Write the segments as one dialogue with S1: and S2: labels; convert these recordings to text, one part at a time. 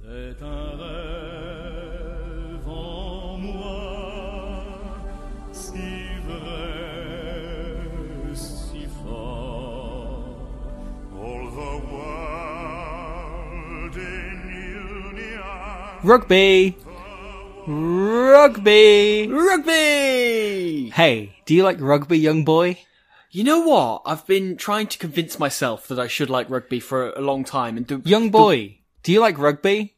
S1: C'est un rêve en moi, si vrai, si fort. All the world in union.
S2: Rugby! Rugby!
S3: Rugby!
S2: Hey, do you like rugby, young boy?
S3: You know what? I've been trying to convince myself that I should like rugby for a long time and do-
S2: Young boy, do you like rugby?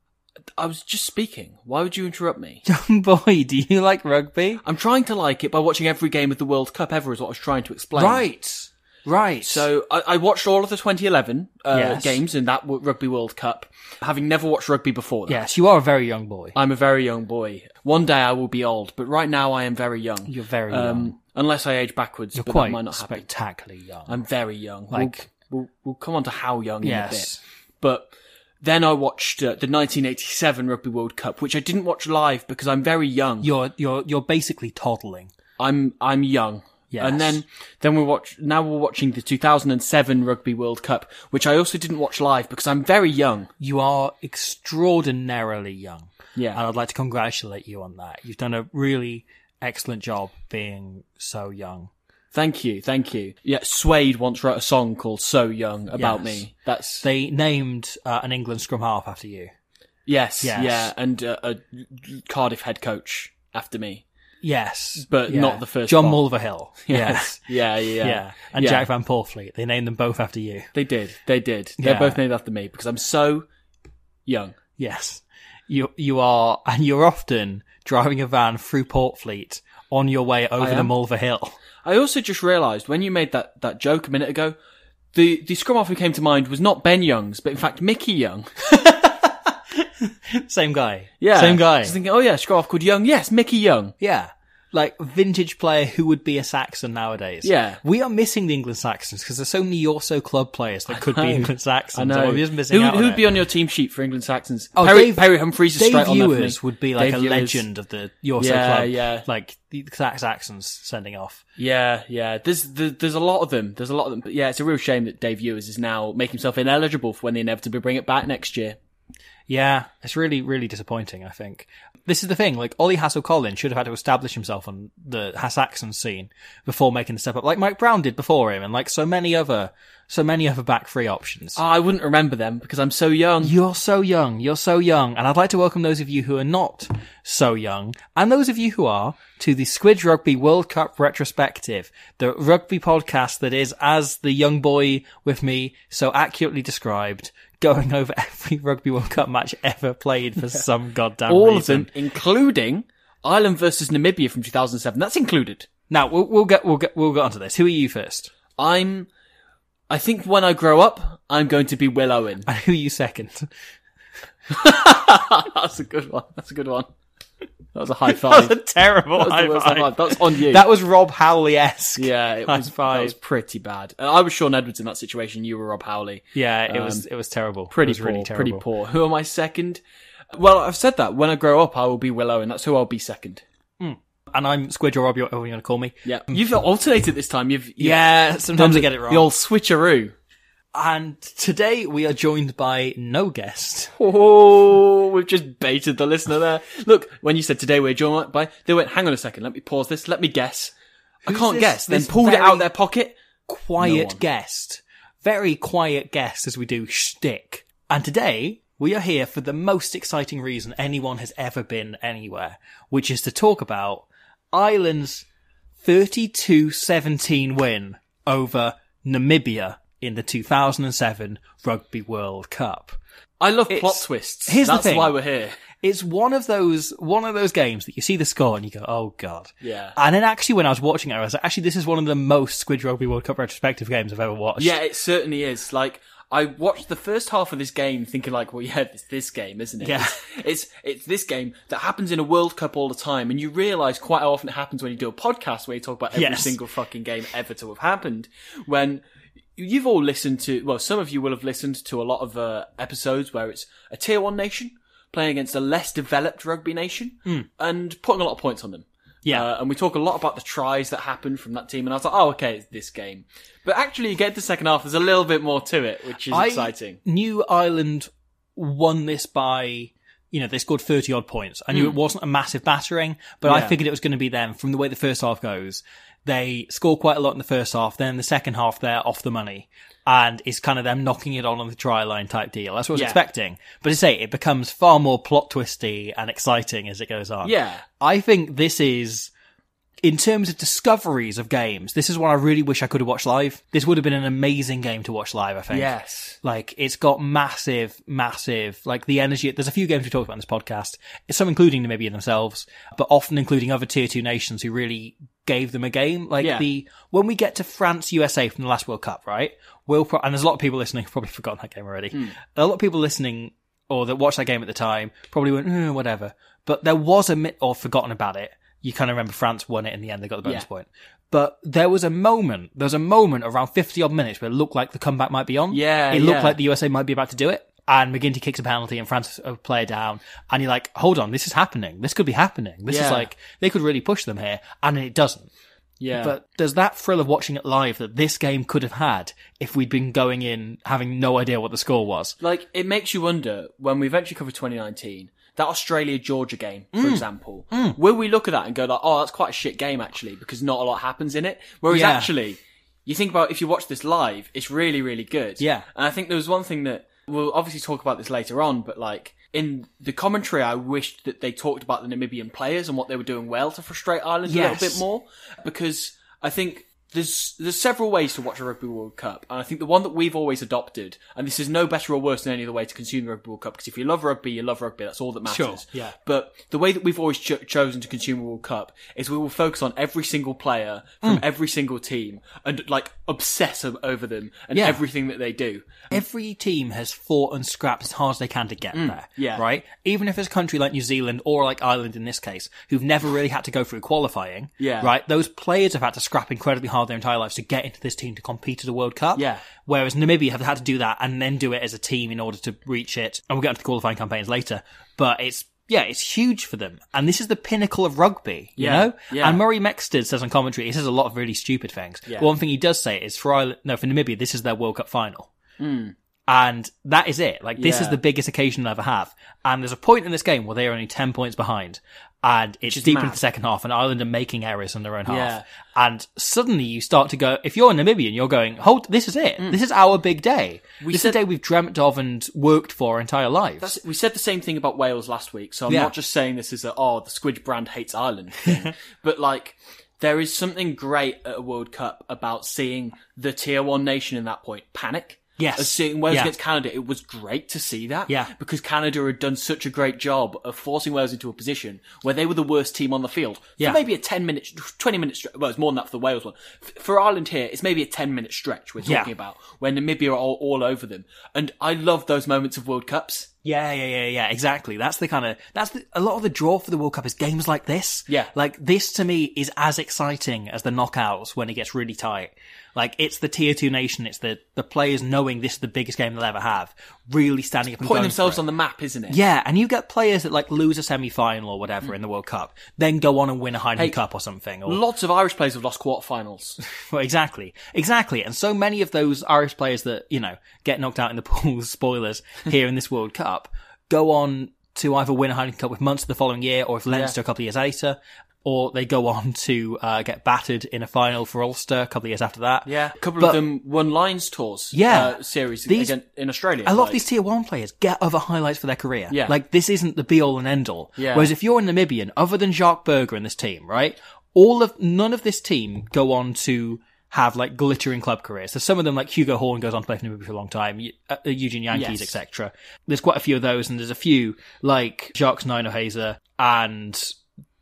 S3: I was just speaking. Why would you interrupt me?
S2: Young boy, do you like rugby?
S3: I'm trying to like it by watching every game of the World Cup ever is what I was trying to explain.
S2: Right, right.
S3: So I, I watched all of the 2011 uh,
S2: Yes.
S3: games in that w- Rugby World Cup, having never watched rugby before. that.
S2: yes, you are a very young boy.
S3: I'm a very young boy. One day I will be old, but right now I am very young. Um,
S2: You're very young.
S3: Unless I age backwards,
S2: You're
S3: but that
S2: quite
S3: might not happen.
S2: spectacularly young.
S3: I'm very young.
S2: Like-
S3: we'll, we'll, we'll come on to how young in a bit.
S2: yes,
S3: But then I watched uh, the 1987 Rugby World Cup, which I didn't watch live because I'm very young.
S2: you're you're you're basically toddling.
S3: I'm I'm young.
S2: Yes.
S3: And then then we're watch now we're watching the 2007 Rugby World Cup, which I also didn't watch live because I'm very young.
S2: You are extraordinarily young.
S3: Yeah.
S2: and I'd like to congratulate you on that. You've done a really excellent job being so young.
S3: Thank you, thank you. Yeah, Suede once wrote a song called "So Young"
S2: Yes.
S3: about me. That's
S2: They named uh, an England scrum half after you.
S3: yes,
S2: Yes.
S3: yeah, and uh, a Cardiff head coach after me.
S2: Yes,
S3: But
S2: yeah.
S3: not the first
S2: John
S3: part.
S2: Mulverhill.
S3: Yes, yeah, yeah,
S2: Yeah. yeah, and Jack Van Portfleet. They named them both after you.
S3: They did, they did.
S2: Yeah.
S3: They're both named after me because I'm so young.
S2: Yes, you you are, and you're often driving a van through Portfleet on your way over the
S3: am.
S2: Mulver Hill.
S3: I also just realised when you made that, that joke a minute ago, the, the scrum off who came to mind was not Ben Youngs, but in fact Mickey Young.
S2: Same guy.
S3: Yeah.
S2: same guy.
S3: Just thinking, oh yeah, scrum off called Young. Yes, Mickey Young.
S2: Yeah. Like vintage player who would be a Saxon nowadays.
S3: Yeah.
S2: We are missing the England Saxons because there's so many Orso club players that could be
S3: know.
S2: England Saxons.
S3: I know.
S2: and we're just missing
S3: who
S2: out
S3: who'd
S2: on
S3: be
S2: it.
S3: on your team sheet for England Saxons?
S2: Oh,
S3: Perry,
S2: Dave-
S3: Perry Humphries is
S2: Dave
S3: straight on there for
S2: Ewers
S3: me.
S2: would be like
S3: Dave
S2: a
S3: Ewers.
S2: legend of the Yorso
S3: Yeah,
S2: club.
S3: yeah.
S2: Like the Sax- Saxons sending off.
S3: Yeah, yeah. There's there- there's a lot of them. There's a lot of them. But yeah, it's a real shame that Dave Ewers is now making himself ineligible for when they inevitably bring it back next year.
S2: Yeah. It's really, really disappointing, I think. This is the thing. Like, Ollie Hassel Collins should have had to establish himself on the Saxon scene before making the step up, like Mike Brown did before him, and like so many other, so many other back free options.
S3: Oh, I wouldn't remember them because I'm so young.
S2: You're so young. You're so young. And I'd like to welcome those of you who are not so young and those of you who are to the Squid Rugby World Cup retrospective, the rugby podcast that is, as the young boy with me so accurately described, going over every Rugby World Cup match ever played for some goddamn
S3: All of
S2: reason.
S3: them, including Ireland versus Namibia from 2007. That's included.
S2: Now we'll, we'll get, we'll get, we'll get onto this. Who are you first?
S3: I'm. I think when I grow up, I'm going to be Will Owen.
S2: And who are you second?
S3: That's a good one. That's a good one. That was a high five.
S2: That's a terrible
S3: That was the
S2: high
S3: worst high
S2: five.
S3: five. That's on you.
S2: That was Rob Howley-esque.
S3: yeah, it
S2: high
S3: was, that
S2: five.
S3: was pretty bad. Uh, I was Sean Edwards in that situation. You were Rob Howley.
S2: Yeah, it was, it was terrible.
S3: Um, Pretty
S2: it was
S3: poor.
S2: really terrible.
S3: pretty poor. Who am I second? Well, I've said that. When I grow up, I will be Will Owen. That's who I'll be second.
S2: and I'm Squidge or Rob, whatever you want to call me.
S3: Yeah. You've alternated this time. You've, you've
S2: Hmm. Yeah, sometimes I get it
S3: The
S2: wrong.
S3: old switcheroo.
S2: And today we are joined by no guest.
S3: Oh, we've just baited the listener there. Look, when you said today we're joined by, they went, hang on a second, let me pause this, let me guess. I can't
S2: this-
S3: guess. Then
S2: this
S3: pulled it
S2: very-
S3: out of their pocket.
S2: Quiet
S3: one.
S2: guest. Very quiet guest as we do shtick. And today we are here for the most exciting reason anyone has ever been anywhere, which is to talk about Ireland's 32-17 win over Namibia in the 2007 Rugby World Cup.
S3: I love plot
S2: It's-
S3: twists.
S2: here's the
S3: That's
S2: thing.
S3: why we're here.
S2: It's one of those one of those games that you see the score and you go, "Oh god."
S3: Yeah.
S2: And then actually, when I was watching it, I was like, "Actually, this is one of the most Squid Rugby World Cup retrospective games I've ever watched."
S3: Yeah, it certainly is. Like, I watched the first half of this game thinking like, well, yeah, it's this game, isn't it?
S2: Yeah.
S3: It's, it's, it's this game that happens in a World Cup all the time. And you realize quite how often it happens when you do a podcast where you talk about every
S2: Yes.
S3: single fucking game ever to have happened. When you've all listened to, well, some of you will have listened to a lot of uh, episodes where it's a tier one nation playing against a less developed rugby nation and putting a lot of points on them.
S2: Hmm. Yeah.
S3: Uh, and we talk a lot about the tries that happened from that team, and I was like, oh, okay, it's this game. But actually, you get to the second half, there's a little bit more to it, which is exciting.
S2: New Ireland won this by, you know, they scored 30 odd points. I knew it wasn't a massive battering, but I
S3: Hmm. Yeah.
S2: figured it was going to be them from the way the first half goes. They score quite a lot in the first half. Then in the second half, they're off the money and it's kind of them knocking it on on the try line type deal. That's what I was
S3: Yeah.
S2: expecting. But to say it becomes far more plot twisty and exciting as it goes on.
S3: Yeah.
S2: I think this is, in terms of discoveries of games, this is one I really wish I could have watched live. This would have been an amazing game to watch live, I think.
S3: Yes.
S2: Like, it's got massive, massive, like the energy. There's a few games we talked about in this podcast, some including Namibia themselves, but often including other tier two nations who really gave them a game. Like
S3: Yeah.
S2: the, when we get to France, USA from the last World Cup, right? We'll pro- and there's a lot of people listening who've probably forgotten that game already.
S3: Hmm.
S2: A lot of people listening or that watched that game at the time probably went, "Eh, whatever. But there was a mi or forgotten about it. You kind of remember France won it in the end. They got the bonus
S3: Yeah.
S2: point. But there was a moment, there was a moment around 50 odd minutes where it looked like the comeback might be on.
S3: Yeah,
S2: It looked
S3: yeah.
S2: like the USA might be about to do it. And McGinty kicks a penalty and France a player down. And you're like, hold on, this is happening. This could be happening. This
S3: Yeah.
S2: is like, they could really push them here. And it doesn't.
S3: Yeah.
S2: But there's that thrill of watching it live that this game could have had if we'd been going in having no idea what the score was.
S3: like it makes you wonder when we eventually cover 2019 that australia georgia game
S2: Hmm.
S3: for example will we look at that and go like oh that's quite a shit game actually because not a lot happens in it whereas
S2: Yeah.
S3: actually you think about if you watch this live it's really really good
S2: Yeah.
S3: and i think there was one thing that we'll obviously talk about this later on but like in the commentary i wished that they talked about the namibian players and what they were doing well to frustrate ireland a
S2: Yes.
S3: little bit more because i think there's there's several ways to watch a Rugby World Cup, and I think the one that we've always adopted, and this is no better or worse than any other way to consume the Rugby World Cup, because if you love rugby, you love rugby. That's all that matters.
S2: Sure, yeah.
S3: But the way that we've always cho- chosen to consume a World Cup is we will focus on every single player from
S2: Hmm.
S3: every single team and like obsess o- over them and
S2: Yeah.
S3: everything that they do.
S2: Every team has fought and scrapped as hard as they can to get there.
S3: Mm, yeah.
S2: Right? Even if it's a country like New Zealand or like Ireland in this case, who've never really had to go through qualifying.
S3: Yeah.
S2: Right? Those players have had to scrap incredibly hard their entire lives to get into this team to compete at a World Cup.
S3: Yeah.
S2: Whereas Namibia have had to do that and then do it as a team in order to reach it. And we'll get into the qualifying campaigns later. But it's, yeah, it's huge for them. And this is the pinnacle of rugby, you
S3: Yeah,
S2: know?
S3: yeah.
S2: And Murray Mexted says on commentary, he says a lot of really stupid things.
S3: Yeah.
S2: One thing he does say is for Ireland, no, for Namibia, this is their World Cup final. And that is it. Like, this
S3: Yeah.
S2: is the biggest occasion they'll ever have. And there's a point in this game where they are only 10 points behind. And it's deep into
S3: mad.
S2: the second half, and Ireland are making errors in their own half.
S3: Yeah.
S2: And suddenly you start to go, if you're a Namibian, you're going, hold, this is it. This is our big day. this
S3: Mm. said-
S2: is the day we've dreamt of and worked for our entire lives.
S3: That's- we said the same thing about Wales last week, so I'm
S2: Yeah.
S3: not just saying this is a oh the Squidge brand hates Ireland thing, but like there is something great at a World Cup about seeing the tier one nation in that point panic.
S2: Yes.
S3: As seeing Wales
S2: Yeah.
S3: against Canada, it was great to see that.
S2: Yeah.
S3: Because Canada had done such a great job of forcing Wales into a position where they were the worst team on the field.
S2: Yeah.
S3: For maybe a 10 minute, 20 minute stretch. Well, it's more than that for the Wales one. F- For Ireland here, it's maybe a 10 minute stretch we're talking
S2: Yeah.
S3: about where Namibia are all, all over them. And I love those moments of World Cups.
S2: Yeah, yeah, yeah, yeah, exactly. That's the kind of, that's the, a lot of the draw for the World Cup is games like this.
S3: Yeah.
S2: Like this to me is as exciting as the knockouts when it gets really tight. Like it's the tier two nation. It's the, the players knowing this is the biggest game they'll ever have, really standing up and
S3: putting
S2: going
S3: themselves
S2: for it.
S3: on the map, isn't it?
S2: Yeah, and you get players that like lose a semi final or whatever in the World Cup, then go on and win a Heineken
S3: Mm. Hey,
S2: Cup or something. Or,
S3: Lots of Irish players have lost quarterfinals.
S2: well, exactly, exactly. And so many of those Irish players that you know get knocked out in the pools, spoilers here in this World Cup, go on to either win a Heineken Cup with Munster the following year, or if Leinster a couple of years later, or they go on to uh, get battered in a final for Ulster a couple of years after that.
S3: a couple
S2: But
S3: of them won Lions tours.
S2: Yeah.
S3: uh, series
S2: These-
S3: again in Australia.
S2: A lot
S3: like-
S2: of these tier one players get other highlights for their career.
S3: Yeah.
S2: Like this isn't the be all and end all.
S3: Yeah.
S2: Whereas if you're a Namibian, other than Jacques Berger in this team, right? All of none of this team go on to have like glittering club careers. There's some of them like Hugo Horn goes on to play for Namibia for a long time, Eu- uh, Eugene Yankees,
S3: Yes.
S2: etc. There's quite a few of those, and there's a few like Jacques Ninohazer and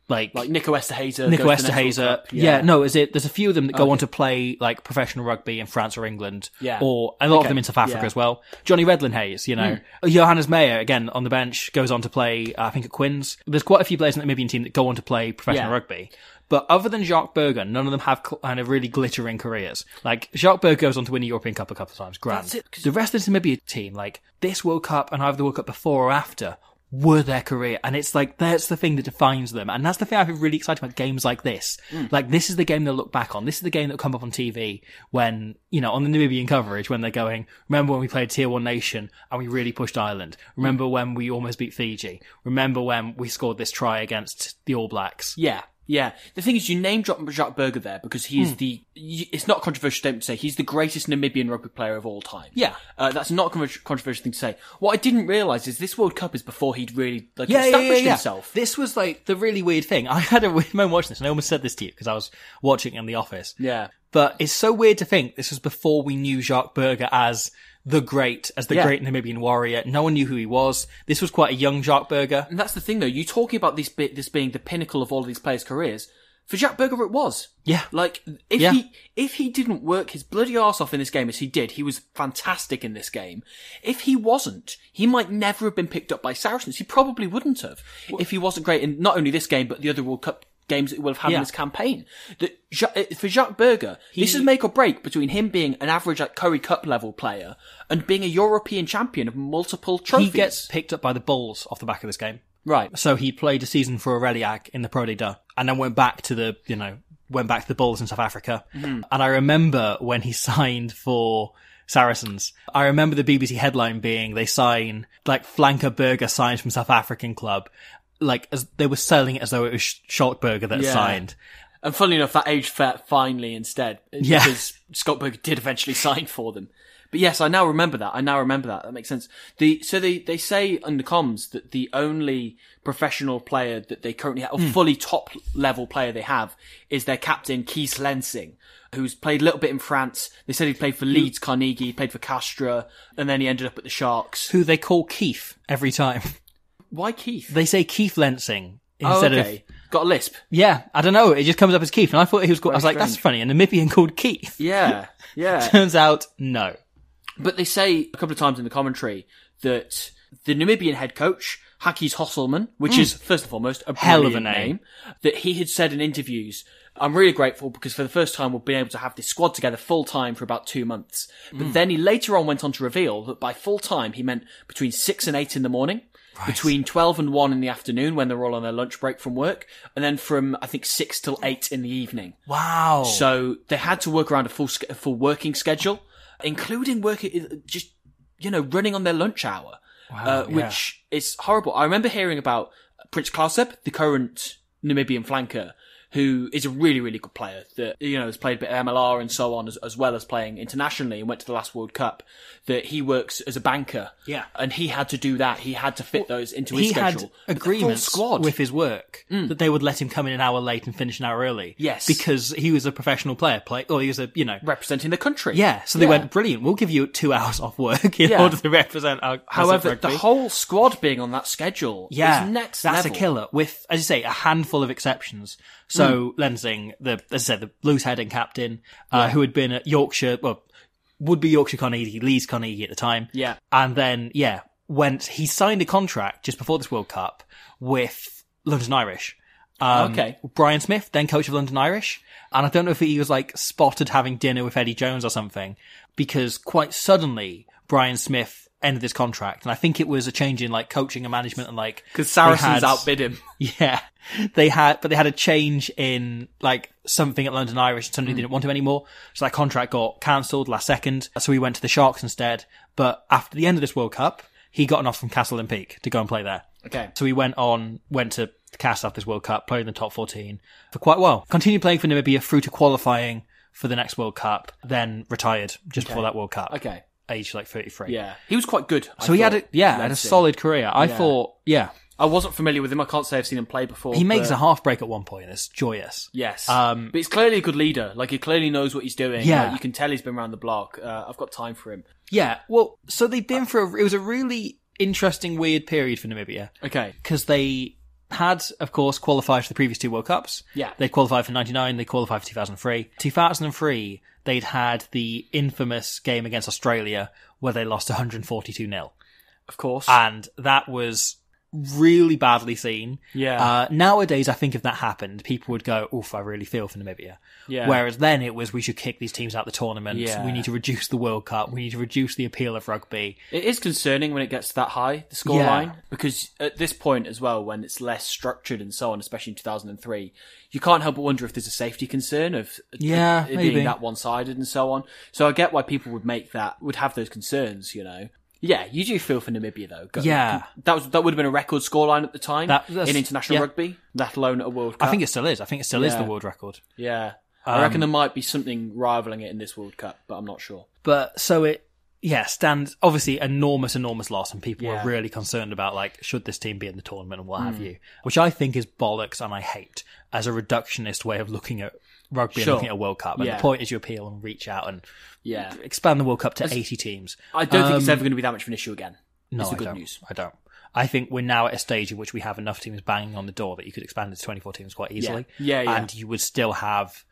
S2: Like,
S3: like Nico Esterhazer.
S2: Nico
S3: goes to the National
S2: Esterhazer.
S3: Cup,
S2: Yeah. no, is it? There's a few of them that go on to play like professional rugby in France or England.
S3: Yeah.
S2: Or and a lot of
S3: Okay,
S2: them in South Africa
S3: yeah. Hmm.
S2: as well. Johnny Redlin Hayes, you know, Uh, Johannes Meyer again on the bench goes on to play. uh, I think at Quinns. There's quite a few players in the Namibian team that go on to play professional
S3: Yeah.
S2: rugby. But other than Jacques Berger, none of them have cl- kind of really glittering careers. Like Jacques Berger goes on to win the European Cup a couple of times. Grand.
S3: That's it, 'cause-
S2: the rest of the Namibia team, like this World Cup and either the World Cup before or after, were their career. And it's like, that's the thing that defines them. And that's the thing I've been really excited about games like this. Like, this is the game they'll look back on. This is the game that'll come up on TV when, you know, on the Namibian coverage when they're going, remember when we played Tier 1 Nation and we really pushed Ireland? Remember when we almost beat Fiji? Remember when we scored this try against the All Blacks?
S3: Yeah, yeah. The thing is, you name drop Jacques Berger there because he is
S2: Hmm.
S3: the. y- It's not a controversial statement to say he's the greatest Namibian rugby player of all time.
S2: Yeah.
S3: uh, that's not a conver- controversial thing to say. What I didn't realize is this World Cup is before he'd really like established himself.
S2: This was like the really weird thing. I had a weird moment watching this and I almost said this to you because I was watching it in the office.
S3: yeah,
S2: But it's so weird to think this was before we knew Jacques Berger as the great, as the
S3: Yeah.
S2: great Namibian warrior. No one knew who he was. This was quite a young Jacques Berger.
S3: and that's the thing though. You talking about this bit, this being the pinnacle of all these players' careers. For Jacques Berger, it was.
S2: Yeah.
S3: Like if
S2: Yeah.
S3: he if he didn't work his bloody ass off in this game as he did, he was fantastic in this game. If he wasn't, he might never have been picked up by Saracens. He probably wouldn't have if he wasn't great in not only this game but the other World Cup games that he will have had
S2: Yeah.
S3: in this campaign. That Ja- uh, for Jacques Berger, this is make or break between him being an average like Curry Cup level player and being a European champion of multiple trophies.
S2: He gets picked up by the Bulls off the back of this game.
S3: right.
S2: So he played a season for Aureliac in the Pro D Deux and then went back to the, you know, went back to the Bulls in South Africa.
S3: Mm-hmm.
S2: And I remember when he signed for Saracens, I remember the BBC headline being they sign, like, Flanker Berger signed from South African club. Like, as they were selling it as though it was Sch- Schalkberger that
S3: Yeah.
S2: signed.
S3: And funnily enough, that aged fair finally instead. uh,
S2: Yeah.
S3: Because Scott Berger did eventually sign for them. But yes, I now remember that. I now remember that. That makes sense. The, so they, they say under comms that the only professional player that they currently have, or
S2: Hmm.
S3: fully top level player they have, is their captain, Keith Lensing, who's played a little bit in France. They said he played for
S2: Hmm.
S3: Leeds, Carnegie, he played for Castra, and then he ended up at the Sharks.
S2: who they call Keith every time.
S3: Why Keith?
S2: They say Keith Lensing
S3: oh,
S2: instead
S3: okay.
S2: of
S3: Got a lisp.
S2: yeah. I don't know. It just comes up as Keith, and I thought he was. Called, I was like,
S3: Very
S2: that's funny, a Namibian called Keith.
S3: Yeah. Yeah.
S2: Turns out, no.
S3: But they say a couple of times in the commentary that the Namibian head coach, Hakis Hosselman, which is first and foremost a
S2: Hmm. Hell of a
S3: brilliant
S2: name.
S3: that he had said in interviews, I'm really grateful because for the first time we've been able to have this squad together full time for about two months. But
S2: Hmm.
S3: then he later on went on to reveal that by full time he meant between six and eight in the morning. Between 12 and 1 in the afternoon when they're all on their lunch break from work, and then from, I think, 6 till 8 in the evening.
S2: Wow.
S3: So they had to work around a full sch- a full working schedule, including working uh, just you know running on their lunch hour, uh,
S2: yeah.
S3: which is horrible. I remember hearing about Prince Klausep, the current Namibian flanker, who is a really really good player that you know has played a bit of MLR and so on as, as well as playing internationally and went to the last World Cup. That he works as a banker,
S2: Yeah.
S3: and he had to do that. He had to fit those into his
S2: he
S3: schedule.
S2: had
S3: But the full
S2: agreements
S3: squad Mm.
S2: with his work that they would let him come in an hour late and finish an hour early.
S3: Yes.
S2: because he was a professional player, play or he was a you know.
S3: representing the country.
S2: Yeah, so they went brilliant. We'll give you two hours off work in
S3: Yeah.
S2: order to represent our.
S3: However,
S2: rugby.
S3: the whole squad being on that schedule
S2: Yeah,
S3: is next
S2: that's
S3: level.
S2: a killer. With, as you say, a handful of exceptions.
S3: Hmm.
S2: So Lensing, the as I said, the loose heading captain, uh, who had been at Yorkshire, well, would be Yorkshire Carnegie, Leeds Carnegie at the time.
S3: Yeah.
S2: and then yeah, went he signed a contract just before this World Cup with London Irish. Um,
S3: Okay.
S2: Brian Smith, then coach of London Irish. And I don't know if he was like spotted having dinner with Eddie Jones or something because quite suddenly Brian Smith ended this contract. And I think it was a change in like coaching and management and like.
S3: Because Saracens
S2: they had-
S3: outbid him.
S2: Yeah. They had, but they had a change in like something at London Irish and somebody didn't want him anymore. So that contract got cancelled last second. So he went to the Sharks instead. But after the end of this World Cup, he got an offer from Castle Olympique to go and play there.
S3: Okay.
S2: So he went on, went to cast after this World Cup, played in the top 14 for quite a while. Continued playing for Namibia through to qualifying for the next World Cup, then retired just before that World Cup.
S3: Okay.
S2: Aged like 33.
S3: Yeah. He was quite good.
S2: So he had a, yeah, had a solid career. I thought, yeah.
S3: I wasn't familiar with him. I can't say I've seen him play before.
S2: He makes
S3: but-
S2: a half break at one point and it's joyous.
S3: Yes.
S2: Um,
S3: but he's clearly a good leader. Like, he clearly knows what he's doing.
S2: Yeah.
S3: Like, you can tell he's been around the block. Uh, I've got time for him.
S2: Yeah. Well, so they've been for a, it was a really interesting, weird period for Namibia
S3: Okay.
S2: because they had, of course, qualified for the previous two World Cups.
S3: Yeah.
S2: They qualified for 99, they qualified for 2003. 2003, they'd had the infamous game against Australia where they lost 142 nil.
S3: Of course.
S2: And that was really badly seen.
S3: Yeah.
S2: Uh, nowadays, I think if that happened, people would go, oof, I really feel for Namibia.
S3: Yeah.
S2: Whereas then it was, we should kick these teams out of the tournament.
S3: Yeah.
S2: We need to reduce the World Cup. We need to reduce the appeal of rugby.
S3: It is concerning when it gets that high, the scoreline,
S2: Yeah.
S3: because at this point as well, when it's less structured and so on, especially in 2003, you can't help but wonder if there's a safety concern of
S2: Yeah,
S3: it being
S2: maybe.
S3: that one-sided and so on. So I get why people would make that, would have those concerns, you know. Yeah, you do feel for Namibia though. Go-
S2: Yeah.
S3: that was that would have been a record scoreline at the time
S2: That- that's-
S3: in international
S2: yeah.
S3: rugby, let alone at a World Cup.
S2: I think Um, it still is. I think it still is
S3: Uh, Yeah.
S2: the world record.
S3: yeah, I reckon there might be something rivaling it in this World Cup, but I'm not sure.
S2: But so it, yeah, stands obviously enormous, enormous loss, and people
S3: Yeah. Mm.
S2: were really concerned about like should this team be in the tournament and what have you, which I think is bollocks and I hate as a reductionist way of looking at rugby
S3: Sure.
S2: and looking at a World Cup. And
S3: Yeah.
S2: the point is you appeal and reach out and
S3: Yeah,
S2: expand the World Cup to eighty teams.
S3: I don't think it's
S2: Um,
S3: ever going to be that much of an issue again.
S2: No,
S3: is the
S2: I
S3: good
S2: don't.
S3: news.
S2: I don't. I think we're now at a stage in which we have enough teams banging on the door that you could expand it to 24 teams quite easily.
S3: Yeah, yeah.
S2: And you would still have,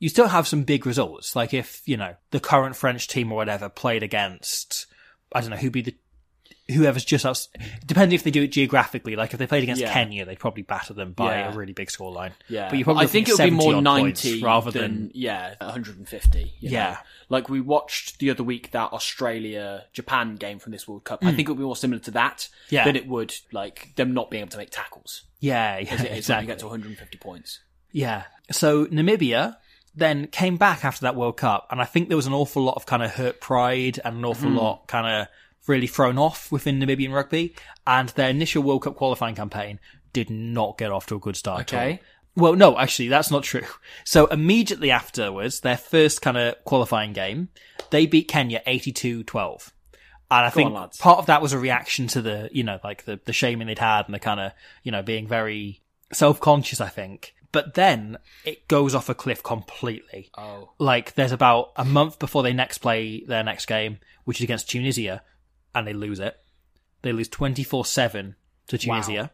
S2: you still have some big results. Like if, you know, the current French team or whatever played against, I don't know, who'd be the, whoever's just us, depending if they do it geographically, like if they played against
S3: Yeah.
S2: Kenya, they'd probably batter them by
S3: Yeah.
S2: a really big scoreline.
S3: Yeah,
S2: But you probably
S3: I think it
S2: looking at
S3: would be more
S2: 70 odd points
S3: ninety
S2: rather
S3: than,
S2: than,
S3: yeah, one hundred and fifty.
S2: Yeah.
S3: like we watched the other week that Australia Japan game from this World Cup. I think it would be more similar to that
S2: Mm. Yeah.
S3: than it would like them not being able to make tackles.
S2: yeah, yeah,
S3: As it is when
S2: exactly.
S3: you get to one hundred and fifty points.
S2: Yeah. So Namibia then came back after that World Cup, and I think there was an awful lot of kind of hurt pride and an awful lot kind of really thrown off within Namibian rugby. And their initial World Cup qualifying campaign did not get off to a good start. at
S3: Okay.
S2: all. Well, no, actually, that's not true. So immediately afterwards, their first kind of qualifying game, they beat Kenya 82-12. And I think
S3: on, lads.
S2: part of that was a reaction to the, you know, like the, the shaming they'd had and the kind of, you know, being very self conscious, I think. But then it goes off a cliff completely.
S3: Oh,
S2: Like there's about a month before they next play their next game, which is against Tunisia, and they lose it. They lose 24 7 to Tunisia.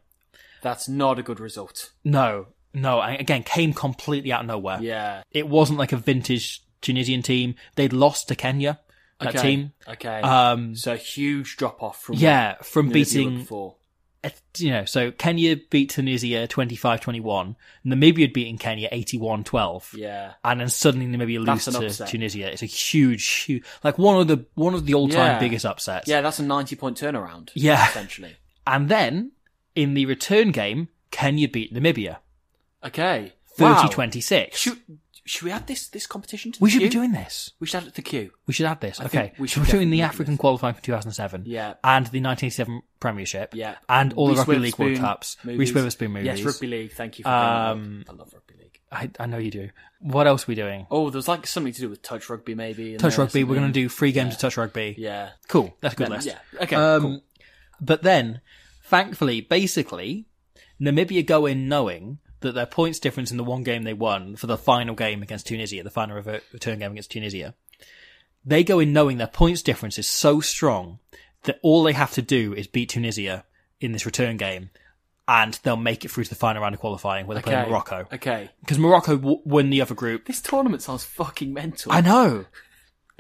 S3: that's not a good result.
S2: No, no. And again, came completely out of nowhere
S3: Yeah.
S2: it wasn't like a vintage Tunisian team. They'd lost to Kenya, that
S3: okay.
S2: team.
S3: Okay.
S2: Um,
S3: so huge drop off from
S2: yeah, from
S3: what Namibia were
S2: beating,
S3: before.
S2: uh, you know, so Kenya beat Tunisia 25-21. Namibia had beaten Kenya 81-12.
S3: Yeah.
S2: And then suddenly Namibia
S3: That's
S2: lose
S3: an
S2: to
S3: upset.
S2: Tunisia. It's a huge, huge, like one of the, one of the all-time
S3: Yeah.
S2: biggest upsets.
S3: Yeah, that's a ninety point turnaround.
S2: Yeah.
S3: Essentially.
S2: And then in the return game, Kenya beat Namibia
S3: Okay. Wow.
S2: 30-26.
S3: Should, should we add this this competition to
S2: We
S3: the
S2: should be
S3: queue?
S2: doing this.
S3: We should add it to queue.
S2: We should add this.
S3: I
S2: okay.
S3: think we
S2: We
S3: should
S2: should be doing
S3: definitely
S2: the
S3: do
S2: African
S3: this.
S2: qualifying for 2007.
S3: Yeah.
S2: And the 1987 Premiership.
S3: Yeah.
S2: And all
S3: Reese
S2: the Rugby League World
S3: Witherspoon
S2: Cups.
S3: movies.
S2: Reese Witherspoon movies.
S3: Yes, Rugby League. Thank you for
S2: Um,
S3: bringing that up. I love Rugby League.
S2: I, I know you do. What else are we doing?
S3: Oh, there's like something to do with touch rugby, maybe. in
S2: touch
S3: there or
S2: rugby. We're
S3: something.
S2: going to do three games of touch rugby.
S3: Yeah.
S2: Cool. That's a good list.
S3: Yeah. Okay.
S2: Um,
S3: cool.
S2: But then, thankfully, basically, Namibia go in knowing that their points difference in the one game they won for the final game against Tunisia, the final revert, return game against Tunisia, they go in knowing their points difference is so strong that all they have to do is beat Tunisia in this return game, and they'll make it through to the final round of qualifying where they play
S3: Okay.
S2: Morocco
S3: Okay.
S2: because Morocco w- won the other group.
S3: This tournament sounds fucking mental.
S2: I know.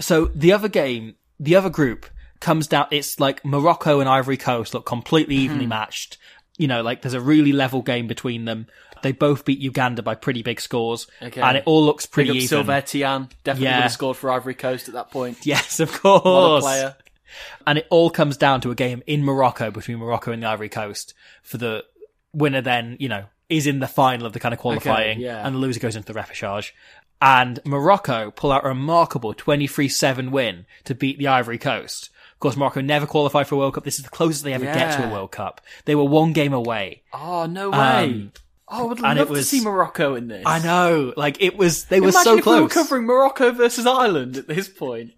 S2: So the other game, the other group comes down. It's like Morocco and Ivory Coast look completely
S3: Mm-hmm.
S2: evenly matched. You know, like there's a really level game between them. They both beat Uganda by pretty big scores,
S3: Okay.
S2: and it all looks
S3: Big
S2: pretty
S3: up
S2: even.
S3: Silver Etienne. Definitely
S2: Yeah.
S3: would have scored for Ivory Coast at that point.
S2: Yes, of
S3: Another
S2: course.
S3: player.
S2: And it all comes down to a game in Morocco between Morocco and the Ivory Coast for the winner. Then you know is in the final of the kind of qualifying,
S3: yeah.
S2: and the loser goes into the repechage. And Morocco pull out a remarkable 23-7 win to beat the Ivory Coast. Of course, Morocco never qualified for a World Cup. This is the closest they ever get to
S3: Yeah.
S2: a World Cup. They were one game away.
S3: Oh no way.
S2: Um,
S3: oh, I would
S2: and
S3: love
S2: it was-
S3: to see Morocco in this.
S2: I know, like it was, they were
S3: Imagine
S2: so
S3: if
S2: close.
S3: we were covering Morocco versus Ireland at this point.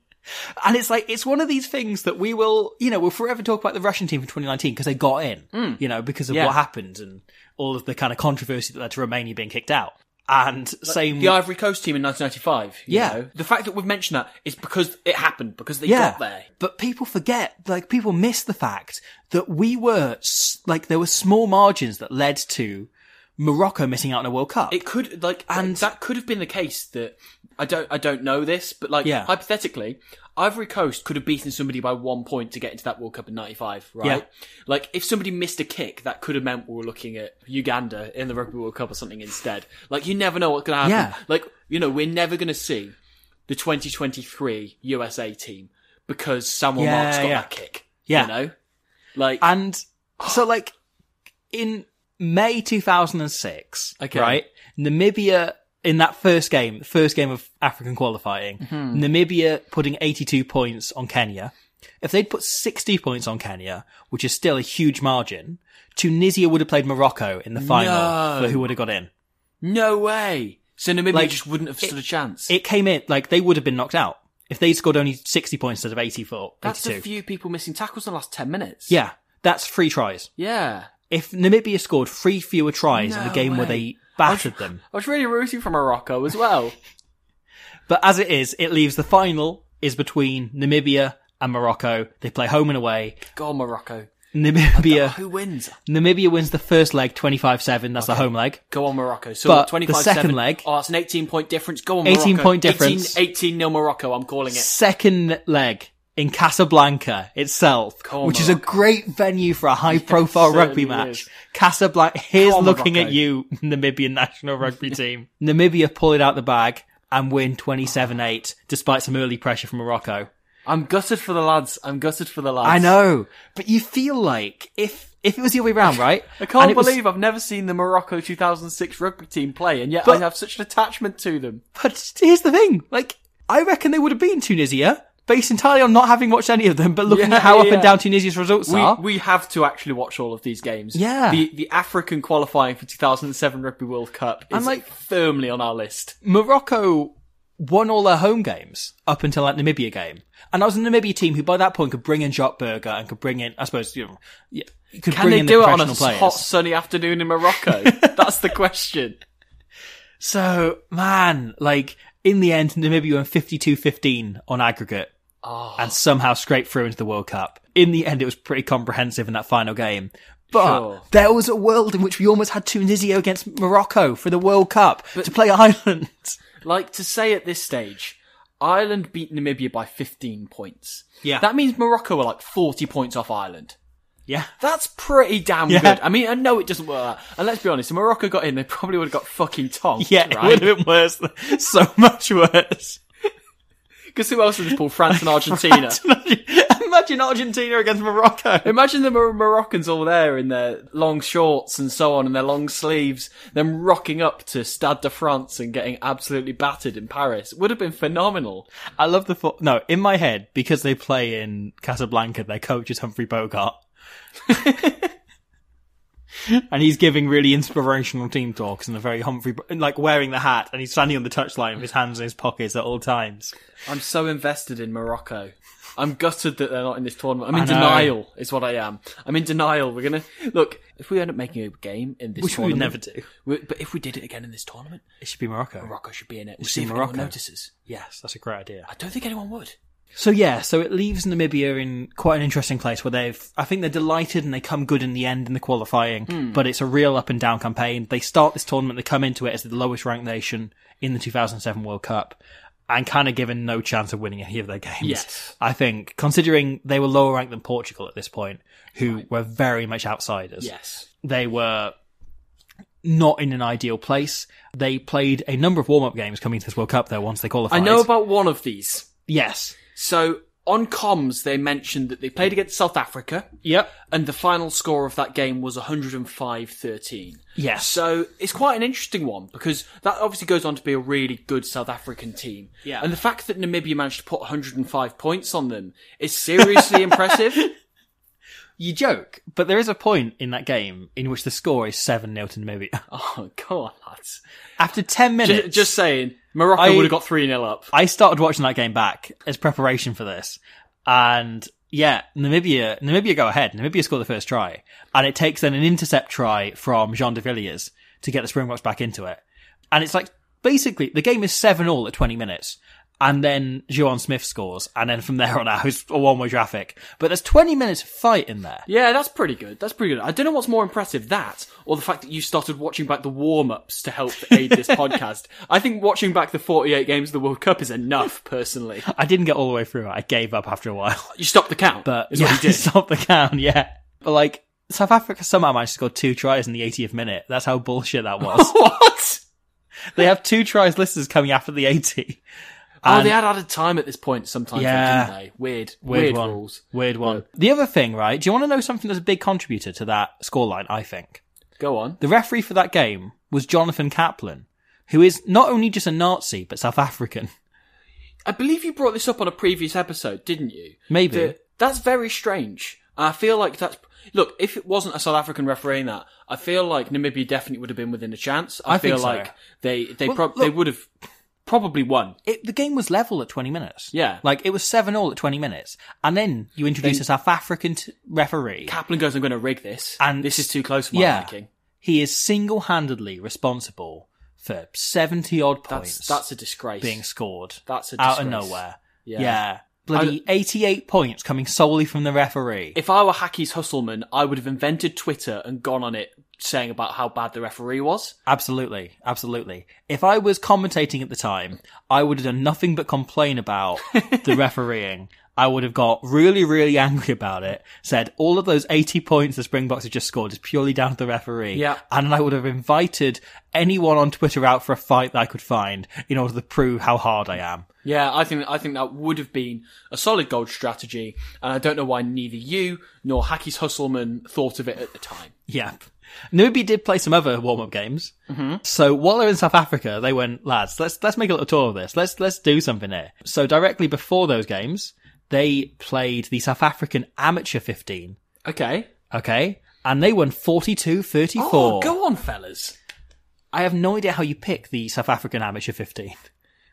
S2: And it's like, it's one of these things that we will, you know, we'll forever talk about the Russian team from 2019 because they got in, you know, because of
S3: Mm. Yeah.
S2: what happened and all of the kind of controversy that led to Romania being kicked out. and same
S3: The Ivory Coast team in 1995. you
S2: Yeah.
S3: know? The fact that we've mentioned that is because it happened, because they
S2: yeah,
S3: got there.
S2: but people forget, like people miss the fact that we were s- like there were small margins that led to Morocco missing out on a World Cup.
S3: It could like
S2: And-
S3: and that could have been the case that I don't I don't know this, but like
S2: Yeah.
S3: hypothetically, Ivory Coast could have beaten somebody by one point to get into that World Cup in '95, right?
S2: Yeah.
S3: Like if somebody missed a kick, that could have meant we were looking at Uganda in the Rugby World Cup or something instead. Like you never know what could happen.
S2: Yeah.
S3: Like you know we're never gonna see the 2023 USA team because Samuel
S2: Yeah,
S3: Marks got
S2: yeah.
S3: that kick.
S2: Yeah.
S3: you know, like
S2: and so like in May 2006,
S3: Okay.
S2: right? Namibia in that first game, the first game of African qualifying,
S3: Mm-hmm.
S2: Namibia putting 82 points on Kenya. If they'd put 60 points on Kenya, which is still a huge margin, Tunisia would have played Morocco in the final
S3: No.
S2: for who would have got in.
S3: no way. So Namibia
S2: Like,
S3: just wouldn't have stood a chance.
S2: It came in like they would have been knocked out if they scored only 60 points instead of 84.
S3: That's
S2: 82.
S3: a few people missing tackles in the last 10 minutes.
S2: Yeah, that's three tries.
S3: Yeah.
S2: If Namibia scored three fewer tries in
S3: No
S2: a game where
S3: way.
S2: they battered them,
S3: I was really rooting for Morocco as well.
S2: But as it is, it leaves the final is between Namibia and Morocco. They play home and away.
S3: Go on, Morocco.
S2: Namibia
S3: Who wins?
S2: Namibia wins the first leg 25-7. That's the home leg.
S3: Go on, Morocco. So
S2: But
S3: 25
S2: the second leg-
S3: Oh, it's an 18 point difference. Go on,
S2: 18
S3: Morocco.
S2: point difference.
S3: 18, 18 nil Morocco, I'm calling it.
S2: Second leg in Casablanca itself,
S3: Come on,
S2: which is a
S3: Morocco.
S2: great venue for a high profile
S3: certainly
S2: rugby match.
S3: is.
S2: Casablanca, here's
S3: Come on,
S2: looking
S3: Morocco.
S2: at you, Namibian national rugby team. Namibia pull it out the bag and win 27-8 despite some early pressure from Morocco.
S3: I'm gutted for the lads. I'm gutted for the lads.
S2: I know, but you feel like if if it was the other way around, right?
S3: I can't
S2: And it was-
S3: believe I've never seen the Morocco 2006 rugby team play, and yet
S2: But-
S3: I have such an attachment to them.
S2: But here's the thing: like, I reckon they would have been Tunisia based entirely on not having watched any of them, but looking
S3: Yeah,
S2: at how
S3: yeah,
S2: up
S3: yeah.
S2: and down Tunisia's results
S3: We,
S2: are.
S3: we have to actually watch all of these games.
S2: Yeah.
S3: The the African qualifying for 2007 Rugby World Cup is
S2: I'm like-
S3: firmly on our list.
S2: Morocco won all their home games up until that Namibia game, and I was a Namibia team who, by that point, could bring in Jot Burger and could bring in, I suppose, you know, yeah, could
S3: Can
S2: bring
S3: they
S2: in the
S3: do it on a
S2: professional players.
S3: hot sunny afternoon in Morocco? That's the question.
S2: So, man, like in the end, Namibia won 52-15 on aggregate.
S3: Ah.
S2: And somehow scraped through into the World Cup. In the end, it was pretty comprehensive in that final game. But
S3: Sure.
S2: there was a world in which we almost had Tunisia against Morocco for the World Cup to play Ireland.
S3: Like to say at this stage, Ireland beat Namibia by 15 points.
S2: Yeah.
S3: That means Morocco were like 40 points off Ireland.
S2: Yeah.
S3: That's pretty damn
S2: Yeah.
S3: good. I mean, I know it doesn't work that. And let's be honest, if Morocco got in, they probably would have got fucking tonked,
S2: Yeah, it would
S3: right?
S2: have been worse. than- So much worse.
S3: Because who else in this pool? France and Argentina.
S2: Imagine Argentina against Morocco.
S3: Imagine the Mor- Moroccans all there in their long shorts and so on and their long sleeves, them rocking up to Stade de France and getting absolutely battered in Paris. Would have been phenomenal.
S2: I love the thought. No, in my head, because they play in Casablanca, their coach is Humphrey Bogart. and he's giving really inspirational team talks and a very Humphrey, Bo- and, like wearing the hat and he's standing on the touchline with his hands in his pockets at all times.
S3: I'm so invested in Morocco. I'm gutted that they're not in this tournament. I'm
S2: I
S3: in
S2: know.
S3: denial, is what I am. I'm in denial. We're gonna look if we end up making a game in this
S2: Which we would
S3: tournament,
S2: never do.
S3: we- but if we did it again in this tournament,
S2: It should be Morocco.
S3: Morocco should be in it. We'll
S2: should
S3: see
S2: be
S3: if
S2: Morocco.
S3: anyone notices.
S2: Yes, that's a great idea.
S3: I don't think anyone would.
S2: So yeah, so it leaves Namibia in quite an interesting place where they've, I think they're delighted and they come good in the end in the qualifying,
S3: Hmm.
S2: but it's a real up and down campaign. They start this tournament, they come into it as the lowest ranked nation in the 2007 World Cup and kind of given no chance of winning any of their games.
S3: Yes.
S2: I think considering they were lower ranked than Portugal at this point, who were very much outsiders
S3: Yes.
S2: they were not in an ideal place. They played a number of warm up games coming to this World Cup though once they
S3: I
S2: qualified.
S3: know about one of these.
S2: Yes.
S3: So on comms, they mentioned that they played against South Africa.
S2: Yep.
S3: and the final score of that game was 105-13.
S2: Yes.
S3: So it's quite an interesting one because that obviously goes on to be a really good South African team.
S2: Yeah.
S3: And the fact that Namibia managed to put 105 points on them is seriously impressive.
S2: You joke, but there is a point in that game in which the score is 7 0 to Namibia.
S3: Oh, go on, lads.
S2: After 10 minutes.
S3: Just, just saying, Morocco
S2: I-
S3: would have got 3-0 up.
S2: I started watching that game back as preparation for this, and yeah, Namibia, Namibia go ahead. Namibia score the first try, and it takes then an intercept try from Jean de Villiers to get the Springboks back into it. And it's like basically the game is seven all at twenty minutes. And then Joan Smith scores, and then from there on out, it's a one-way traffic. But there's 20 minutes of fight in there.
S3: Yeah, that's pretty good. That's pretty good. I don't know what's more impressive, that or the fact that you started watching back the warm ups to help aid this podcast. I think watching back the 48 games of the World Cup is enough, personally.
S2: I didn't get all the way through it. I gave up after a while.
S3: You stopped the count.
S2: But
S3: is
S2: yeah,
S3: what you did.
S2: stop the count, yeah. But like South Africa somehow managed to score two tries in the 80th minute. That's how bullshit that was.
S3: what?
S2: they have two tries listed coming after the 80.
S3: Oh,
S2: And-
S3: they had added time at this point sometimes,
S2: Yeah.
S3: didn't they? Weird,
S2: Weird,
S3: weird,
S2: one.
S3: rules.
S2: Weird one. The other thing, right? Do you want to know something that's a big contributor to that scoreline? I think
S3: Go on.
S2: the referee for that game was Jonathan Kaplan, who is not only just a Nazi but South African.
S3: I believe you brought this up on a previous episode, didn't you?
S2: Maybe.
S3: That- that's very strange. I feel like that's. Look, if it wasn't a South African refereeing that, I feel like Namibia definitely would have been within a chance. I,
S2: I think
S3: feel
S2: so.
S3: like they they
S2: Well,
S3: prob- they
S2: look-
S3: would have probably won.
S2: It, the game was level at 20 minutes.
S3: Yeah.
S2: Like, it was 7 all at 20 minutes. And then you introduce a South African t- referee.
S3: Kaplan goes, "I'm going to rig this,
S2: And-
S3: and this is too close for my
S2: yeah.
S3: liking."
S2: He is single handedly responsible for 70 odd
S3: That's
S2: points
S3: that's a disgrace.
S2: being scored
S3: That's a
S2: out of
S3: disgrace.
S2: nowhere. Yeah.
S3: Yeah.
S2: Bloody 88 points coming solely from the referee.
S3: If I were Hacky's Hustleman, I would have invented Twitter and gone on it saying about how bad the referee was.
S2: absolutely. Absolutely. If I was commentating at the time, I would have done nothing but complain about the refereeing. I would have got really, really angry about it, said all of those 80 points the Springboks have just scored is purely down to the referee.
S3: Yeah.
S2: And I would have invited anyone on Twitter out for a fight that I could find in order to prove how hard I am.
S3: Yeah, I think I think that would have been a solid gold strategy, and I don't know why neither you nor Hacky's Hustleman thought of it at the time.
S2: Yep. Namibia did play some other warm-up games. Mm-hmm. So while they're in South Africa, they went, lads, let's let's make a little tour of this. Let's let's do something here. So directly before those games, they played the South African Amateur 15.
S3: Okay.
S2: Okay, and they won 42-34.
S3: Oh, go on, fellas.
S2: I have no idea how you pick the South African Amateur 15.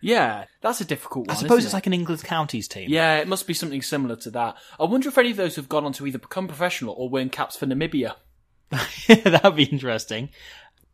S3: Yeah, that's a difficult
S2: I
S3: one.
S2: suppose
S3: isn't
S2: it's
S3: it?
S2: like an England counties team.
S3: yeah, it must be something similar to that. I wonder if any of those have gone on to either become professional or win caps for Namibia.
S2: that'd be interesting.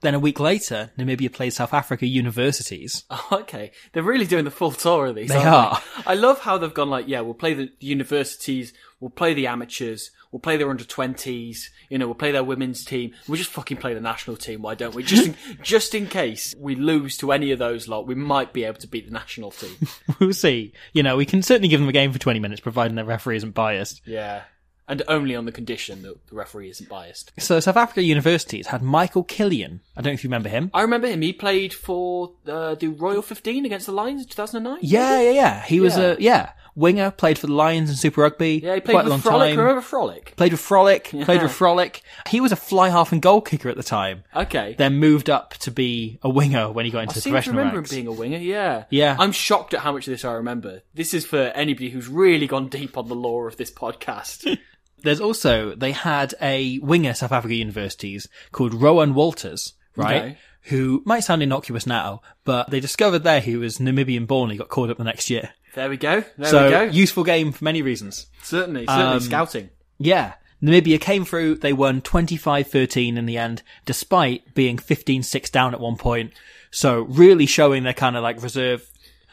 S2: Then a week later, Namibia played South Africa Universities.
S3: Oh, okay, they're really doing the full tour of these.
S2: They
S3: aren't I love how they've gone like, yeah, we'll play the universities, we'll play the amateurs, we'll play their under twenties, you know, we'll play their women's team. We'll just fucking play the national team. Why don't we? Just in, just in case we lose to any of those lot, we might be able to beat the national team.
S2: We'll see. You know, we can certainly give them a game for 20 minutes, providing their referee isn't biased.
S3: yeah, and only on the condition that the referee isn't biased.
S2: So South Africa Universities had Michael Killian. I don't know if you remember him.
S3: I remember him. He played for uh, the Royal 15 against the Lions in 2009.
S2: Yeah, yeah, yeah. He was a yeah winger. Played for the Lions in Super Rugby.
S3: yeah, he played
S2: quite a long
S3: with Frolic.
S2: time.
S3: Remember Frolic?
S2: Played with Frolic. Played
S3: Yeah.
S2: with Frolic. He was a fly half and goal kicker at the time.
S3: Okay.
S2: Then moved up to be a winger when he got into
S3: I
S2: the
S3: seem to
S2: professional
S3: remember
S2: ranks.
S3: him being a winger. Yeah,
S2: Yeah.
S3: I'm shocked at how much of this I remember. This is for anybody who's really gone deep on the lore of this podcast.
S2: There's also they had a winger at South Africa Universities called Rowan Walters, right?
S3: Okay.
S2: Who might sound innocuous now, but they discovered there he was Namibian born. He got called up the next year.
S3: there we go. There
S2: so
S3: we go.
S2: useful game for many reasons.
S3: certainly, certainly
S2: Um,
S3: scouting.
S2: Yeah. Namibia came through. They won 25-13 in the end, despite being 15-6 down at one point. So really showing their kind of like reserve.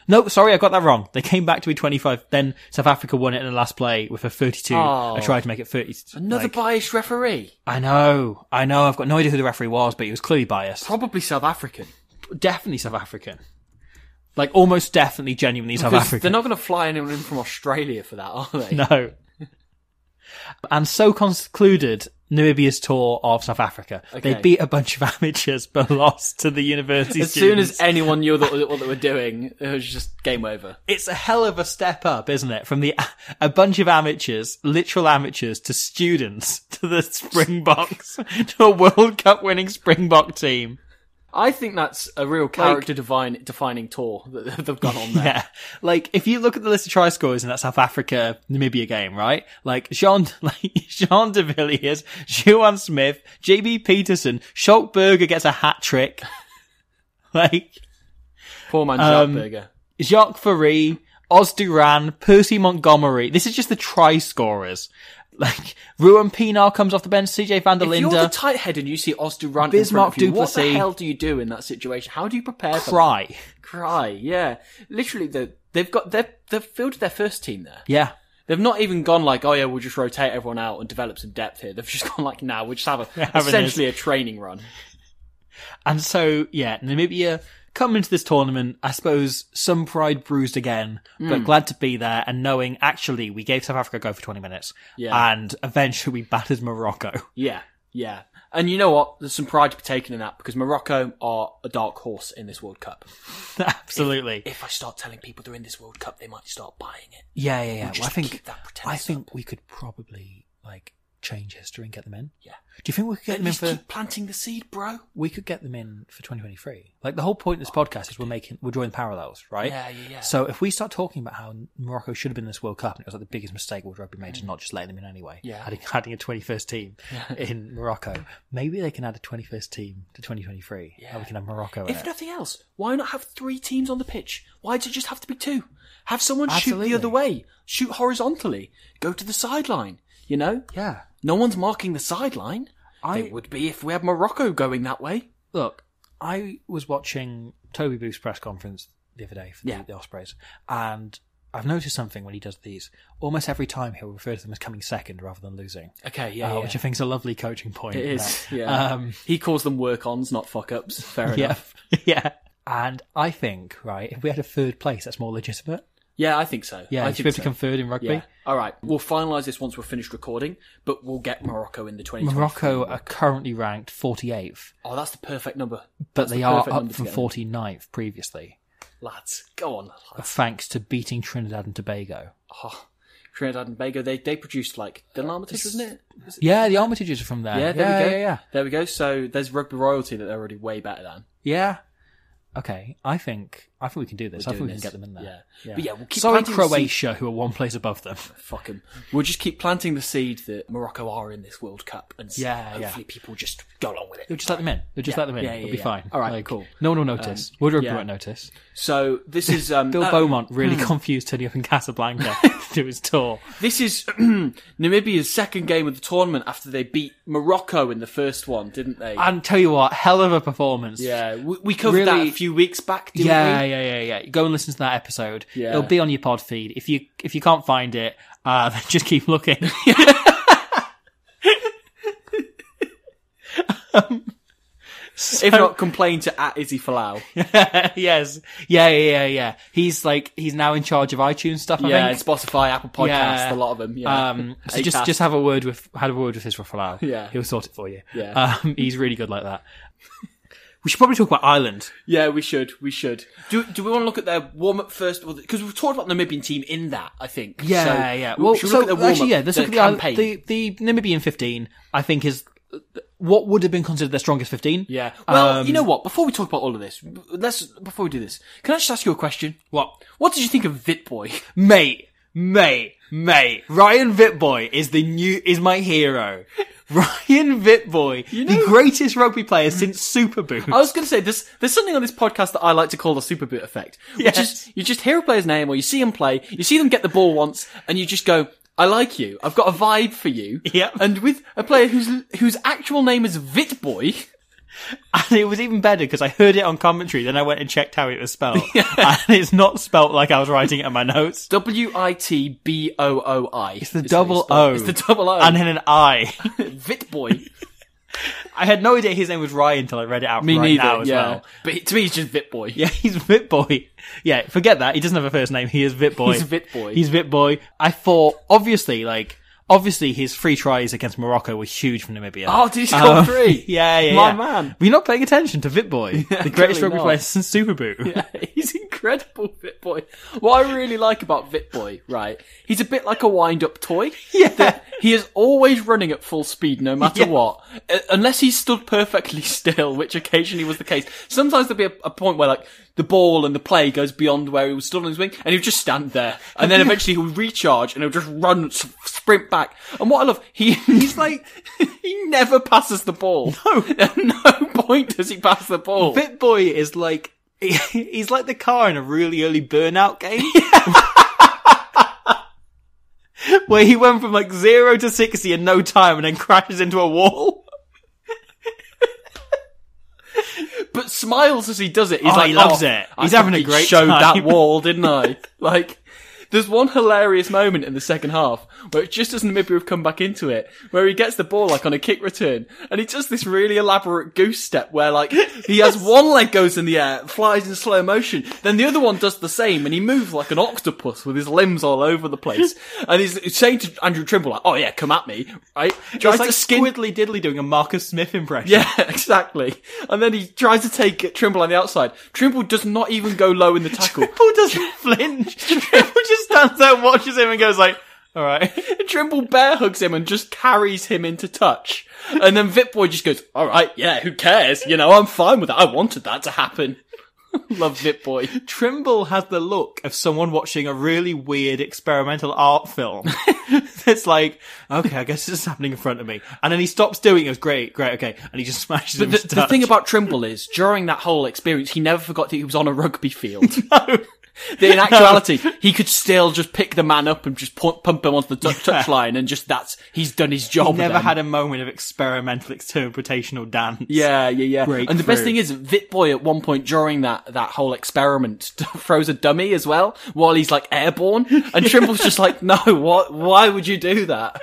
S2: No, sorry, I got that wrong. They came back to be 25. Then South Africa won it in the last play with a 32.
S3: Oh.
S2: I tried to make it 30.
S3: Another
S2: like-
S3: biased referee,
S2: I know. I know. I've got no idea who the referee was, but he was clearly biased.
S3: probably South African.
S2: Definitely South African. Like almost definitely genuinely South
S3: 'Cause
S2: African.
S3: They're not going to fly anyone in from Australia for that, are they?
S2: No. and so concluded Namibia's tour of South Africa. They
S3: Okay.
S2: beat a bunch of amateurs but lost to the university
S3: As soon as
S2: students.
S3: anyone knew that, what they were doing, it was just game over.
S2: it's a hell of a step up, isn't it? From the a bunch of amateurs, literal amateurs, to students, to the Springboks, to a World Cup winning Springbok team.
S3: I think that's a real character divine, defining tour that they've gone on there.
S2: Yeah. Like, if you look at the list of try scorers in that South Africa Namibia game, right? Like, Jean, like, Jean de Villiers, Johan Smith, JB Peterson, Schalkberger gets a hat trick. like,
S3: Poor man
S2: Um,
S3: Sharkburger.
S2: Jacques Ferry, Oz Duran, Percy Montgomery. This is just the try scorers. Like Ruan Pinar comes off the bench, CJ van der
S3: If you're the
S2: Linde
S3: tight head and you see Oz Durant
S2: Bismarck
S3: in front of you, what
S2: Duplessis.
S3: the hell do you do in that situation? How do you prepare for that?
S2: cry.
S3: Cry, yeah. Literally, the, they've got they've they've fielded their first team there.
S2: Yeah.
S3: They've not even gone like, oh yeah, we'll just rotate everyone out and develop some depth here. They've just gone like, nah, we'll just have a,
S2: having
S3: essentially a training run.
S2: And so, yeah, Namibia come into this tournament, I suppose, some pride bruised again,
S3: Mm.
S2: but glad to be there and knowing actually we gave South Africa a go for 20 minutes.
S3: Yeah.
S2: And eventually we battered Morocco.
S3: Yeah, yeah. And you know what? There's some pride to be taken in that because Morocco are a dark horse in this World Cup.
S2: Absolutely.
S3: If I start telling people they're in this World Cup, they might start buying it.
S2: yeah, yeah, yeah. Well, I
S3: just
S2: think,
S3: keep that pretense
S2: I think we could probably, like, change history and get them in.
S3: Yeah.
S2: Do you think we could get
S3: At
S2: them in
S3: least
S2: for,
S3: keep planting the seed, bro.
S2: we could get them in for 2023? Like, the whole point of this podcast is we're making, we're drawing parallels, right?
S3: Yeah, yeah, yeah.
S2: So if we start talking about how Morocco should have been in this World Cup and it was like the biggest mistake World Rugby made to not just let them in anyway,
S3: Yeah.
S2: adding, adding a 21st team in Morocco, maybe they can add a 21st team to 2023 and we can have Morocco in
S3: If
S2: it.
S3: nothing else, why not have three teams on the pitch? Why does it just have to be two? Have someone
S2: Absolutely.
S3: shoot the other way, shoot horizontally, go to the sideline. You know,
S2: Yeah.
S3: no one's marking the sideline.
S2: I-
S3: They would be if we had Morocco going that way.
S2: Look, I was watching Toby Booth's press conference the other day for the,
S3: Yeah.
S2: the Ospreys and I've noticed something when he does these. Almost every time he'll refer to them as coming second rather than losing.
S3: Okay,
S2: uh, Which I think is a lovely coaching point.
S3: It is.
S2: there.
S3: Yeah.
S2: Um,
S3: he calls them work ons, not fuck ups. Fair
S2: yeah.
S3: enough.
S2: yeah. And I think, right, if we had a third place, that's more legitimate.
S3: Yeah, I think so.
S2: Yeah,
S3: I
S2: you should
S3: think
S2: be able to come third in rugby.
S3: Yeah. All right. We'll finalise this once we're finished recording, but we'll get Morocco in the 2020.
S2: Morocco uh, are currently ranked 48th,
S3: Oh, that's the perfect number.
S2: but
S3: That's
S2: they
S3: the
S2: are
S3: perfect
S2: up
S3: number to
S2: from
S3: get in.
S2: 49th previously,
S3: Lads, go on, lads.
S2: thanks to beating Trinidad and Tobago.
S3: Oh, Trinidad and Tobago, they, they produced like Delmarmitis, wasn't it? Was it-
S2: Yeah, the Armitages are from there.
S3: Yeah, there we go.
S2: Uh, Yeah, yeah.
S3: There we go. So there's rugby royalty that they're already way better than.
S2: Yeah. Okay, I think I think we can do this.
S3: We're
S2: I think we
S3: doing
S2: can
S3: this.
S2: get them in there.
S3: Yeah. But yeah, we'll keep
S2: Sorry,
S3: planting the seed.
S2: Croatia, who are one place above them.
S3: Fuck 'em. We'll just keep planting the seed that Morocco are in this World Cup, and s-
S2: Yeah, yeah.
S3: hopefully people just go along with it.
S2: You'll just let them in. You'll just
S3: Yeah,
S2: let them in.
S3: yeah, yeah,
S2: It'll be
S3: yeah.
S2: fine.
S3: All right,
S2: Like,
S3: cool.
S2: No one will notice. Would Rugby
S3: yeah.
S2: won't notice.
S3: So this is um,
S2: Um, Bill
S3: uh,
S2: Beaumont really confused turning up in Casablanca to do his tour.
S3: This is Namibia's second game of the tournament after they beat Morocco in the first one, didn't they?
S2: And tell you what, hell of a performance.
S3: yeah, we, we covered that
S2: Really-
S3: a few weeks back, didn't
S2: Yeah,
S3: we?
S2: yeah, yeah, yeah. Go and listen to that episode.
S3: Yeah.
S2: It'll be on your pod feed. If you if you can't find it, uh, then just keep looking. Um, so-
S3: If not, complain to at Izzy Falau.
S2: yes, yeah, yeah, yeah, yeah. He's like he's now in charge of iTunes stuff. I
S3: yeah,
S2: think.
S3: and Spotify, Apple Podcasts,
S2: Yeah.
S3: a lot of them. Yeah.
S2: Um, so
S3: Acast.
S2: just just have a word with have a word with his Rafalau.
S3: Yeah.
S2: he'll sort it for you.
S3: Yeah.
S2: um, he's really good like that. we should probably talk about Ireland.
S3: yeah, we should, we should. Do do we want to look at their warm up first? Because we've talked about the Namibian team in that, I think. So,
S2: Yeah, yeah.
S3: we
S2: Well,
S3: should
S2: so
S3: look at their warm-up,
S2: actually, yeah, this
S3: their
S2: look at the,
S3: campaign.
S2: the the Namibian fifteen. I think is what would have been considered their strongest fifteen.
S3: Yeah. Well,
S2: Um,
S3: you know what? Before we talk about all of this, let's before we do this, can I just ask you a question?
S2: What?
S3: What did you think of Vitboy?
S2: mate, mate, mate. Ryan Vitboy is the new is my hero. Ryan Vitboy, the greatest rugby player since Super Boom.
S3: I was going to say this. There's something on this podcast that I like to call the super boot effect, which
S2: Yes.
S3: is you just hear a player's name or you see him play, you see them get the ball once, and you just go, "I like you. I've got a vibe for you."
S2: Yep.
S3: And with a player whose whose actual name is Vitboy,
S2: And it was even better because I heard it on commentary, then I went and checked how it was spelled. and it's not spelt like I was writing it in my notes.
S3: W I T B O O I. It's
S2: The double O.
S3: It's the double O.
S2: And then an I.
S3: Vitboy.
S2: I had no idea his name was Ryan until I read it out
S3: Me
S2: right
S3: neither.
S2: now as
S3: yeah.
S2: well.
S3: But he- to me, he's just Vitboy.
S2: Yeah, he's Vitboy. Yeah, forget that. He doesn't have a first name. He is Vitboy.
S3: He's Vitboy.
S2: He's Vitboy. I thought, obviously, like, obviously his three tries against Morocco were huge for Namibia.
S3: Oh, did he score
S2: Um,
S3: three?
S2: Yeah, yeah,
S3: My
S2: yeah.
S3: man.
S2: We're not paying attention to Vitboy, the greatest
S3: clearly
S2: rugby
S3: not.
S2: player since Superboot.
S3: He's incredible, Vitboy. What I really like about Vitboy, right? He's a bit like a wind-up toy.
S2: Yeah.
S3: That He is always running at full speed, no matter
S2: Yeah.
S3: what, Uh, unless he stood perfectly still, which occasionally was the case. Sometimes there'd be a, a point where, like, the ball and the play goes beyond where he was stood on his wing, and he'd just stand there, and then eventually he'll recharge and he'll just run, s- sprint back. And what I love, he he's like, he never passes the ball. No, at no point does he pass the ball.
S2: Bitboy is like he's like the car in a really early burnout game. where he went from like zero to 60 in no time and then crashes into a wall.
S3: but smiles as he does it. He's
S2: Oh,
S3: like,
S2: he loves
S3: "Oh,
S2: it.
S3: I
S2: He's
S3: think
S2: having a
S3: he
S2: great
S3: showed
S2: time."
S3: that wall, didn't I? like, there's one hilarious moment in the second half where it's just as Namibia have come back into it, where he gets the ball like on a kick return, and he does this really elaborate goose step where like he has one leg goes in the air, flies in slow motion, then the other one does the same, and he moves like an octopus with his limbs all over the place, and he's saying to Andrew Trimble like, "Oh yeah, come at me," right? Tries
S2: It's like
S3: to skin
S2: Squidly Diddly doing a Marcus Smith impression.
S3: yeah, exactly. And then he tries to take Trimble on the outside. Trimble does not even go low in the tackle.
S2: Triple doesn't flinch. Triple just stands there and watches him and goes like, alright.
S3: Trimble bear hugs him and just carries him into touch. And then Vitboy just goes, alright, yeah, who cares? You know, I'm fine with that. I wanted that to happen. Love Vitboy.
S2: Trimble has the look of someone watching a really weird experimental art film. it's like, okay, I guess this is happening in front of me. And then he stops doing it. It was great, great, okay. And he just smashes him
S3: The,
S2: to
S3: the
S2: touch.
S3: thing about Trimble is, during that whole experience, he never forgot that he was on a rugby field. no. In actuality, he could still just pick the man up and just pu- pump him onto the touch touchline and just that's, he's done his job.
S2: never
S3: then.
S2: had a moment of experimental interpretational dance.
S3: Yeah, yeah, yeah.
S2: break
S3: and the best
S2: through.
S3: thing is, Vitboy at one point during that that whole experiment throws a dummy as well while he's like airborne, and Trimble's just like, "No, what? Why would you do that?"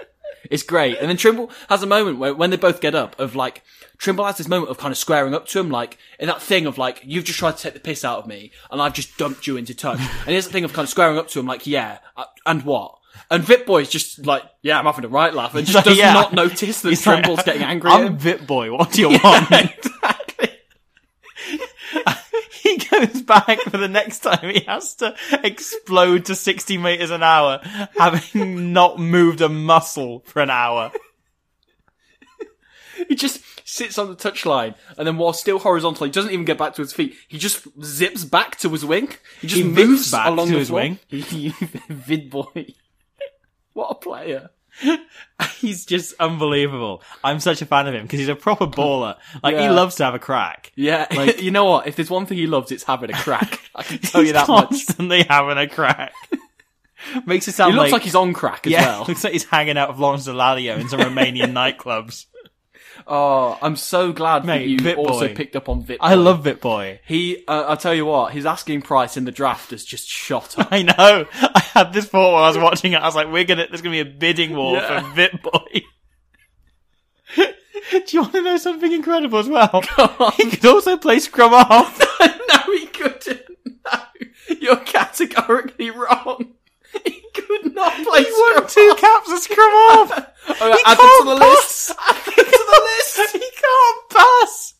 S3: It's great. And then Trimble has a moment where when they both get up of like. Trimble has this moment of kind of squaring up to him, like in that thing of like you've just tried to take the piss out of me, and I've just dumped you into touch. And here's the thing of kind of squaring up to him, like yeah, uh, and what? And Vitboy's just like yeah, I'm having a right laugh, and just does
S2: yeah.
S3: not notice that
S2: He's like,
S3: Trimble's getting angry. at
S2: I'm
S3: him.
S2: Vit Boy, what do you want?
S3: exactly.
S2: he goes back for the next time he has to explode to 60 meters an hour, having not moved a muscle for an hour.
S3: He just sits on the touchline, and then while still horizontal, he doesn't even get back to his feet. He just zips back to his wing. He just
S2: He vips
S3: moves
S2: back
S3: along
S2: to
S3: the
S2: his
S3: floor.
S2: wing.
S3: He- Vid boy. What a player.
S2: He's just unbelievable. I'm such a fan of him because he's a proper baller. Like he
S3: Yeah.
S2: loves to have a crack.
S3: Yeah,
S2: Like-
S3: you know what? If there's one thing he loves, it's having a crack. I can tell
S2: he's
S3: you that much.
S2: constantly having a crack. Makes it sound
S3: He looks
S2: like,
S3: like he's on crack as
S2: yeah,
S3: well.
S2: looks like he's hanging out with Lawrence Deladio in some Romanian nightclubs.
S3: Oh, I'm so glad
S2: Mate,
S3: that you
S2: Vid
S3: also
S2: boy.
S3: picked up on Vit.
S2: I love Vit Boy.
S3: He, uh, I'll tell you what, his asking price in the draft has just shot up.
S2: I know. I had this thought while I was watching it. I was like, "We're gonna. There's gonna be a bidding war
S3: Yeah.
S2: for Vit Boy." Do you want to know something incredible as well? He could also play scrum half.
S3: no, he couldn't. No, you're categorically wrong. He could not play.
S2: he won two caps as scrum half.
S3: Oh,
S2: He
S3: add them
S2: can't
S3: to the
S2: pass.
S3: list. Add them to the list.
S2: he can't pass.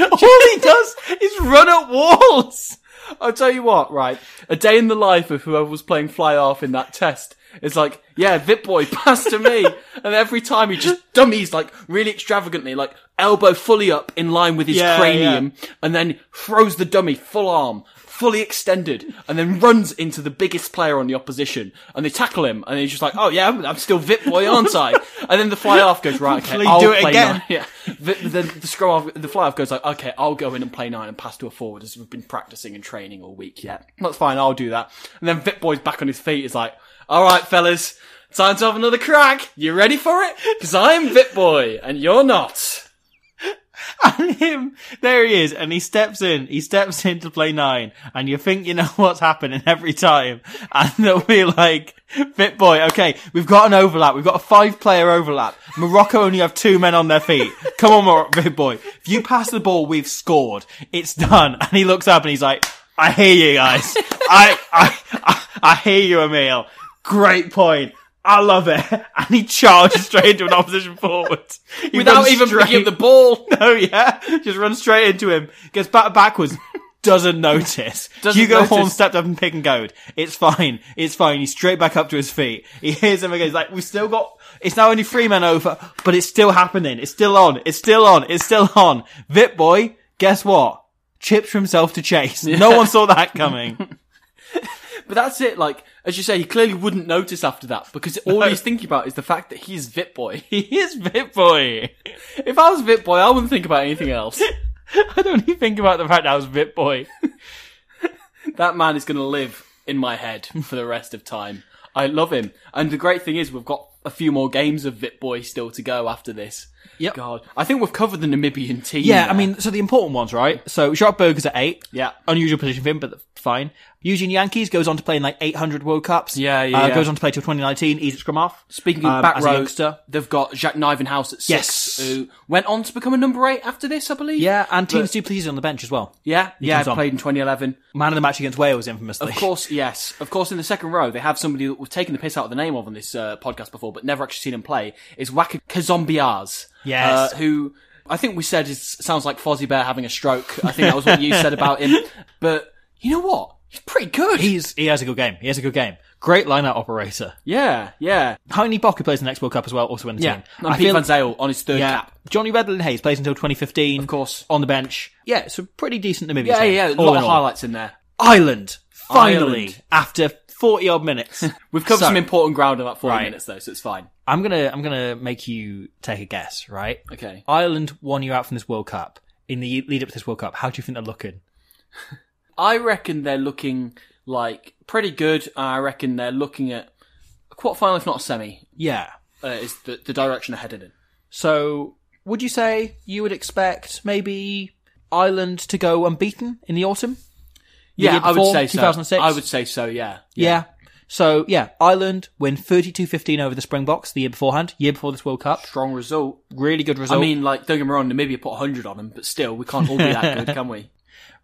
S2: All he does is run at walls.
S3: I'll tell you what, right? A day in the life of whoever was playing fly half in that test is like, yeah, Vitboy, pass to me. and every time he just dummies like really extravagantly, like elbow fully up in line with his
S2: Yeah,
S3: cranium and then throws the dummy full arm, fully extended and then runs into the biggest player on the opposition and they tackle him and he's just like, oh yeah, I'm, I'm still Vitboy, aren't I? And then the fly half goes, right, okay,
S2: Please
S3: I'll
S2: do it
S3: play
S2: again.
S3: nine." Yeah, the, the, the scrum off, the fly off goes like, okay, I'll go in and play nine and pass to a forward as we've been practicing and training all week. Yeah, that's fine. I'll do that. And then Vit Boy's back on his feet. Is like, all right, fellas, time to have another crack. You ready for it? Because I'm Vit Boy and you're not.
S2: And him, there he is, and he steps in, he steps in to play nine, and you think you know what's happening every time, and they'll be like, Fit boy, okay, we've got an overlap, we've got a five player overlap, Morocco only have two men on their feet, come on Mor- Fit boy, if you pass the ball, we've scored, it's done, and he looks up and he's like, I hear you guys, I, I, I, I hear you Emil, great point. I love it. And he charges straight into an opposition forward. He
S3: Without
S2: runs
S3: even picking
S2: straight-
S3: up the ball.
S2: Oh yeah, just run straight into him. Gets back backwards. Doesn't notice.
S3: Doesn't
S2: Hugo
S3: notice.
S2: Horn stepped up and pick and goad. It's fine. It's fine. He's straight back up to his feet. He hears him again. He's like, we've still got. It's now only three men over, but it's still happening. It's still on. It's still on. It's still on. Vip boy, guess what? Chips for himself to chase. No one saw that coming.
S3: But that's it. Like, as you say, he clearly wouldn't notice after that because all he's thinking about is the fact that he's Vit Boy.
S2: he is Vip boy.
S3: if I was Vit Boy, I wouldn't think about anything else.
S2: I don't even think about the fact that I was Vip boy.
S3: that man is going to live in my head for the rest of time. I love him. And the great thing is, we've got a few more games of Vit Boy still to go after this.
S2: Yep.
S3: God, I think we've covered the Namibian team.
S2: Yeah,
S3: now.
S2: I mean, so the important ones, right? So Sharkburger's at eight.
S3: Yeah.
S2: Unusual position for him, but fine. Eugene Yankees goes on to play in like 800 World Cups.
S3: Yeah, yeah,
S2: Uh,
S3: yeah.
S2: Goes on to play till 2019. He's at scrum half.
S3: Speaking of
S2: um,
S3: back
S2: as a
S3: row,
S2: youngster.
S3: they've got Jack Nivenhouse at six,
S2: Yes.
S3: who went on to become a number eight after this, I believe.
S2: Yeah, and teams
S3: But-
S2: do please on the bench as well.
S3: yeah, yeah.
S2: comes on.
S3: Played in 2011.
S2: Man of the match against Wales, infamously.
S3: Of course, yes. Of course, in the second row, they have somebody that we've taken the piss out of the name of on this uh, podcast before, but never actually seen him play, is Waka Kazombiaz.
S2: Yes.
S3: Uh, who I think we said is, sounds like Fozzie Bear having a stroke. I think that was what you said about him. But you know what? He's pretty good.
S2: He's, he has a good game. He has a good game. Great line-out operator.
S3: yeah, yeah.
S2: Heine Bock, who plays in the next World Cup as well, also in the
S3: Yeah.
S2: team.
S3: And
S2: I
S3: Pete
S2: feel-
S3: Van Zale on his third
S2: yeah.
S3: cap.
S2: Johnny Redland Hayes plays until 2015. Of
S3: course.
S2: On the bench. Yeah, it's a pretty decent Namibian
S3: Yeah,
S2: team.
S3: yeah. A
S2: all
S3: lot
S2: in
S3: of
S2: all.
S3: highlights in there.
S2: Ireland. Finally.
S3: Ireland.
S2: After 40 odd minutes.
S3: We've covered
S2: So-
S3: some important ground in that 40
S2: Right.
S3: minutes, though, so it's fine.
S2: I'm gonna I'm gonna make you take a guess, right?
S3: Okay.
S2: Ireland one year out from this World Cup in the lead up to this World Cup. How do you think they're looking?
S3: I reckon they're looking like pretty good. I reckon they're looking at a quarterfinal, if not a semi,
S2: Yeah.
S3: uh, is the, the direction they're headed in.
S2: So would you say you would expect maybe Ireland to go unbeaten in the autumn? The
S3: Yeah,
S2: year
S3: I would
S2: before,
S3: say so.
S2: 2006?
S3: I would say so. Yeah.
S2: Yeah. So yeah, Ireland win 32-15 over the Springboks the year beforehand, year before this World Cup.
S3: Strong result.
S2: Really good
S3: I
S2: result.
S3: mean, like don't get me wrong, Namibia put hundred on them, but still, we can't all be that good, can we?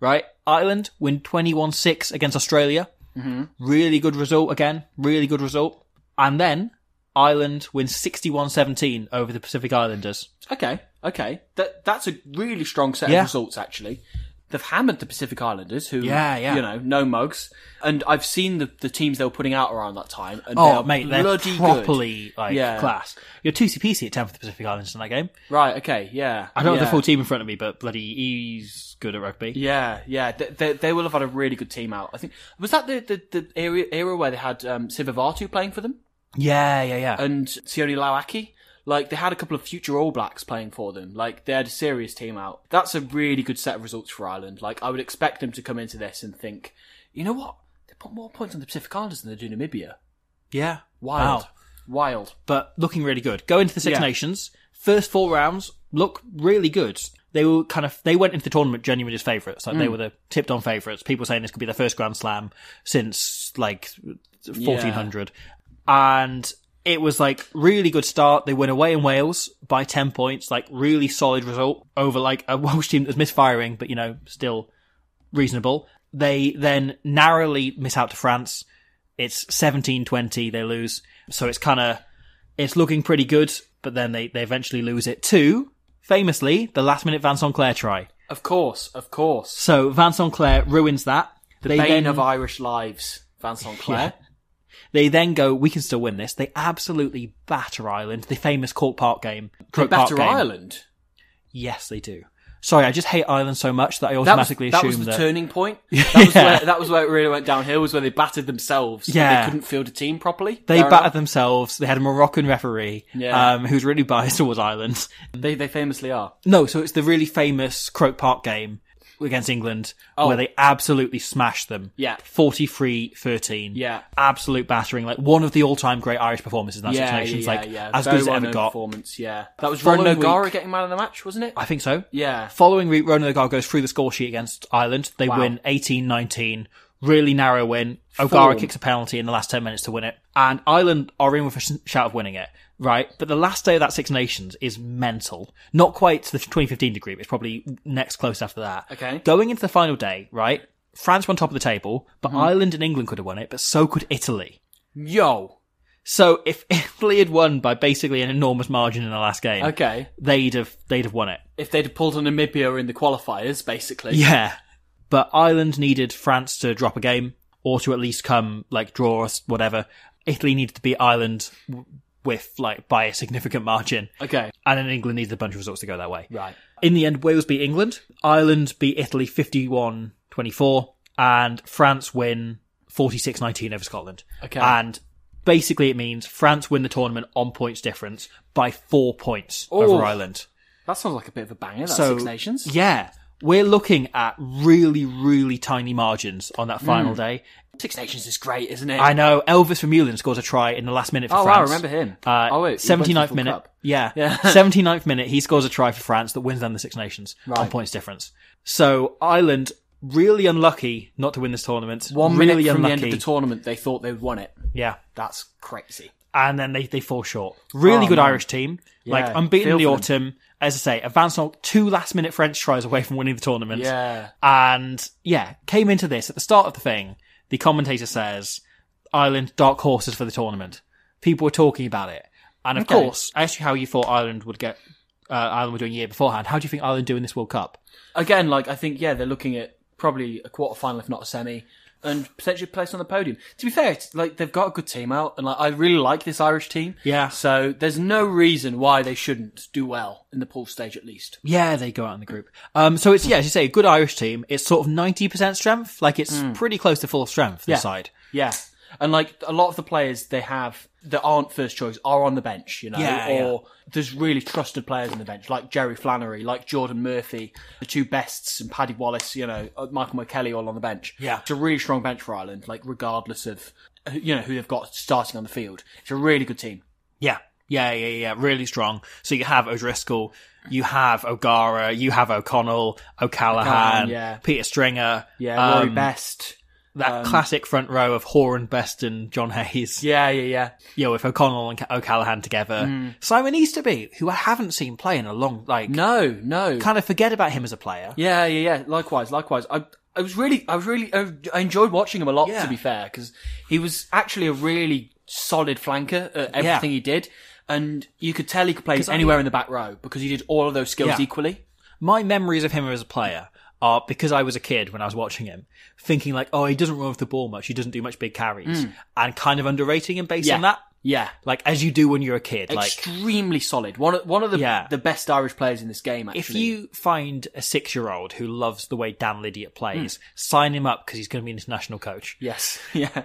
S2: right? Ireland win 21-6 against Australia.
S3: Mm-hmm.
S2: Really good result again. Really good result. And then Ireland win 61-17 over the Pacific Islanders.
S3: Okay, okay. That that's a really strong set
S2: Yeah.
S3: of results. Actually, they've hammered the Pacific Islanders, who
S2: Yeah, yeah.
S3: you know, no mugs. And I've seen the, the teams they were putting out around that time. And they
S2: Oh,
S3: are
S2: mate, they're
S3: bloody good.
S2: properly like
S3: Yeah.
S2: class. Your two CPC at 10 for the Pacific Islanders in that game.
S3: Right. Okay. Yeah.
S2: I don't
S3: yeah.
S2: have the full team in front of me, but bloody he's good at rugby.
S3: Yeah, yeah, they, they, they will have had a really good team out. I think was that the the, the area era where they had um, Sivavatu playing for them.
S2: yeah, yeah. yeah.
S3: and Sione Lauaki. Like they had a couple of future All Blacks playing for them. Like they had a serious team out. That's a really good set of results for Ireland. Like I would expect them to come into this and think, you know what? They put more points on the Pacific Islanders than they do Namibia.
S2: yeah.
S3: Wild,
S2: Wow.
S3: wild.
S2: but looking really good. Go into the Six
S3: Yeah.
S2: Nations. First four rounds look really good. They were kind of they went into the tournament genuinely as favourites. Like they
S3: Mm.
S2: were the tipped on favourites. People saying this could be their first Grand Slam since like fourteen hundred, and it was like really good start. They went away in Wales by ten points. Like really solid result over like a Welsh team that was misfiring, but you know still reasonable. They then narrowly miss out to France. It's 17-20 they lose. So it's kind of it's looking pretty good, but then they, they eventually lose it to, famously, the last minute Van Sinclair try.
S3: Of course, of course.
S2: So Van Sinclair ruins that.
S3: The
S2: they,
S3: bane
S2: then,
S3: of Irish lives, Van Sinclair.
S2: they then go, we can still win this. They absolutely batter Ireland, the famous Cork Park game.
S3: They
S2: Croke Park
S3: batter
S2: game.
S3: Ireland.
S2: Yes, they do. Sorry, I just hate Ireland so much that I
S3: That was,
S2: automatically
S3: that was
S2: assume
S3: the
S2: that.
S3: turning point. That was,
S2: Yeah.
S3: where, that was where it really went downhill. Was where they battered themselves.
S2: Yeah.
S3: they couldn't field a team properly.
S2: they
S3: Fair
S2: battered
S3: enough.
S2: themselves. They had a Moroccan referee,
S3: Yeah.
S2: um, who's really biased towards Ireland.
S3: They they famously are.
S2: No, so it's the really famous Croke Park game against England where they absolutely smashed them.
S3: Oh. Yeah.
S2: 43 13.
S3: Yeah.
S2: Absolute battering. Like one of the all time great Irish performances in that Six Nations. like as
S3: Very
S2: good as it ever
S3: well-known
S2: got.
S3: Performance, yeah. That was Ron
S2: Following
S3: Nogara
S2: week-
S3: getting man of the match, wasn't it?
S2: I think so.
S3: Yeah.
S2: Following week, Ronan O'Gara goes through the score sheet against Ireland. They win 18 19. Really narrow win. O'Gara
S3: Form.
S2: kicks a penalty in the last 10 minutes to win it. And Ireland are in with a sh- shout of winning it, right? But the last day of that Six Nations is mental. Not quite to the 2015 degree, but it's probably next close after that.
S3: Okay.
S2: Going into the final day, right? France were on top of the table, but
S3: Mm-hmm.
S2: Ireland and England could have won it, but so could Italy.
S3: Yo.
S2: So if Italy had won by basically an enormous margin in the last game,
S3: Okay.
S2: they'd have they'd have won it.
S3: If they'd pulled on Namibia in the qualifiers, basically.
S2: Yeah. But Ireland needed France to drop a game or to at least come like draw us whatever. Italy needed to beat Ireland w- with like by a significant margin.
S3: Okay.
S2: And then England needed a bunch of results to go that way.
S3: Right.
S2: In the end, Wales beat England. Ireland beat Italy 51 24. And France win 46 19 over Scotland.
S3: Okay.
S2: And basically, it means France win the tournament on points difference by four points
S3: Ooh.
S2: over Ireland.
S3: That sounds like a bit of a banger, that
S2: So-
S3: Six Nations.
S2: Yeah. we're looking at really, really tiny margins on that
S3: Hmm.
S2: final day.
S3: Six Nations is great, isn't it?
S2: I know Elvis Vermeulen scores a try in the last minute for
S3: Oh, wow, I
S2: France.
S3: remember him.
S2: Uh,
S3: Oh, wait, he went to
S2: 79th
S3: the
S2: minute.
S3: Cup.
S2: Yeah.
S3: Yeah.
S2: 79th minute, he scores a try for France that wins them the Six Nations on
S3: Right.
S2: points difference. So Ireland really unlucky not to win this tournament.
S3: One
S2: really
S3: minute from
S2: unlucky.
S3: the end of the tournament, they thought they'd won it.
S2: yeah.
S3: That's crazy.
S2: And then they, they fall short. Really
S3: Oh,
S2: good
S3: man.
S2: Irish team. like
S3: Yeah,
S2: unbeaten in
S3: feel
S2: the
S3: for them.
S2: autumn. As I say, advanced on two last minute French tries away from winning the tournament.
S3: Yeah.
S2: And yeah, came into this at the start of the thing. The commentator says, Ireland dark horses for the tournament. People were talking about it. And of
S3: Okay.
S2: course, I asked you how you thought Ireland would get, uh, Ireland were doing a year beforehand. How do you think Ireland do in this World Cup?
S3: Again, like, I think, yeah, they're looking at probably a quarter final, if not a semi, and potentially a place on the podium. To be fair, it's, like, they've got a good team out, and, like, I really like this Irish team.
S2: Yeah.
S3: So there's no reason why they shouldn't do well in the pool stage, at least.
S2: Yeah, they go out in the group. Um, so it's, yeah, as you say, a good Irish team. It's sort of 90% strength. Like it's pretty close to full strength, this
S3: Yeah.
S2: side.
S3: Yeah. And like a lot of the players they have that aren't first choice are on the bench, you know,
S2: Yeah,
S3: or there's really trusted players on the bench, like Jerry Flannery, like Jordan Murphy, the two bests, and Paddy Wallace, you know, uh, Michael McKelly all on the bench.
S2: Yeah.
S3: It's a really strong bench for Ireland, like regardless of, uh, you know, who they've got starting on the field. It's a really good team.
S2: Yeah. Yeah, yeah, yeah, really strong. So you have O'Driscoll, you have O'Gara, you have O'Connell, O'Callaghan,
S3: O'Callaghan, yeah.
S2: Peter Stringer,
S3: Yeah. Rory
S2: um,
S3: Best.
S2: that classic front row of Horan, Beston, John Hayes,
S3: Um, Yeah, yeah, yeah.
S2: you know, with O'Connell and Ca- O'Callaghan together. Simon Easterby, who I haven't seen play in a long, like,
S3: Hmm. No, no.
S2: kind of forget about him as a player.
S3: Yeah, yeah, yeah. Likewise, likewise. I, I was really, I was really, I I enjoyed watching him a lot.
S2: Yeah.
S3: To be fair, because he was actually a really solid flanker at everything
S2: Yeah.
S3: he did, and you could tell he could play
S2: 'Cause I-
S3: anywhere in the back row because he did all of those skills
S2: Yeah.
S3: equally.
S2: My memories of him as a player are because I was a kid when I was watching him, thinking like, oh, he doesn't run with the ball much, he doesn't do much big carries, and kind of underrating him based
S3: Hmm. Yeah.
S2: on that.
S3: Yeah.
S2: Like, as you do when you're a kid, like,
S3: Extremely solid. One of one of the
S2: Yeah.
S3: the best Irish players in this game. Actually,
S2: If you find a six year old who loves the way Dan Lydiate plays, sign him up because he's going to be an international coach.
S3: Yes, Hmm. yeah.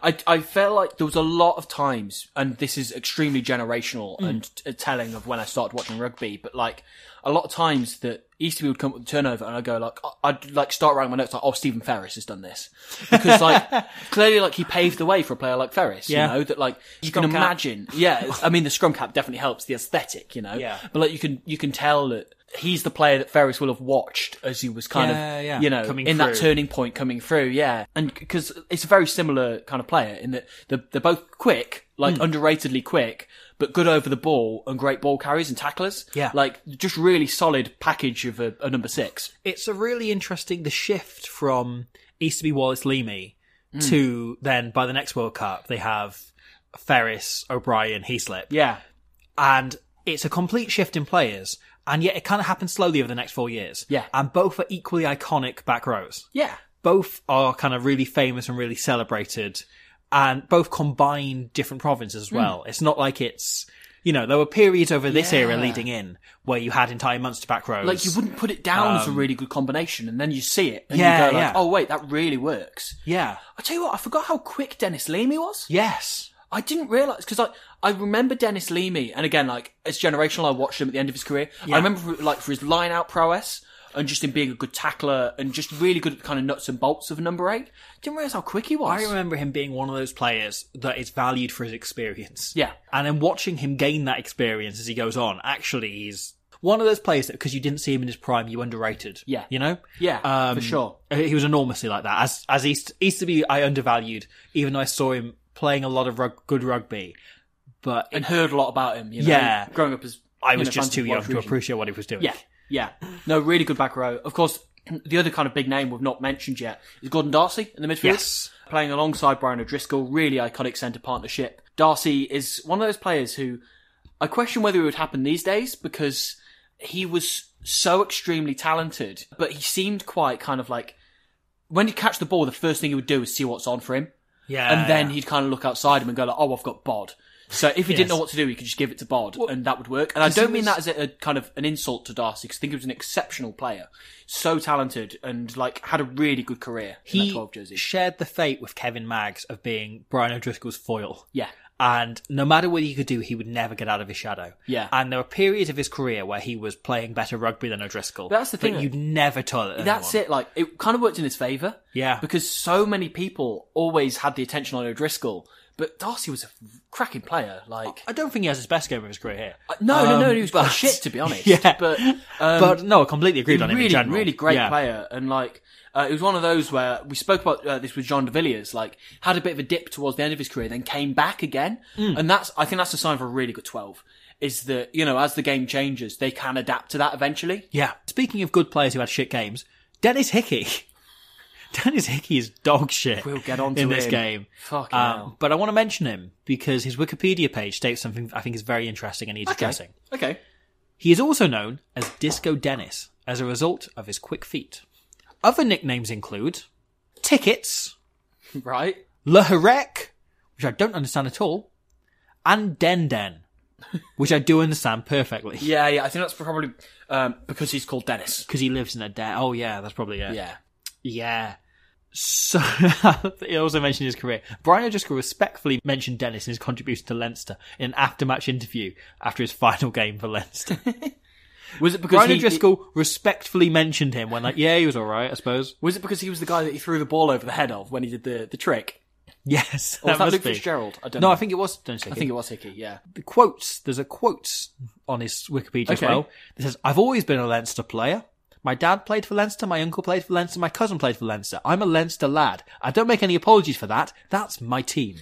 S3: I, I felt like there was a lot of times, and this is extremely generational
S2: Mm.
S3: and t- telling of when I started watching rugby, but like a lot of times that Easterby would come up with the turnover and I'd go like, I- I'd like start writing my notes like, oh, Stephen Ferris has done this. Because like, clearly like he paved the way for a player like Ferris,
S2: Yeah.
S3: you know, that like you can
S2: Scrum cap.
S3: imagine. Yeah. it's- I mean, the scrum cap definitely helps the aesthetic, you know,
S2: Yeah.
S3: but like you can, you can tell that he's the player that Ferris will have watched as he was kind
S2: Yeah,
S3: of,
S2: yeah.
S3: you know,
S2: Coming
S3: in that
S2: through.
S3: turning point coming through. Yeah, and because it's a very similar kind of player in that they're, they're both quick, like underratedly quick, but good over the ball and great ball carriers and tacklers.
S2: Yeah.
S3: like just really solid package of a, a number six.
S2: It's a really interesting the shift from Easterby Wallace Leamy to then by the next World Cup, they have Ferris, O'Brien, Heaslip.
S3: Yeah,
S2: And it's a complete shift in players. And yet it kind of happens slowly over the next four years.
S3: Yeah.
S2: And both are equally iconic back rows.
S3: yeah,
S2: both are kind of really famous and really celebrated and both combine different provinces
S3: Hmm.
S2: as well. It's not like it's, you know, there were periods over this era
S3: Yeah.
S2: leading in where you had entire Munster back rows.
S3: like you wouldn't put it down as a really good combination, and then you see it and
S2: Yeah,
S3: you go like,
S2: yeah.
S3: oh wait, that really works.
S2: Yeah.
S3: I tell you what, I forgot how quick Dennis Leamy was.
S2: Yes.
S3: I didn't realize because I I remember Dennis Leamy, and again, like it's generational. I watched him at the end of his career. I remember for, like for his line out prowess and just him being a good tackler and just really good at the kind of nuts and bolts of number eight. Didn't realize how quick he was.
S2: I remember him being one of those players that is valued for his experience.
S3: Yeah.
S2: And then watching him gain that experience as he goes on, actually, he's one of those players that because you didn't see him in his prime, you underrated.
S3: Yeah.
S2: You know?
S3: Yeah, for sure.
S2: He was enormously like that. As as East, Easterby, I undervalued, even though I saw him playing a lot of rug, good rugby. But
S3: and heard a lot about him. You know,
S2: Yeah.
S3: growing up as
S2: I
S3: you
S2: was
S3: know,
S2: just
S3: fans
S2: too
S3: of
S2: young
S3: Welsh
S2: to
S3: origin.
S2: appreciate what he was doing.
S3: Yeah, yeah. No, really good back row. Of course, the other kind of big name we've not mentioned yet is Gordon Darcy in the midfield.
S2: Yes.
S3: Playing alongside Brian O'Driscoll, really iconic centre partnership. Darcy is one of those players who I question whether it would happen these days because he was so extremely talented, but he seemed quite kind of like when he catch the ball, the first thing he would do is see what's on for him
S2: Yeah.
S3: and then
S2: yeah.
S3: he'd kind of look outside him and go like, "Oh, I've got Bod." So if he didn't know what to do, he could just give it to Bod, and that would work. And I
S2: 'cause he
S3: don't mean that
S2: was-
S3: as a, a kind of an insult to Darcy, because I think he was an exceptional player, so talented, and like had a really good career in that
S2: he
S3: twelve jersey.
S2: shared the fate with Kevin Maggs of being Brian O'Driscoll's foil.
S3: yeah,
S2: And no matter what he could do, he would never get out of his shadow.
S3: Yeah.
S2: And there were periods of his career where he was playing better rugby than O'Driscoll.
S3: That's the thing
S2: But
S3: that-
S2: you'd never tell anyone.
S3: That's it. Like it kind of worked in his favor.
S2: Yeah.
S3: because so many people always had the attention on O'Driscoll, but Darcy was a cracking player. Like
S2: I don't think he has his best game of his career here.
S3: no, no, no,
S2: Um,
S3: he was
S2: but-
S3: quite shit to be honest.
S2: Yeah.
S3: but um,
S2: but no, I completely agreed on him in
S3: really,
S2: general.
S3: really great
S2: Yeah.
S3: player, and like uh, it was one of those where we spoke about uh, this with John de Villiers. Like had a bit of a dip towards the end of his career, then came back again,
S2: Mm.
S3: and that's I think that's a sign of a really good twelve. Is that you know as the game changes, they can adapt to that eventually.
S2: Yeah. Speaking of good players who had shit games, Dennis Hickey. Dennis Hickey is dog shit.
S3: We'll get onto
S2: in this
S3: him.
S2: game. Um,
S3: Fucking hell.
S2: But I want to mention him because his Wikipedia page states something I think is very interesting and needs addressing.
S3: Okay.
S2: He is also known as Disco Dennis as a result of his quick feet. Other nicknames include Tickets,
S3: Right.
S2: Le Harec, which I don't understand at all, and Den Den, which I do understand perfectly.
S3: Yeah, yeah. I think that's probably um, because he's called Dennis.
S2: Because he lives in a den. Oh, yeah, that's probably it.
S3: Yeah.
S2: Yeah. So he also mentioned his career. Brian O'Driscoll respectfully mentioned Dennis in his contribution to Leinster in an after-match interview after his final game for Leinster.
S3: Was it because
S2: Brian
S3: he,
S2: O'Driscoll respectfully mentioned him when, like, yeah, he was all right, I suppose.
S3: was it because he was the guy that he threw the ball over the head of when he did the, the trick?
S2: Yes,
S3: Or was that
S2: must
S3: Luke
S2: be.
S3: Fitzgerald? I don't
S2: No,
S3: know.
S2: I think it was Dennis Hickey.
S3: I think it was Hickey. Yeah.
S2: the quotes. There's a quotes on his Wikipedia as
S3: Okay.
S2: well. It says, "I've always been a Leinster player. My dad played for Leinster. My uncle played for Leinster. My cousin played for Leinster. I'm a Leinster lad. I don't make any apologies for that. That's my team."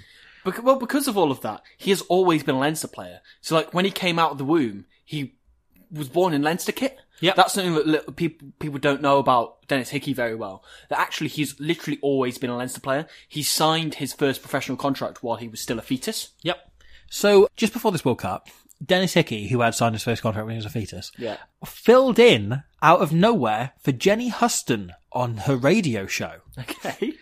S3: Bec- well, because of all of that, he has always been a Leinster player. So, like when he came out of the womb, he was born in Leinster kit.
S2: Yep.
S3: that's something that li- people people don't know about Dennis Hickey very well. That actually, he's literally always been a Leinster player. He signed his first professional contract while he was still a fetus.
S2: Yep. So just before this World Cup, Dennis Hickey, who had signed his first contract when he was a fetus,
S3: Yeah.
S2: filled in out of nowhere for Jenny Huston on her radio show.
S3: Okay.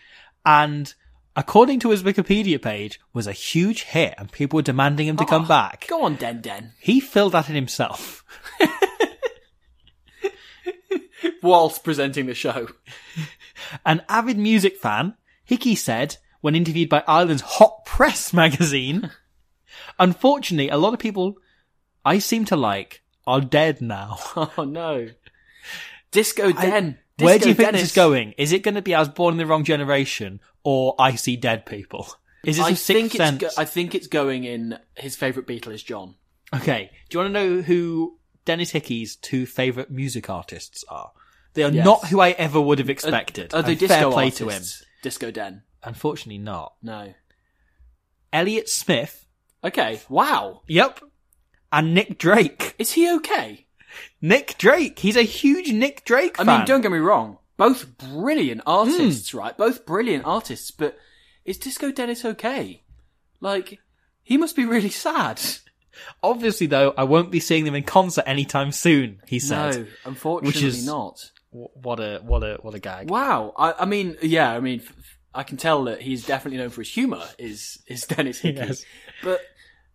S2: and according to his Wikipedia page, was a huge hit, and people were demanding him to
S3: Oh,
S2: come back.
S3: Go on, Den Den.
S2: He filled that in himself.
S3: Whilst presenting the show.
S2: An avid music fan, Hickey said when interviewed by Ireland's Hot Press magazine, "Unfortunately, a lot of people I seem to like are dead now."
S3: Oh no. Disco Den.
S2: Where
S3: Disco
S2: do you think
S3: Dennis.
S2: this is going? Is it going to be I was born in the wrong generation, or I see dead people? Is this
S3: I
S2: a sixth
S3: think, it's
S2: sense?
S3: go- I think it's going in his favourite Beatle is John.
S2: Okay. Do you want to know who Dennis Hickey's two favorite music artists are? They are
S3: Yes.
S2: not who I ever would have expected.
S3: Are they
S2: and
S3: disco
S2: fair play
S3: artists?
S2: to him.
S3: Disco Den.
S2: Unfortunately, not.
S3: No.
S2: Elliot Smith.
S3: Okay. Wow.
S2: Yep. And Nick Drake.
S3: Is he okay?
S2: Nick Drake. He's a huge Nick Drake
S3: I
S2: fan. Hmm.
S3: mean, don't get me wrong. Both brilliant artists, right? Both brilliant artists, but is Disco Dennis okay? Like, he must be really sad.
S2: Obviously, though, I won't be seeing them in concert anytime soon. He said.
S3: No, unfortunately
S2: is-
S3: not.
S2: W- What a what a what a gag.
S3: Wow. I, I mean, yeah. I mean, f- f- I can tell that he's definitely known for his humor. Is is Dennis Hickey?
S2: Yes.
S3: But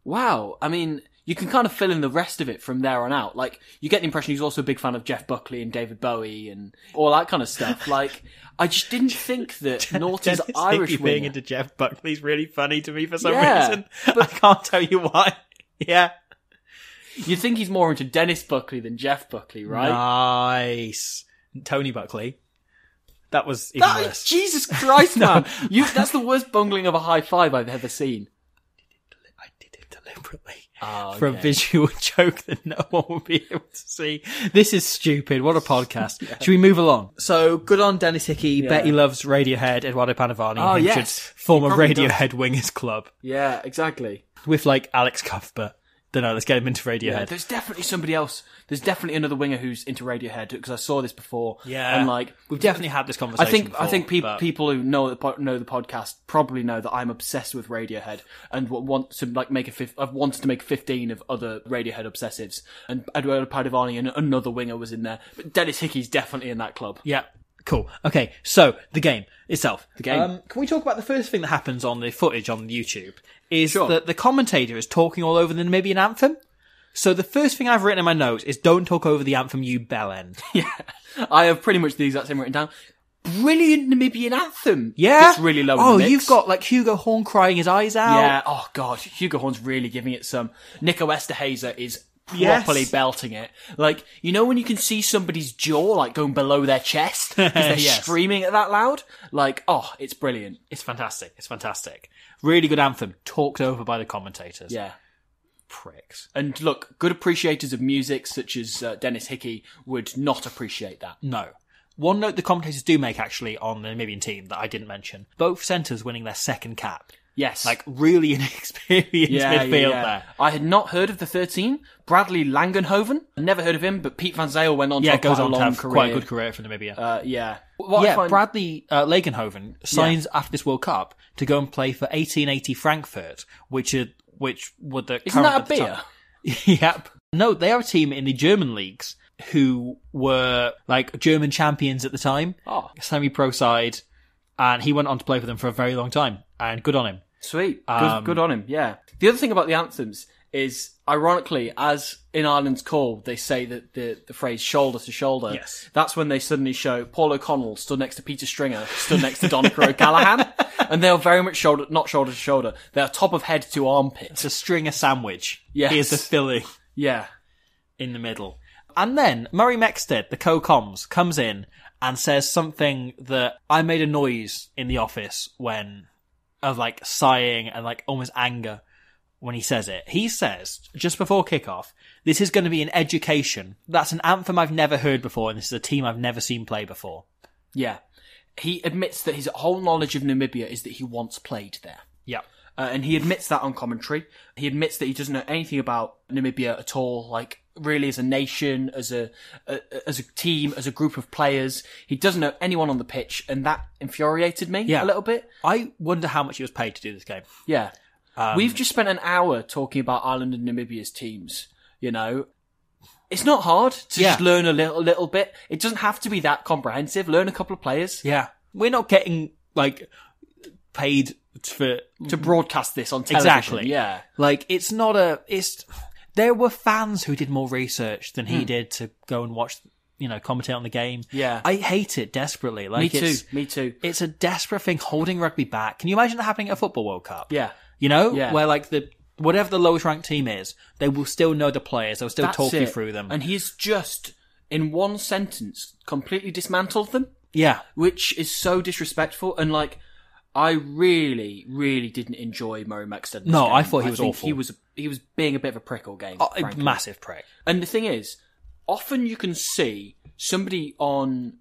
S3: wow. I mean, you can kind of fill in the rest of it from there on out. Like, you get the impression he's also a big fan of Jeff Buckley and David Bowie and all that kind of stuff. Like, I just didn't think that Naughty's
S2: Dennis
S3: Irish
S2: Hickey being
S3: winger-
S2: into Jeff Buckley's really funny to me for some
S3: Yeah,
S2: reason. I can't tell you why. Yeah.
S3: You'd think he's more into Dennis Buckley than Jeff Buckley, right?
S2: Nice. Tony Buckley. That was even
S3: That-
S2: worse.
S3: Jesus Christ,
S2: No.
S3: man! You, that's the worst bungling of a high five I've ever seen.
S2: I did it deliberately
S3: Oh,
S2: for a visual joke that no one will be able to see. This is stupid. What a podcast. Should we move along? So good on Dennis Hickey. Betty loves Radiohead. Eduardo Panavani.
S3: Oh,
S2: He
S3: yes.
S2: should form a
S3: He probably does.
S2: Radiohead wingers club
S3: Yeah, exactly.
S2: with like Alex Cuthbert. Don't know. Let's get him into
S3: Yeah,
S2: Radiohead.
S3: there's definitely somebody else. There's definitely another winger who's into Radiohead because I saw this before.
S2: Yeah.
S3: and like
S2: We've definitely had this
S3: I
S2: conversation.
S3: think I
S2: before,
S3: think peop
S2: but-
S3: people who know the po- know the podcast probably know that I'm obsessed with Radiohead and wa- want to like make a fif- I've wanted to make 15 of other Radiohead obsessives and Eduardo Padovani and another winger was in there, but Dennis Hickey's definitely in that club.
S2: Yeah. Cool. Okay. So the game itself. The
S3: game.
S2: can we talk about the first thing that happens on the footage on YouTube? Is
S3: Sure.
S2: that the commentator is talking all over the Namibian anthem? So the first thing I've written in my notes is "Don't talk over the anthem, you bellend."
S3: Yeah, I have pretty much the exact same written down. brilliant Namibian anthem.
S2: Yeah.
S3: That's really low. in
S2: Oh,
S3: the mix.
S2: you've got like Hugo Horn crying his eyes out.
S3: Yeah. Oh god, Hugo Horn's really giving it some. Nico Esterhazer is
S2: Yes.
S3: properly belting it. Like you know when you can see somebody's jaw like going below their chest because they're
S2: Yes.
S3: screaming at that loud. Like oh, it's brilliant.
S2: It's fantastic. It's fantastic. Really good anthem, talked over by the commentators.
S3: Yeah.
S2: Pricks.
S3: And look, good appreciators of music such as uh, Dennis Hickey would not appreciate that.
S2: No. One note the commentators do make actually on the Namibian team that I didn't mention. Both centres winning their second cap.
S3: Yes.
S2: Like really inexperienced midfield there.
S3: I had not heard of the 13. Bradley Langenhoven, never heard of him, but Pete Van Zale went on
S2: Yeah, it
S3: to have
S2: goes
S3: quite
S2: on
S3: a long
S2: to have
S3: career.
S2: quite a good career for Namibia.
S3: Uh, yeah. What I
S2: yeah,
S3: find-
S2: Bradley uh, Lagenhoven signs after this World Cup to go and play for 1880 Frankfurt, which are which were the
S3: Isn't that
S2: current
S3: a
S2: at the
S3: beer?
S2: time. yep. No, they are a team in the German leagues who were like German champions at the time,
S3: Oh.
S2: semi pro side, and he went on to play for them for a very long time. And good on him.
S3: Sweet. Good,
S2: Um,
S3: good on him. Yeah. The other thing about the anthems is, ironically, as in Ireland's call, they say that the, the phrase shoulder to shoulder.
S2: Yes.
S3: That's when they suddenly show Paul O'Connell stood next to Peter Stringer, stood next to Donica O'Callaghan, and they're very much shoulder, not shoulder to shoulder. They're top of head to armpit.
S2: It's a stringer sandwich.
S3: Yes.
S2: Here's the filling
S3: Yeah.
S2: in the middle. And then Murray Mexted, the co coms, comes in and says something that I made a noise in the office when of like sighing and like almost anger when he says it. He says, just before kickoff, this is going to be an education. That's an anthem I've never heard before, and this is a team I've never seen play before.
S3: Yeah. He admits that his whole knowledge of Namibia is that he once played there.
S2: Yeah.
S3: Uh, and he admits that on commentary. He admits that he doesn't know anything about Namibia at all, like really as a nation, as a, a as a team, as a group of players. He doesn't know anyone on the pitch, and that infuriated me
S2: Yeah.
S3: a little bit.
S2: I wonder how much he was paid to do this game.
S3: Yeah,
S2: Um,
S3: we've just spent an hour talking about Ireland and Namibia's teams. You know, it's not hard to just
S2: Yeah.
S3: learn a little little bit. It doesn't have to be that comprehensive. Learn a couple of players
S2: Yeah. We're not getting like paid for
S3: to broadcast this on television.
S2: Exactly.
S3: Yeah.
S2: Like it's not a it's there were fans who did more research than he did to go and watch you know, commentate on the game.
S3: Hmm. Yeah.
S2: I hate it desperately. Like
S3: Me too.
S2: it's
S3: Me too.
S2: it's a desperate thing holding rugby back. Can you imagine that happening at a football world cup?
S3: Yeah.
S2: You know?
S3: Yeah.
S2: Where like the whatever the lowest ranked team is, they will still know the players, they'll still
S3: That's
S2: talk you
S3: it.
S2: through them.
S3: And he's just, in one sentence, completely dismantled them,
S2: yeah.
S3: which is so disrespectful. And like, I really, really didn't enjoy Murray Maxted.
S2: No, I thought he was awful.
S3: He was he was being a bit of a prick all game.
S2: Oh, a
S3: frankly.
S2: massive prick.
S3: And the thing is, often you can see somebody on,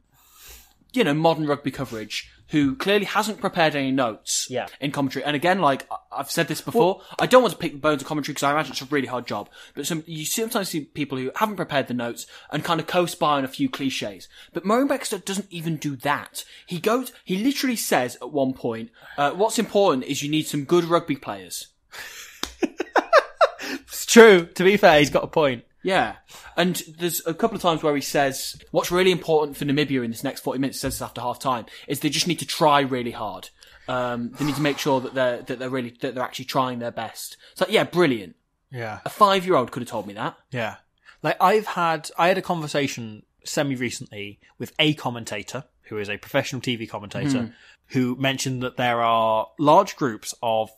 S3: you know, modern rugby coverage who clearly hasn't prepared any notes
S2: Yeah.
S3: in commentary. And again, like I- I've said this before, I don't want to pick the bones of commentary because I imagine it's a really hard job. But some you sometimes see people who haven't prepared the notes and kind of coast by on a few cliches. But Murray Baxter doesn't even do that. He goes, he literally says at one point, uh, "What's important is you need some good rugby players."
S2: It's true. To be fair, he's got a point.
S3: Yeah. And there's a couple of times where he says, what's really important for Namibia in this next 40 minutes, he says this after half time, is they just need to try really hard. Um, they need to make sure that they're, that they're really, that they're actually trying their best. It's like, yeah, brilliant.
S2: Yeah.
S3: A five year old could have told me that.
S2: Yeah. Like I've had I had a conversation semi recently with a commentator who is a professional TV commentator who mentioned that there are large groups of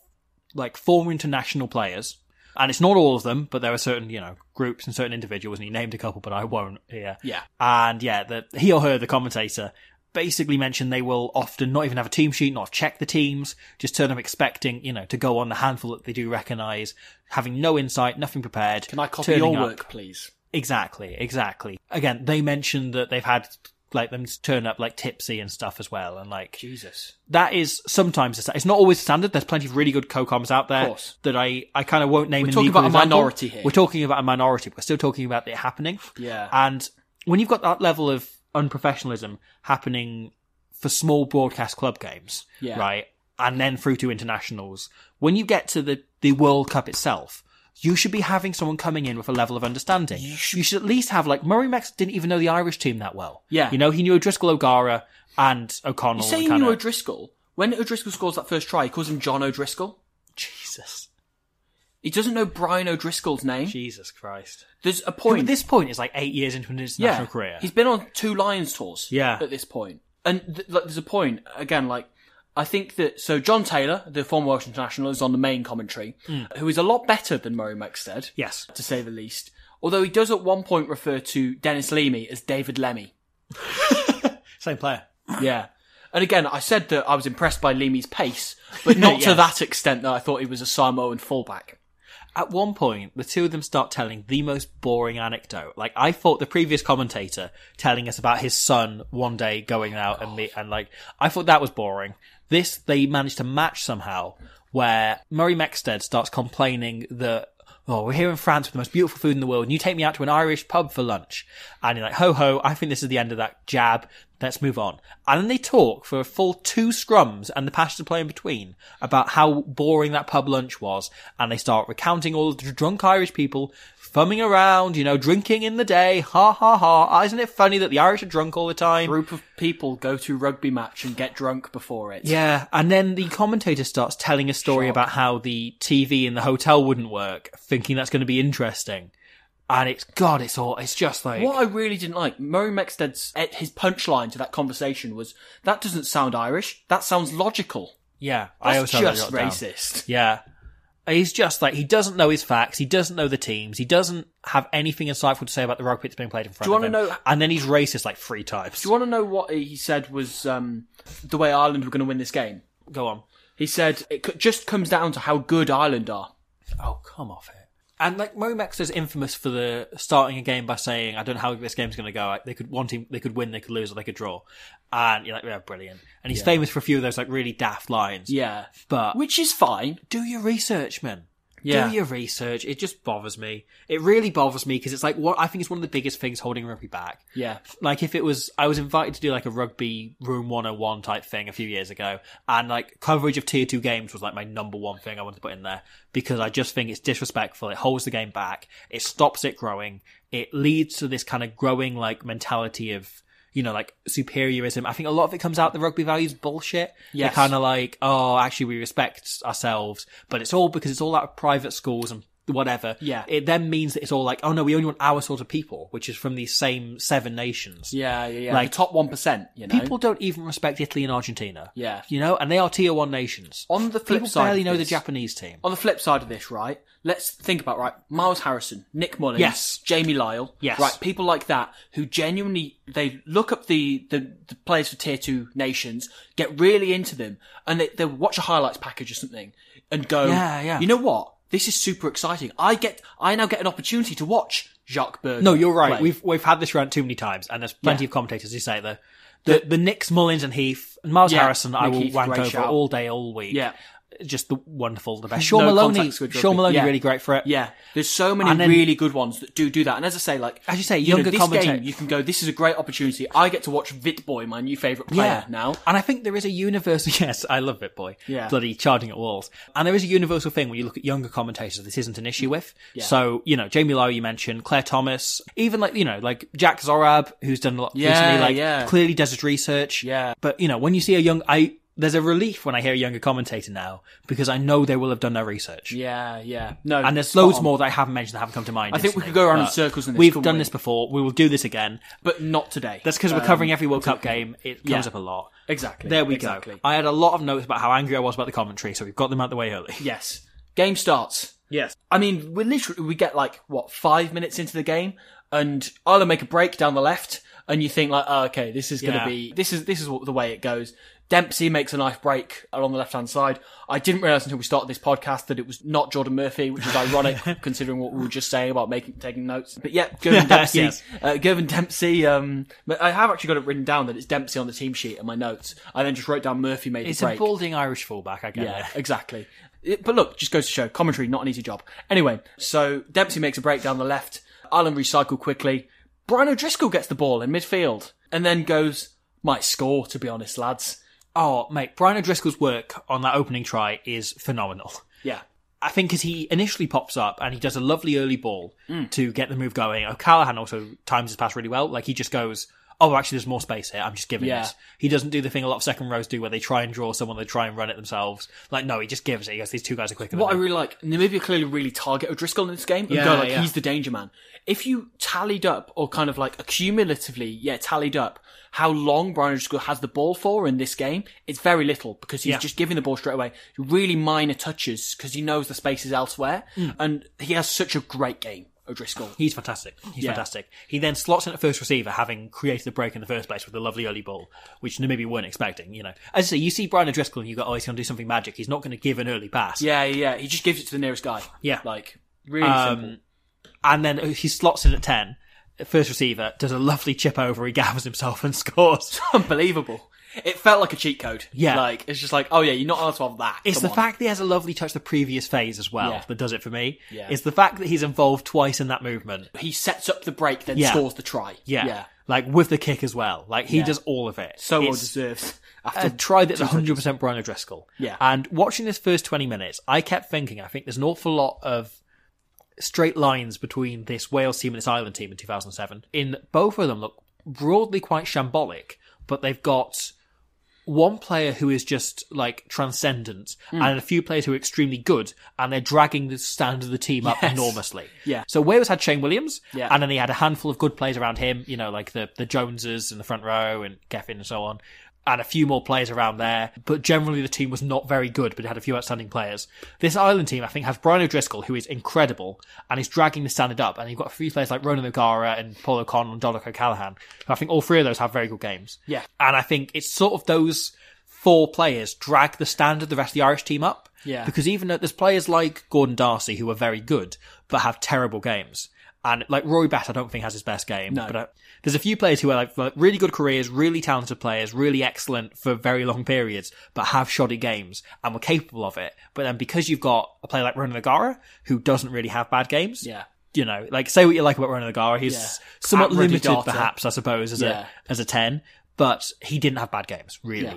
S2: like former international players and it's not all of them but there are certain you know groups and certain individuals and he named a couple but I won't here.
S3: Yeah.
S2: And yeah, the, he or her, the commentator, basically mentioned they will often not even have a team sheet, not check the teams, just turn up expecting, you know, to go on the handful that they do recognise, having no insight, nothing prepared.
S3: Can I copy
S2: turning
S3: your
S2: up.
S3: work, please?
S2: Exactly, exactly. Again, they mentioned that they've had like them turn up like tipsy and stuff as well, and like
S3: Jesus.
S2: that is sometimes a sta- it's not always standard. There's plenty of really good co-coms out there
S3: Of course.
S2: that I, I kind of won't name.
S3: We're
S2: an
S3: talking
S2: legal
S3: about a
S2: example.
S3: minority here.
S2: We're talking about a minority. But we're still talking about it happening.
S3: Yeah.
S2: And when you've got that level of unprofessionalism happening for small broadcast club games,
S3: Yeah.
S2: right, and then through to internationals, when you get to the the World Cup itself. You should be having someone coming in with a level of understanding. You should, at least have like Murray Max didn't even know the Irish team that well.
S3: Yeah.
S2: you know he knew O'Driscoll, O'Gara, and O'Connell.
S3: You
S2: and
S3: say you
S2: kinda-
S3: knew O'Driscoll. When O'Driscoll scores that first try, he calls him John O'Driscoll.
S2: Jesus.
S3: He doesn't know Brian O'Driscoll's name.
S2: Jesus Christ.
S3: There's
S2: Who
S3: a
S2: at
S3: point.
S2: this point is like eight years into an international career.
S3: He's been on two Lions tours
S2: Yeah.
S3: at this point. and th- like, there's a point again. Like I think that so John Taylor, the former Welsh international, is on the main commentary,
S2: Hmm.
S3: who is a lot better than Murray Maxted,
S2: Yes.
S3: to say the least. Although he does at one point refer to Dennis Leamy as David Lemmy.
S2: Same player.
S3: Yeah. And again, I said that I was impressed by Leamy's pace, but not to
S2: Yes.
S3: that extent that I thought he was a Samoan fullback.
S2: At one point, the two of them start telling the most boring anecdote. Like I thought the previous commentator telling us about his son one day going out and meet, and like I thought that was boring. This they managed to match somehow, where Murray Mexted starts complaining that oh we're here in France with the most beautiful food in the world, and you take me out to an Irish pub for lunch, and you're like ho ho, I think this is the end of that jab. Let's move on. And then they talk for a full two scrums and the passion to play in between about how boring that pub lunch was. And they start recounting all the drunk Irish people thumbing around, you know, drinking in the day. Ha ha ha. Ah, Isn't it funny that the Irish are drunk all the time?
S3: group of people go to rugby match and get drunk before it.
S2: Yeah, and then the commentator starts telling a story about how the TV in the hotel wouldn't work, thinking that's going to be interesting. And it's God, it's all, it's just like
S3: What I really didn't like, Murray Mexted's eh, his punchline to that conversation was, "That doesn't sound Irish. That sounds logical.
S2: yeah, I
S3: That's
S2: always have that
S3: just
S2: jotted down.
S3: racist."
S2: Yeah. He's just like, he doesn't know his facts. He doesn't know the teams. He doesn't have anything insightful to say about the rugby that's being played in front
S3: you
S2: of him.
S3: wanna know-
S2: And then he's racist like three times.
S3: Do you want to know what he said was um, the way Ireland were going to win this game?
S2: Go on.
S3: He said it c- just comes down to how good Ireland are.
S2: Oh, come off it. And like Momex is infamous for the starting a game by saying, "I don't know how this game's going to go. Like, they could one team, they could win, they could lose, or they could draw." And you're like, "Yeah, brilliant." And he's famous for a few of those like really daft lines.
S3: Yeah,
S2: But
S3: which is fine.
S2: do your research, man.
S3: Yeah.
S2: Do your research. It just bothers me. It really bothers me because it's like what I think is one of the biggest things holding rugby back
S3: Yeah,
S2: like if it was i was invited to do like a rugby room 101 type thing a few years ago and like coverage of tier 2 games was like my number one thing i wanted to put in there because i just think it's disrespectful it holds the game back it stops it growing it leads to this kind of growing like mentality of you know like superiorism i think a lot of it comes out the rugby values bullshit Yeah,
S3: Yes.
S2: they're kind of like oh actually we respect ourselves but it's all because it's all out of private schools and whatever
S3: Yeah.
S2: it then means that it's all like oh no we only want our sort of people which is from these same seven nations
S3: yeah, yeah. yeah.
S2: Like-
S3: the top one percent. You know,
S2: People don't even respect Italy and Argentina.
S3: Yeah.
S2: You know, and they are tier one nations.
S3: On the flip
S2: People
S3: side
S2: barely
S3: of
S2: know the
S3: this-
S2: Japanese team.
S3: on the flip side of this, right? Let's think about right. Miles Harrison, Nick Mullins,
S2: Yes.
S3: Jamie Lyle,
S2: Yes.
S3: right? People like that who genuinely they look up the the, the players for tier two nations, get really into them, and they, they watch a highlights package or something, and go,
S2: Yeah, yeah.
S3: You know what? This is super exciting. I get I now get an opportunity to watch Jacques Berger.
S2: No, you're right.
S3: play."
S2: We've we've had this rant too many times, and there's plenty of commentators who say the the, the Knicks, Mullins, and Heath, and Miles
S3: Yeah,
S2: Harrison. I
S3: Nick
S2: will
S3: Heath,
S2: wank
S3: great
S2: over
S3: shout.
S2: all day, all week.
S3: yeah
S2: just the wonderful, the best. Sean
S3: No
S2: Maloney,
S3: contact squid
S2: Sean
S3: rugby.
S2: Maloney,
S3: Yeah.
S2: really great for it.
S3: Yeah, there's so many
S2: And then-
S3: really good ones that do do that. And as I say, like
S2: As you say,
S3: know,
S2: younger
S3: this
S2: commentator-
S3: game, you can go. This is a great opportunity. I get to watch Vitboy, my new favorite player now.
S2: And I think there is a universal, yes, I love it, boy.
S3: Yeah.
S2: Bloody charging at walls. And there is a universal thing when you look at younger commentators, this isn't an issue with. So, you know, Jamie Lowe, you mentioned, Claire Thomas, even like, you know, like Jack Zorab, who's done a lot
S3: Yeah,
S2: recently, like
S3: yeah.
S2: clearly does his research.
S3: Yeah.
S2: But, you know, when you see a young, I, there's a relief when I hear a younger commentator now because I know they will have done their research.
S3: Yeah, yeah. No,
S2: And there's
S3: spot
S2: loads
S3: on.
S2: more that I haven't mentioned that haven't come to mind.
S3: I think we
S2: instantly,
S3: could go around in
S2: but
S3: circles in this,
S2: We've
S3: couldn't
S2: done
S3: we?
S2: this before. We will do this again.
S3: but not today.
S2: That's because we're
S3: Um,
S2: covering every World Cup game. It comes
S3: yeah.
S2: up a lot.
S3: Exactly.
S2: There we
S3: exactly.
S2: go. I had a lot of notes about how angry I was about the commentary, so we've got them out the way early.
S3: Yes. Game starts.
S2: Yes.
S3: I mean, we literally we get like what five minutes into the game, and Ireland make a break down the left, and you think like, oh, okay, this is going to
S2: Yeah.
S3: be this is this is what, the way it goes. Dempsey makes a nice break along the left hand side. I didn't realize until we started this podcast that it was not Jordan Murphy, which is ironic considering what we were just saying about making taking notes. But yeah, Gervin Dempsey.
S2: Yes.
S3: uh, Gervin Dempsey. Um, but I have actually got it written down that it's Dempsey on the team sheet in my notes. I then just wrote down Murphy made
S2: It's
S3: the
S2: a
S3: break.
S2: balding Irish fullback, I get
S3: Yeah,
S2: it.
S3: exactly. It- but look, just goes to show commentary not an easy job. Anyway, so Dempsey makes a break down the left. Ireland recycle quickly. Brian O'Driscoll gets the ball in midfield and then goes might score. To be honest, lads.
S2: Oh, mate, Brian O'Driscoll's work on that opening try is phenomenal.
S3: Yeah,
S2: I think because he initially pops up and he does a Mm. lovely early ball to get the move going. O'Callaghan also times his pass really well. Like he just goes, oh, actually, there's more space here. I'm just giving
S3: Yeah.
S2: it. He doesn't do the thing a lot of second rows do where they try and draw someone, they try and run it themselves. Like, no, he just gives it. He goes, these two guys are quicker
S3: What I
S2: than me.
S3: really like, Namibia clearly really target O'Driscoll in this game and
S2: Yeah,
S3: go like,
S2: yeah.
S3: he's the danger man. If you tallied up or kind of like accumulatively, yeah, tallied up how long Brian O'Driscoll has the ball for in this game, it's very little because he's
S2: Yeah.
S3: just giving the ball straight away. Really minor touches because he knows the space is elsewhere
S2: Hmm.
S3: and he has such a great game, O'Driscoll.
S2: He's fantastic. He's
S3: Yeah.
S2: fantastic. He then slots in at first receiver, having created the break in the first place with a lovely early ball, which Namibia weren't expecting. You know, as I say, you see Brian O'Driscoll and you go, oh, he's going to do something magic. He's not going to give an early pass.
S3: Yeah, yeah, he just gives it to the nearest guy.
S2: Yeah.
S3: Like, really
S2: Um,
S3: simple.
S2: and then uh, he slots in at 10. First receiver does a lovely chip over, he gathers himself and scores.
S3: Unbelievable. It felt like a cheat code.
S2: Yeah.
S3: Like, it's just like, oh yeah, you're not allowed to have that.
S2: It's
S3: Come
S2: the
S3: on.
S2: fact that he has a lovely touch the previous phase as well
S3: Yeah.
S2: that does it for me.
S3: Yeah.
S2: It's the fact that he's involved twice in that movement.
S3: he sets up the break, then
S2: Yeah.
S3: scores the try.
S2: Yeah.
S3: yeah.
S2: Like with the kick as well. Like he
S3: Yeah.
S2: does all of it.
S3: So well
S2: It's- uh,
S3: deserved.
S2: a
S3: After
S2: try that's 100% Brian O'Driscoll.
S3: Yeah.
S2: And watching this first 20 minutes, I kept thinking, I think there's an awful lot of straight lines between this Wales team and this Ireland team in 2007. In both of them look broadly quite shambolic, but they've got one player who is just like transcendent
S3: Hmm.
S2: and a few players who are extremely good and they're dragging the standard of the team up enormously.
S3: Yeah.
S2: So Wales had Shane Williams
S3: Yeah.
S2: and then he had a handful of good players around him, you know, like the, the Joneses in the front row and Geffin and so on. And a few more players around there, but generally the team was not very good, but it had a few outstanding players. This Ireland team, I think, has Brian O'Driscoll, who is incredible, and is dragging the standard up. And you've got a few players like Ronan O'Gara and Paul O'Connell and Doddick O'Callaghan. I think all three of those have very good games.
S3: Yeah.
S2: And I think it's sort of those four players drag the standard of the rest of the Irish team up.
S3: Yeah.
S2: Because even though there's players like Gordon Darcy who are very good, but have terrible games. And like Roy Batt, I don't think has his best game.
S3: No.
S2: But uh, there's a few players who are like, like really good careers, really talented players, really excellent for very long periods, but have shoddy games and were capable of it. But then because you've got a player like Ronan Agara who doesn't really have bad games,
S3: yeah,
S2: you know, like say what you like about Ronan Agara, he's
S3: Yeah.
S2: somewhat
S3: At Ruddy
S2: limited,
S3: Data.
S2: perhaps I suppose as
S3: Yeah.
S2: a as a ten, but he didn't have bad games really,
S3: Yeah.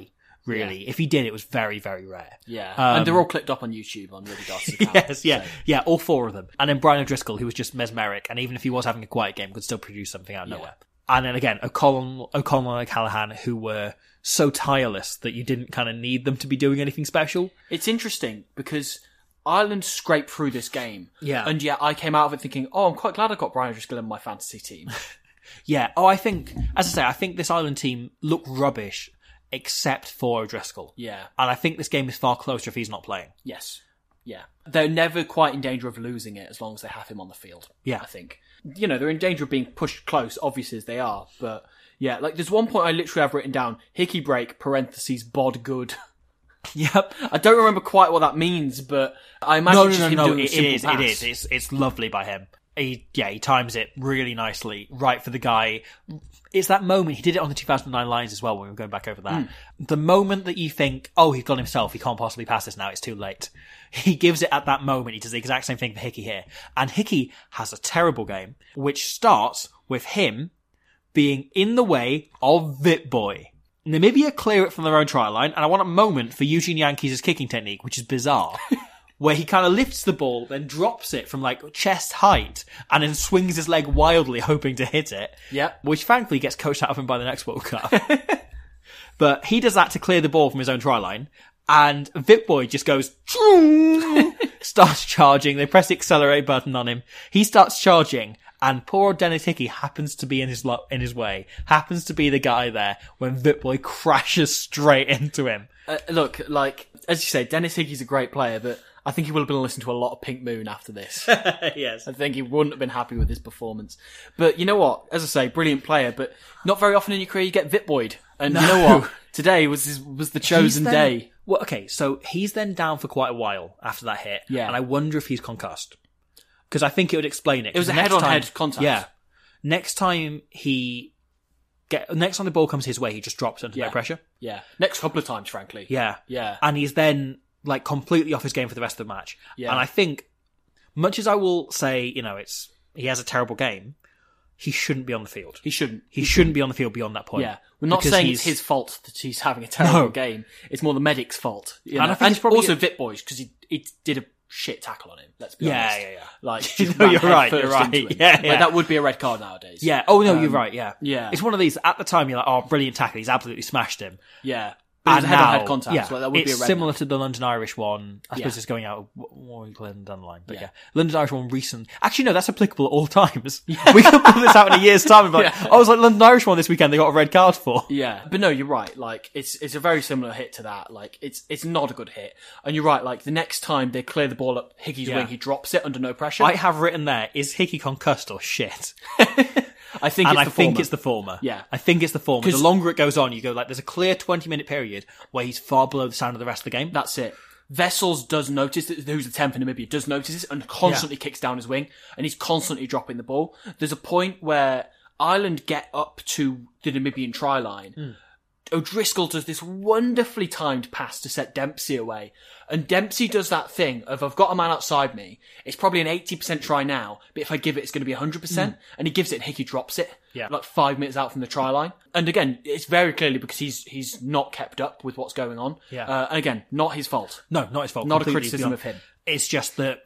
S2: really. If he did, it was very very rare.
S3: yeah,
S2: Um,
S3: and they're all clipped up on YouTube on Rudy Darcy's account.
S2: Yes, yeah, yeah, all four of them, and then Brian O'Driscoll, who was just mesmeric, and even if he was having a quiet game, could still produce something out of
S3: Yeah.
S2: nowhere. And then again, O'Connell, O'Connell and Callahan, who were so tireless that you didn't kind of need them to be doing anything special.
S3: It's interesting because Ireland scraped through this game,
S2: Yeah.
S3: and yet I came out of it thinking, oh, I'm quite glad I got Brian O'Driscoll in my fantasy team.
S2: Yeah. Oh, I think, as I say, I think this Ireland team look rubbish except for O'Driscoll.
S3: Yeah.
S2: And I think this game is far closer if he's not playing.
S3: yes, yeah, they're never quite in danger of losing it as long as they have him on the field.
S2: Yeah.
S3: I think you know they're in danger of being pushed close, obviously as they are, but yeah, like there's one point I literally have written down: hickey break parentheses bod good.
S2: Yep.
S3: I don't remember quite what that means, but I imagine
S2: No,
S3: it's
S2: no, no,
S3: just
S2: no.
S3: him doing a
S2: It, it
S3: simple
S2: is.
S3: pass.
S2: It is. It's, it's lovely by him. He, yeah, he times it really nicely, right for the guy. It's that moment. He did it on the 2009 lines as well when we were going back over that. The moment that you think, oh, he's gone himself. He can't possibly pass this now. It's too late. He gives it at that moment. He does the exact same thing for Hickey here. And Hickey has a terrible game, which starts with him being in the way of Vitboy. Namibia clear it from their own try line, and I want a moment for Eugene Yankees' kicking technique, which is bizarre, where he kind of lifts the ball, then drops it from like chest height, and then swings his leg wildly, hoping to hit it.
S3: Yep.
S2: Which thankfully gets coached out of him by the next World Cup. but he does that to clear the ball from his own try line, and Vitboy just goes, "Choong!" starts charging. They press the accelerate button on him. He starts charging, and poor old Dennis Hickey happens to be in his lo- in his way. Happens to be the guy there when Vitboy crashes straight into him.
S3: Uh, look, like as you say, Dennis Hickey's a great player, but I think he will have been listening to a lot of Pink Moon after this. I
S2: yes.
S3: think he wouldn't have been happy with his performance. But you know what? As I say, brilliant player, but not very often in your career you get Vitboyd. And you know what? Today was his, was the chosen
S2: He's then-
S3: day.
S2: Well, okay, so he's then down for quite a while after that hit.
S3: Yeah.
S2: And I wonder if he's concussed. Because I think it would explain it. It
S3: was a head-on-head contact.
S2: Yeah. Next time he get next time the ball comes his way, he just drops under no
S3: Yeah.
S2: pressure.
S3: Yeah, next couple of times, frankly.
S2: Yeah.
S3: yeah,
S2: And he's then like completely off his game for the rest of the match.
S3: Yeah.
S2: And I think much as I will say, you know, it's he has a terrible game, he shouldn't be on the field.
S3: he shouldn't.
S2: He shouldn't be on the field beyond that point.
S3: Yeah, we're not
S2: Because
S3: saying it's
S2: he's-
S3: his fault that he's having a terrible
S2: No.
S3: game. It's more the medic's fault, you
S2: And
S3: know?
S2: I think it's probably-
S3: also Vitboy's because he he did a shit tackle on him. Let's be
S2: Yeah,
S3: honest.
S2: yeah, yeah.
S3: Like, just
S2: No,
S3: ran
S2: you're
S3: head
S2: right, you're
S3: first
S2: right.
S3: into him.
S2: Yeah,
S3: Like,
S2: yeah.
S3: that would be a red card nowadays.
S2: Yeah. Oh no, you're right. Yeah.
S3: Um, yeah.
S2: It's one of these. At the time, you're like, oh, brilliant tackle. He's absolutely smashed him.
S3: yeah. But and head-on-head contact. so that would
S2: it's
S3: be a red
S2: similar
S3: now.
S2: to the London Irish one. I suppose
S3: Yeah.
S2: it's going out more England down the line, but yeah.
S3: Yeah.
S2: London Irish one recent. Actually, no, that's applicable at all times. We could pull this out in a year's time. But
S3: Yeah.
S2: I was like London Irish one this weekend. They got a red card for.
S3: Yeah, but no, you're right. Like it's it's a very similar hit to that. Like it's it's not a good hit, and you're right. Like the next time they clear the ball up Higgy's
S2: Yeah.
S3: wing, he drops it under no pressure.
S2: I have written there is Hickey concussed or shit,
S3: I think
S2: and
S3: it's
S2: I
S3: the
S2: think
S3: former.
S2: it's the former.
S3: Yeah.
S2: I think it's the former. The
S3: 'Cause-
S2: longer it goes on, you go like there's a clear twenty minute period where he's far below the sound of the rest of the game.
S3: that's it. Vessels does notice that who's the temp in Namibia does notice this and constantly kicks down his wing, and he's constantly dropping the ball. There's a point where Ireland get up to the Namibian try line. O'Driscoll does this wonderfully timed pass to set Dempsey away. And Dempsey does that thing of, I've got a man outside me. It's probably an 80% try now, but if I give it, it's going to be 100%. And he gives it, and Hickey drops it.
S2: Hmm. Yeah.
S3: Like five minutes out from the try line. And again, it's very clearly because he's, he's not kept up with what's going on.
S2: Yeah.
S3: Uh, and again, not his fault.
S2: No, not his fault.
S3: Not a
S2: Completely
S3: criticism
S2: beyond-
S3: of him.
S2: It's just that,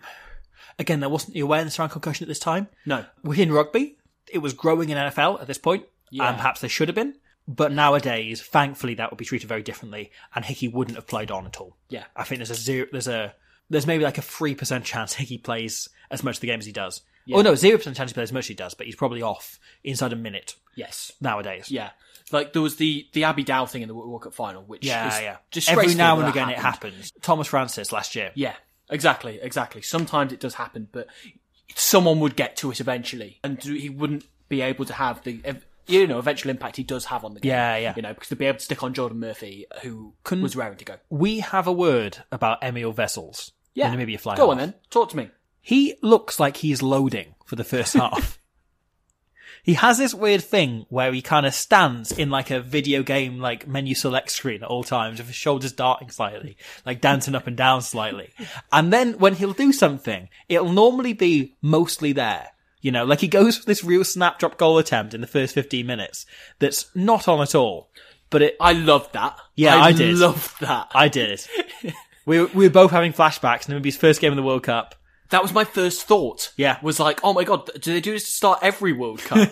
S2: again, there wasn't the awareness around concussion at this time.
S3: No.
S2: Within rugby, it was growing in NFL at this point, and perhaps there should have been. But nowadays, thankfully, that would be treated very differently, and Hickey wouldn't have played on at all.
S3: Yeah.
S2: I think there's a zero, there's a there's maybe like a three percent chance Hickey plays as much of the game as he does. Oh no, zero percent chance he plays as much as he does, but he's probably off inside a minute
S3: Yes.
S2: nowadays.
S3: Yeah. Like there was the, the Abbey Dow thing in the World Cup final, which
S2: yeah,
S3: is
S2: yeah.
S3: disgraceful
S2: Every now
S3: that
S2: and
S3: that
S2: again, it
S3: happened.
S2: happens. Thomas Francis last year.
S3: Yeah, exactly, exactly. Sometimes it does happen, but someone would get to it eventually, and he wouldn't be able to have the ev- you know eventual impact he does have on the game.
S2: Yeah, yeah.
S3: You know, because to be able to stick on Jordan Murphy, who was raring to go.
S2: We have a word about Emil Vessels.
S3: Yeah,
S2: the Namibia fly
S3: Go
S2: half.
S3: on then, talk to me.
S2: He looks like he's loading for the first half. He has this weird thing where he kind of stands in like a video game, like menu select screen at all times with his shoulders darting slightly, like dancing up and down slightly. And then when he'll do something, it'll normally be mostly there. You know, like he goes for this real snap drop goal attempt in the first 15 minutes that's not on at all, but it,
S3: I loved that.
S2: Yeah, I did.
S3: Loved that.
S2: I did. We were, we were both having flashbacks. Namibia's first game of the World Cup.
S3: That was my first thought.
S2: Yeah.
S3: was like, oh my god, do they do this to start every World Cup?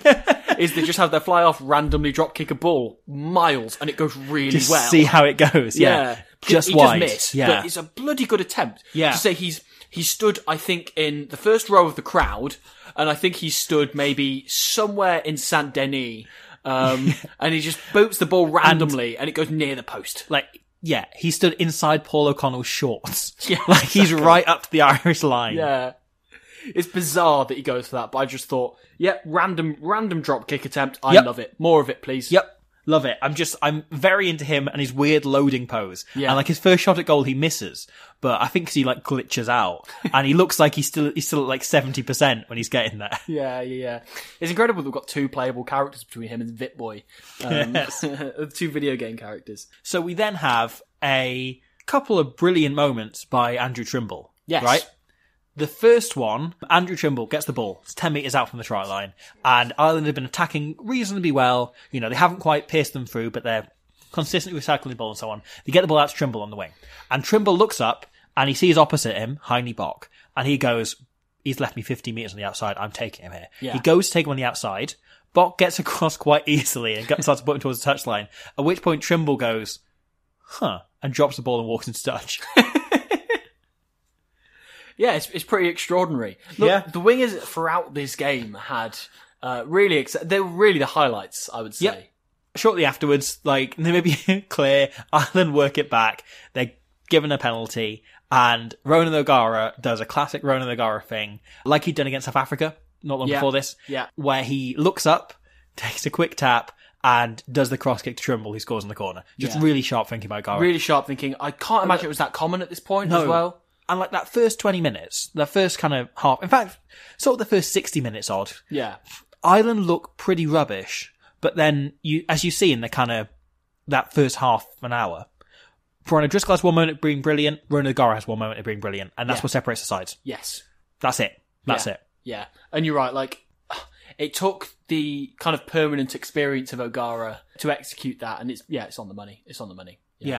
S3: Is they just have their fly off randomly drop kick a ball miles and it goes really
S2: Just
S3: well?
S2: see how it goes. Yeah, just
S3: he
S2: wide.
S3: Does miss,
S2: yeah,
S3: but it's a bloody good attempt.
S2: Yeah.
S3: to say he's he stood, I think, in the first row of the crowd, and I think he stood maybe somewhere in Saint Denis, um, and he just boots the ball randomly, and, it goes near the post.
S2: like yeah, he stood inside Paul O'Connell's shorts.
S3: Yeah,
S2: like he's right up to the Irish line.
S3: Yeah. It's bizarre that he goes for that, but I just thought, yep, random, random drop kick attempt. I
S2: Yep.
S3: love it. More of it, please.
S2: Yep. Love it. I'm just, I'm very into him and his weird loading pose.
S3: Yeah.
S2: And like his first shot at goal, he misses, but I think 'cause he like glitches out and he looks like he's still, he's still at like 70% when he's getting there.
S3: Yeah, yeah, yeah. It's incredible that we've got two playable characters between him and Vit Boy. Um, two video game characters.
S2: So we then have a couple of brilliant moments by Andrew Trimble.
S3: Yes.
S2: Right? The first one, Andrew Trimble gets the ball. It's 10 metres out from the try line. And Ireland have been attacking reasonably well. You know, they haven't quite pierced them through, but they're consistently recycling the ball and so on. They get the ball out to Trimble on the wing. And Trimble looks up and he sees opposite him Heine Bock. And he goes, he's left me 50 metres on the outside. I'm taking him here.
S3: Yeah.
S2: He goes to take him on the outside. Bock gets across quite easily and gets- starts to put him towards the touchline. At which point Trimble goes, huh, and drops the ball and walks into touch.
S3: Yeah, it's, it's pretty extraordinary. Look,
S2: Yeah.
S3: the wingers throughout this game had uh, really ex- they were really the highlights, I would say.
S2: Yep. shortly afterwards, like Namibia clear, Ireland work it back. They're given a penalty, and Ronan O'Gara does a classic Ronan O'Gara thing, like he'd done against South Africa not long
S3: Yeah.
S2: before this,
S3: Yeah.
S2: where he looks up, takes a quick tap, and does the cross kick to Trimble, who scores in the corner. Just
S3: Yeah.
S2: really sharp thinking by O'Gara.
S3: Really sharp thinking. I can't imagine it was that common at this point as well.
S2: And like that first 20 minutes, that first kind of half, in fact, sort of the first 60 minutes odd,
S3: Yeah.
S2: Ireland look pretty rubbish, but then you, as you see in the kind of that first half an hour, Brian O'Driscoll has one moment of being brilliant, Ronan O'Gara has one moment of being brilliant, and that's
S3: Yeah.
S2: what separates the sides.
S3: Yes.
S2: That's it. That's
S3: Yeah.
S2: it.
S3: Yeah. And you're right, like it took the kind of permanent experience of Ogara to execute that and it's yeah, it's on the money. It's on the money.
S2: Yeah.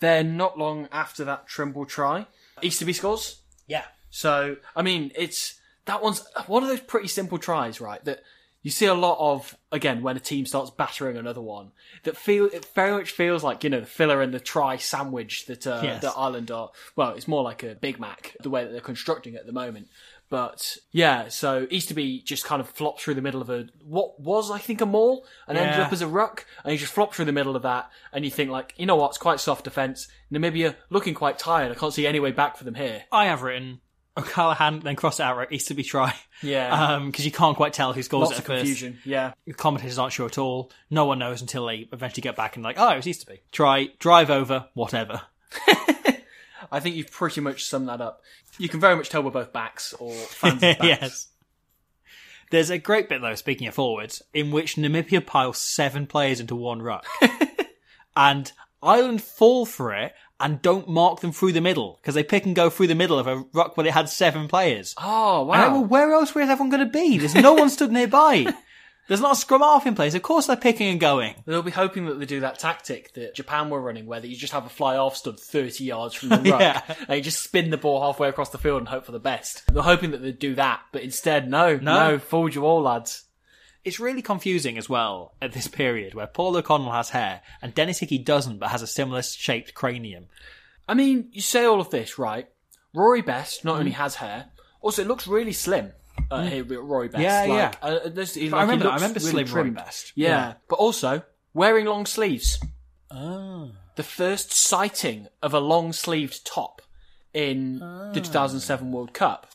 S3: Then, not long after that Trimble try, Easterby scores.
S2: Yeah.
S3: So, I mean, it's that one's one of those pretty simple tries, right? That you see a lot of again when a team starts battering another one. That feel it very much feels like you know the filler and the try sandwich that uh,
S2: Yes.
S3: that Ireland are. Well, it's more like a Big Mac the way that they're constructing it at the moment. But yeah, so Easterby just kind of flops through the middle of a what was I think a mall and ended
S2: Yeah.
S3: up as a ruck, and he just flops through the middle of that, and you think like, you know what, it's quite soft defence. Namibia looking quite tired. I can't see any way back for them here.
S2: I have written O'Callaghan, then cross it out, right? Easterby try.
S3: Yeah,
S2: Um, because you can't quite tell who scores
S3: Uh, lots
S2: it
S3: of
S2: at first.
S3: confusion. Yeah,
S2: The commentators aren't sure at all. No one knows until they eventually get back and like, oh, it was Easterby. Try, drive over, whatever.
S3: I think you've pretty much summed that up. You can very much tell we're both backs or fans of backs.
S2: yes. There's a great bit though, speaking of forwards, in which Namibia piles seven players into one ruck. and Ireland fall for it and don't mark them through the middle because they pick and go through the middle of a ruck where it had seven players.
S3: Oh
S2: And I
S3: wow!
S2: went, well, where else was everyone going to be? There's no one stood nearby. There's not a scrum half in place. Of course they're picking and going.
S3: They'll be hoping that they do that tactic that Japan were running, where you just have a fly off stood thirty yards from the ruck,
S2: Yeah.
S3: and you just spin the ball halfway across the field and hope for the best. They're hoping that they do that, but instead, no,
S2: No.
S3: no, fooled you all, lads.
S2: It's really confusing as well at this period where Paul O'Connell has hair and Dennis Hickey doesn't but has a similar shaped cranium.
S3: I mean, you say all of this, right? Rory Best
S2: Mm.
S3: not only has hair, also it looks really slim. Uh, here, Rory Best.
S2: Yeah,
S3: like,
S2: yeah.
S3: Uh, uh, this- he-
S2: But I
S3: like, he
S2: remember- I
S3: looks
S2: remember
S3: really
S2: slim Rory
S3: trimmed.
S2: Best.
S3: Yeah.
S2: Yeah.
S3: but also wearing long sleeves.
S2: Oh.
S3: The first sighting of a long sleeved top in the 2007 World Cup.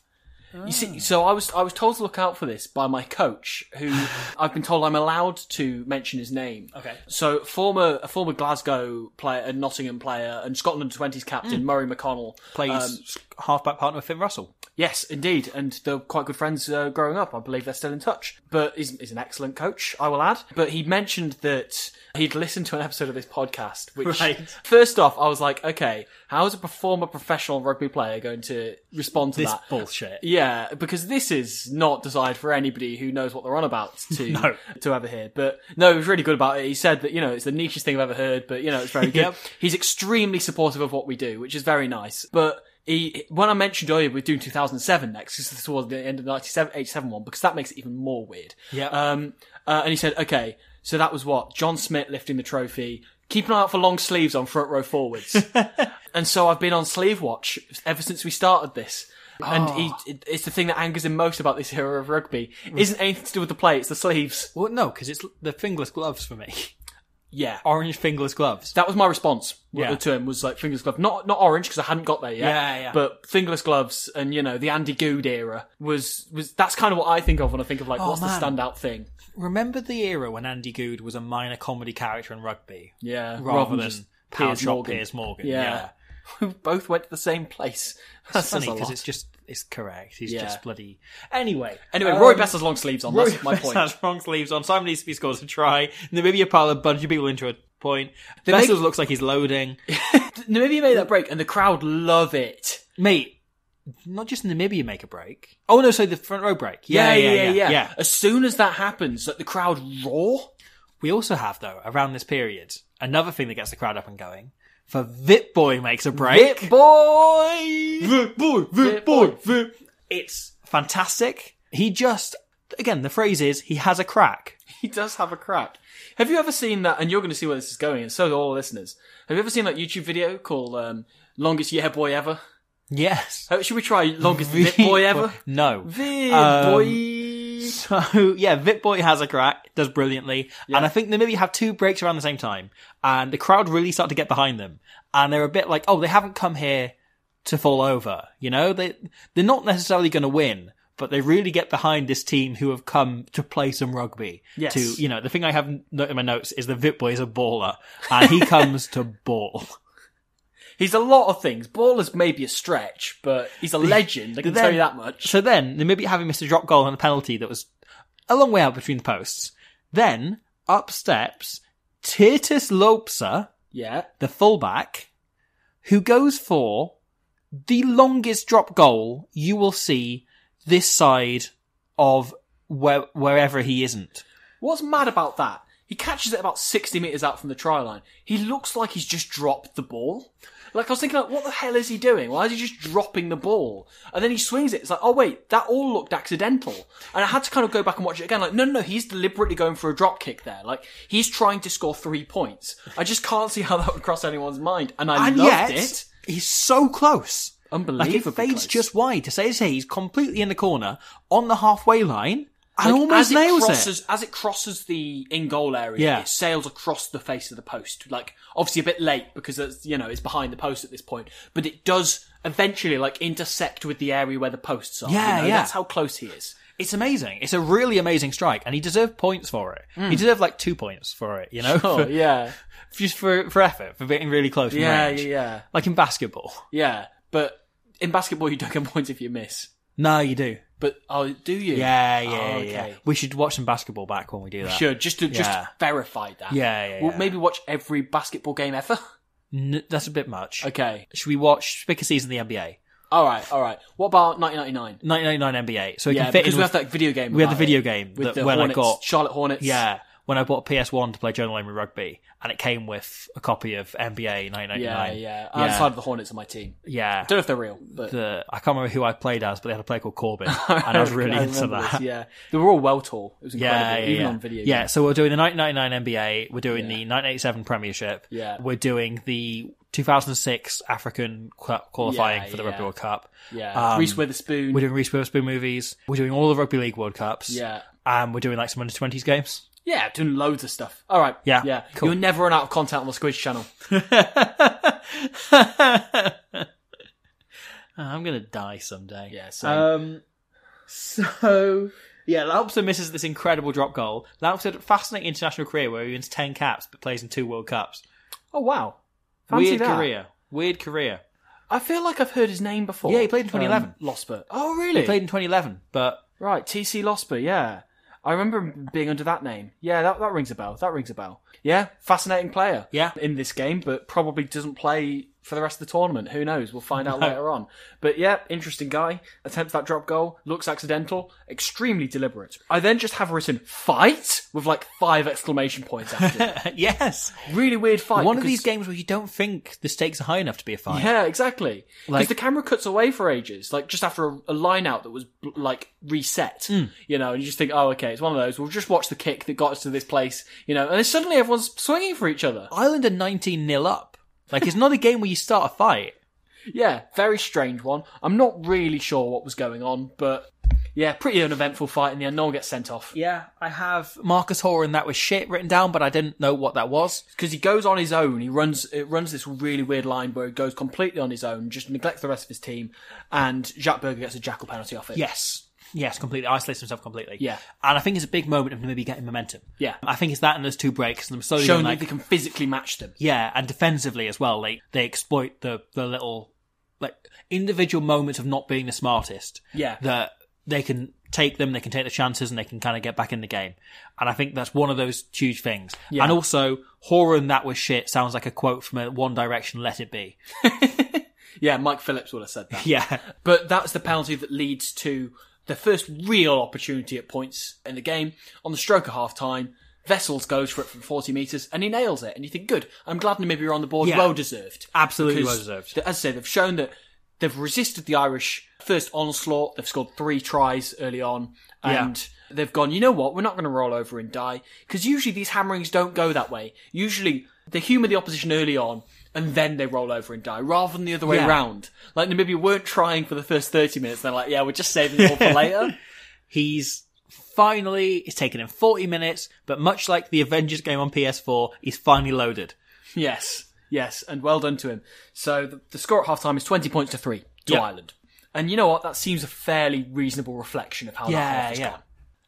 S3: You see, so I was I was told to look out for this by my coach, who I've been told I'm allowed to mention his name.
S2: Okay.
S3: So former a former Glasgow player, a Nottingham player, and Scotland 20s captain Murray McConnell
S2: Plays
S3: um,
S2: halfback partner with Finn Russell.
S3: Yes, indeed, and they're quite good friends uh, growing up. I believe they're still in touch. But is is an excellent coach, I will add. But he mentioned that he'd listened to an episode of this podcast. Which,
S2: Right.
S3: first off, I was like, okay, how is a former professional rugby player going to respond to
S2: This
S3: that?
S2: bullshit.
S3: Yeah, because this is not designed for anybody who knows what they're on about to
S2: No.
S3: to ever hear. But no, he was really good about it. He said that you know it's the nichest thing I've ever heard, but you know it's very good.
S2: Yep.
S3: He's extremely supportive of what we do, which is very nice. But he, when I mentioned earlier we're doing 2007 next, because this was the end of the 97, 87 one, because that makes it even more weird.
S2: Yep.
S3: Um, uh, and he said, okay, so that was what John Smith lifting the trophy. Keep an eye out for long sleeves on front row forwards. and so I've been on sleeve watch ever since we started this. And he, it- it's the thing that angers him most about this era of rugby. Isn't anything to do with the play; it's the sleeves.
S2: Well, no, because it's the fingerless gloves for me.
S3: Yeah,
S2: Orange fingerless gloves.
S3: that was my response
S2: Yeah.
S3: yeah. to him was like fingerless glove, not not orange because I hadn't got there yet.
S2: Yeah, yeah.
S3: But fingerless gloves and you know the Andy Goode era was was that's kind of what I think of when I think of like
S2: Oh,
S3: what's
S2: man.
S3: the standout thing.
S2: Remember the era when Andy Good was a minor comedy character in rugby,
S3: Yeah,
S2: rather
S3: than
S2: than
S3: just
S2: power
S3: Piers
S2: shot
S3: Morgan.
S2: Piers Morgan.
S3: Yeah.
S2: Yeah,
S3: We both went to the same place. That's
S2: it's funny
S3: a
S2: because
S3: lot.
S2: it's just it's correct. He's
S3: Yeah.
S2: just bloody. Anyway,
S3: anyway. Roy
S2: um,
S3: Best has long sleeves on.
S2: Roy
S3: that's my
S2: Best
S3: point.
S2: has wrong sleeves on. Simon needs to be scores a try. Namibia pile a bunch of people into a point.
S3: They
S2: Bessels
S3: make-
S2: looks like he's loading.
S3: Namibia made that break, and the crowd love it.
S2: Mate, not just Namibia make a break. Oh no, so the front row break.
S3: Yeah, yeah, yeah, yeah.
S2: yeah.
S3: As soon as that happens, like the crowd roar.
S2: We also have, though, around this period, another thing that gets the crowd up and going. For Vip Boy makes a break.
S3: Vip boy.
S2: Vip Boy,
S3: Vip Boy,
S2: Vip. It's fantastic. He just again, the phrase is he has a crack.
S3: He does have a crack. Have you ever seen that? And you're going to see where this is going, and so do all the listeners. Have you ever seen that YouTube video called um, "Longest Yeah Boy Ever"?
S2: Yes.
S3: Uh, should we try "Longest Vit Boy Ever"?
S2: No.
S3: Vit
S2: Um,
S3: Boy.
S2: So yeah, Vit Boy has a crack, does brilliantly, and I think they maybe have two breaks around the same time, and the crowd really start to get behind them, and they're a bit like, oh, they haven't come here to fall over, you know? They they're not necessarily going to win, but they really get behind this team who have come to play some rugby.
S3: Yes.
S2: To you know, the thing I have n- in my notes is the Vit Boy is a baller, and he comes to ball.
S3: He's a lot of things. Baller's maybe a stretch, but he's a legend. I can
S2: Then-
S3: tell you that much.
S2: So then they maybe having missed a drop goal and a penalty that was a long way out between the posts. Then up steps Titus Lopsa,
S3: Yeah.
S2: the fullback, who goes for the longest drop goal you will see this side of where, wherever he isn't.
S3: What's mad about that? He catches it about 60 metres out from the try line. He looks like he's just dropped the ball. Like, I was thinking, like, what the hell is he doing? Why is he just dropping the ball? And then he swings it. It's like, oh, wait, that all looked accidental. And I had to kind of go back and watch it again. Like, no, no, no, he's deliberately going for a drop kick there. Like, he's trying to score three points. I just can't see how that would cross anyone's mind. And I
S2: and
S3: loved
S2: yet,
S3: it.
S2: he's so close. Like it
S3: Unbelievably
S2: fades
S3: close.
S2: just wide to say, say he's completely in the corner on the halfway line and
S3: Like,
S2: almost
S3: as
S2: nails
S3: it
S2: it.
S3: crosses, As it crosses the in goal area,
S2: Yeah.
S3: it sails across the face of the post. Like obviously a bit late because it's, you know it's behind the post at this point, but it does eventually like intersect with the area where the posts are.
S2: Yeah,
S3: you know?
S2: yeah.
S3: That's how close he is.
S2: It's amazing. It's a really amazing strike, and he deserved points for it. He deserved like two points for it, you know,
S3: Oh
S2: for,
S3: Hmm. yeah,
S2: just for for effort, for being really close. from
S3: yeah, yeah,
S2: range.
S3: yeah,
S2: Like in basketball.
S3: yeah. But in basketball, you don't get points if you miss.
S2: No, you do.
S3: But oh, do you?
S2: Yeah, yeah,
S3: Oh, okay.
S2: yeah. We should watch some basketball back when we do that.
S3: Should just to just
S2: Yeah.
S3: verify that.
S2: Yeah, yeah,
S3: Well,
S2: yeah.
S3: maybe watch every basketball game ever.
S2: N- that's a bit much.
S3: okay.
S2: Should we watch pick a season in the NBA?
S3: All right. All right. What about 1999?
S2: 1999 NBA. So we
S3: Yeah,
S2: can fit
S3: because
S2: in
S3: we
S2: with-
S3: have that video game.
S2: we had the
S3: about
S2: video
S3: it,
S2: game
S3: with
S2: that
S3: the
S2: when I
S3: Hornets,
S2: got-
S3: Charlotte Hornets.
S2: Yeah, when I bought a PS1 to play Journal Amory Rugby, and it came with a copy of NBA 1999.
S3: yeah, yeah. Outside of the Hornets on my team.
S2: yeah.
S3: I don't know if they're real, but
S2: the I can't remember who I played as, but they had a player called Corbin, and I was really
S3: I
S2: into
S3: remember
S2: that.
S3: This, yeah, they were all well tall. It was incredible,
S2: Yeah, yeah,
S3: even
S2: yeah.
S3: on video.
S2: yeah,
S3: games.
S2: so we're doing the 1999 NBA, we're doing the 1987 Premiership,
S3: Yeah.
S2: we're doing the 2006 African qu- qualifying
S3: Yeah,
S2: for the
S3: yeah.
S2: Rugby World Cup.
S3: yeah.
S2: Um,
S3: Reese Witherspoon.
S2: We're doing Reese Witherspoon movies. We're doing all the Rugby League World Cups.
S3: Yeah.
S2: and we're doing like some under 20s games.
S3: yeah, doing loads of stuff. All right.
S2: Yeah,
S3: yeah.
S2: cool.
S3: You'll never run out of content on the Squidge channel.
S2: I'm gonna die someday.
S3: Yeah, same.
S2: Um. So yeah, Laupsa misses this incredible drop goal. Laupsa had a fascinating international career where he wins ten caps but plays in two World Cups.
S3: Oh wow, Fancy
S2: Weird
S3: that.
S2: career. Weird career.
S3: I feel like I've heard his name before.
S2: Yeah, he played in 2011.
S3: Um, Losper. Oh really?
S2: He played in 2011, but
S3: Right, TC Losper, yeah. I remember him being under that name. Yeah, that, that rings a bell. That rings a bell. Yeah, fascinating player.
S2: Yeah.
S3: In this game, but probably doesn't play for the rest of the tournament. Who knows? We'll find out later on. But yeah, interesting guy. Attempts that drop goal. Looks accidental. Extremely deliberate. I then just have written fight with like five exclamation points after it.
S2: yes,
S3: Really weird fight.
S2: one of
S3: because-
S2: these games where you don't think the stakes are high enough to be a fight.
S3: yeah, exactly. Because
S2: Like-
S3: the camera cuts away for ages, like just after a, a line out that was bl- like reset,
S2: Hmm.
S3: you know, and you just think, oh, okay, it's one of those. We'll just watch the kick that got us to this place, you know, and then suddenly everyone's swinging for each other.
S2: Ireland are 19 nil up. Like it's not a game where you start a fight.
S3: Yeah, very strange one. I'm not really sure what was going on, but yeah, pretty uneventful fight in the end. No one gets sent off
S2: Yeah, I have Marcus Horan. That was shit written down, but I didn't know what that was.
S3: because he goes on his own. He runs, it runs this really weird line where he goes completely on his own, just neglects the rest of his team, and Jack Berger gets a jackal penalty off it.
S2: Yes. Yes, completely. Isolates himself completely.
S3: Yeah.
S2: And I think it's a big moment of maybe getting momentum.
S3: Yeah.
S2: I think it's that and those two breaks and them slowly
S3: showing
S2: like,
S3: that they can physically match them.
S2: yeah, and defensively as well. They, they exploit the, the little, like, individual moments of not being the smartest.
S3: Yeah.
S2: That they can take them, they can take the chances and they can kind of get back in the game. And I think that's one of those huge things.
S3: Yeah.
S2: And also, Horan, that was shit sounds like a quote from a One Direction, let it be.
S3: Yeah, Mike Phillips would have said that.
S2: Yeah.
S3: But that's the penalty that leads to the first real opportunity at points in the game. On the stroke of half time, Vessels goes for it from 40 metres and he nails it. And you think, good, I'm glad Namibia are on the board.
S2: Yeah.
S3: Well deserved.
S2: Absolutely
S3: Because,
S2: well deserved.
S3: th- As I say, they've shown that They've resisted the Irish first onslaught. They've scored three tries early on,
S2: Yeah.
S3: and they've gone. You know what? We're not going to roll over and die because usually these hammerings don't go that way. Usually they humour the opposition early on. And then they roll over and die, rather than the other way
S2: Yeah.
S3: round. Like Namibia weren't trying for the first thirty minutes. They're like, "Yeah, we're just saving it all for later."
S2: He's finally, it's taken him 40 minutes, but much like the Avengers game on PS4, he's finally loaded.
S3: Yes, yes, and well done to him. So the, the score at half time is 20 points to three to
S2: Yeah.
S3: Ireland. And you know what? That seems a fairly reasonable reflection of how that
S2: Yeah,
S3: half has
S2: yeah.
S3: gone.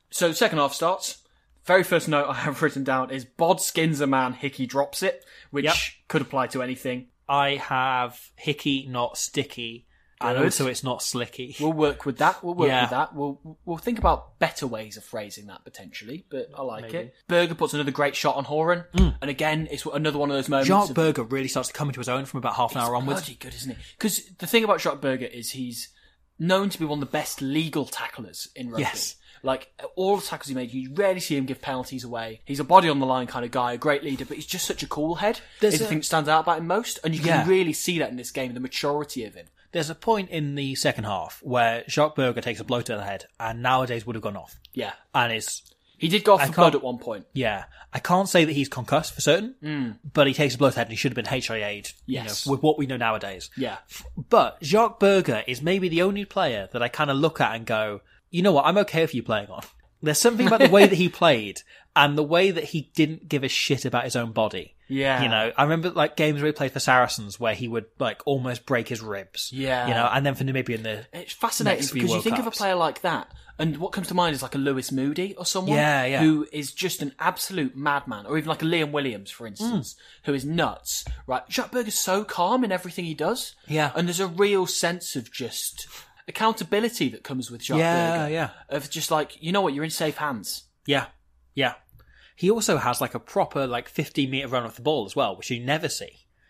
S3: So the second half starts. Very first note I have written down is Bod skins a man, Hickey drops it, which
S2: Yep.
S3: could apply to anything.
S2: I have Hickey, not Sticky, and
S3: Good.
S2: also it's not Slicky.
S3: We'll work with that. We'll work
S2: Yeah.
S3: with that. We'll we'll think about better ways of phrasing that potentially, but I like it. Berger puts another great shot on Horan,
S2: Mm.
S3: and again, it's another one of those moments.
S2: Jacques
S3: of-
S2: Berger really starts to come into his own from about half an hour onwards.
S3: um, bloody good, isn't he? Because the thing about Schotberger is he's known to be one of the best legal tacklers in rugby.
S2: Yes.
S3: Like all the tackles he made, you rarely see him give penalties away. He's a body on the line kind of guy, a great leader, but he's just such a cool head.
S2: There's
S3: There's is the
S2: a-
S3: thing that stands out about him most, and you
S2: Yeah.
S3: can really see that in this game, the maturity of him.
S2: There's a point in the second half where Jacques Berger takes a blow to the head, and nowadays would have gone off.
S3: Yeah,
S2: And it's
S3: he did go off
S2: I
S3: for blood
S2: can't-
S3: at one point.
S2: Yeah, I can't say that he's concussed for certain, but he takes a blow to the head and he should have been HIA'd.
S3: Hmm. Yes.
S2: you know, with what we know nowadays.
S3: Yeah,
S2: But Jacques Berger is maybe the only player that I kind of look at and go, you know what, I'm okay with you playing on. There's something about the way that he played and the way that he didn't give a shit about his own body.
S3: Yeah.
S2: You know, I remember like games where he played for Saracens where he would like almost break his ribs.
S3: Yeah.
S2: You know, and then for Namibia in the
S3: It's fascinating
S2: next few
S3: because you
S2: World
S3: think of a
S2: Cups.
S3: player like that, and what comes to mind is like a Lewis Moody or someone
S2: Yeah, yeah.
S3: who is just an absolute madman, or even like a Liam Williams, for instance,
S2: Hmm.
S3: who is nuts. Right, Schattberg is so calm in everything he does.
S2: Yeah.
S3: and there's a real sense of just accountability that comes with Schattberg.
S2: Yeah, yeah.
S3: Of just like you know what, you're in safe hands.
S2: Yeah, yeah. He also has like a proper like 15 meter run with the ball as well, which you never see.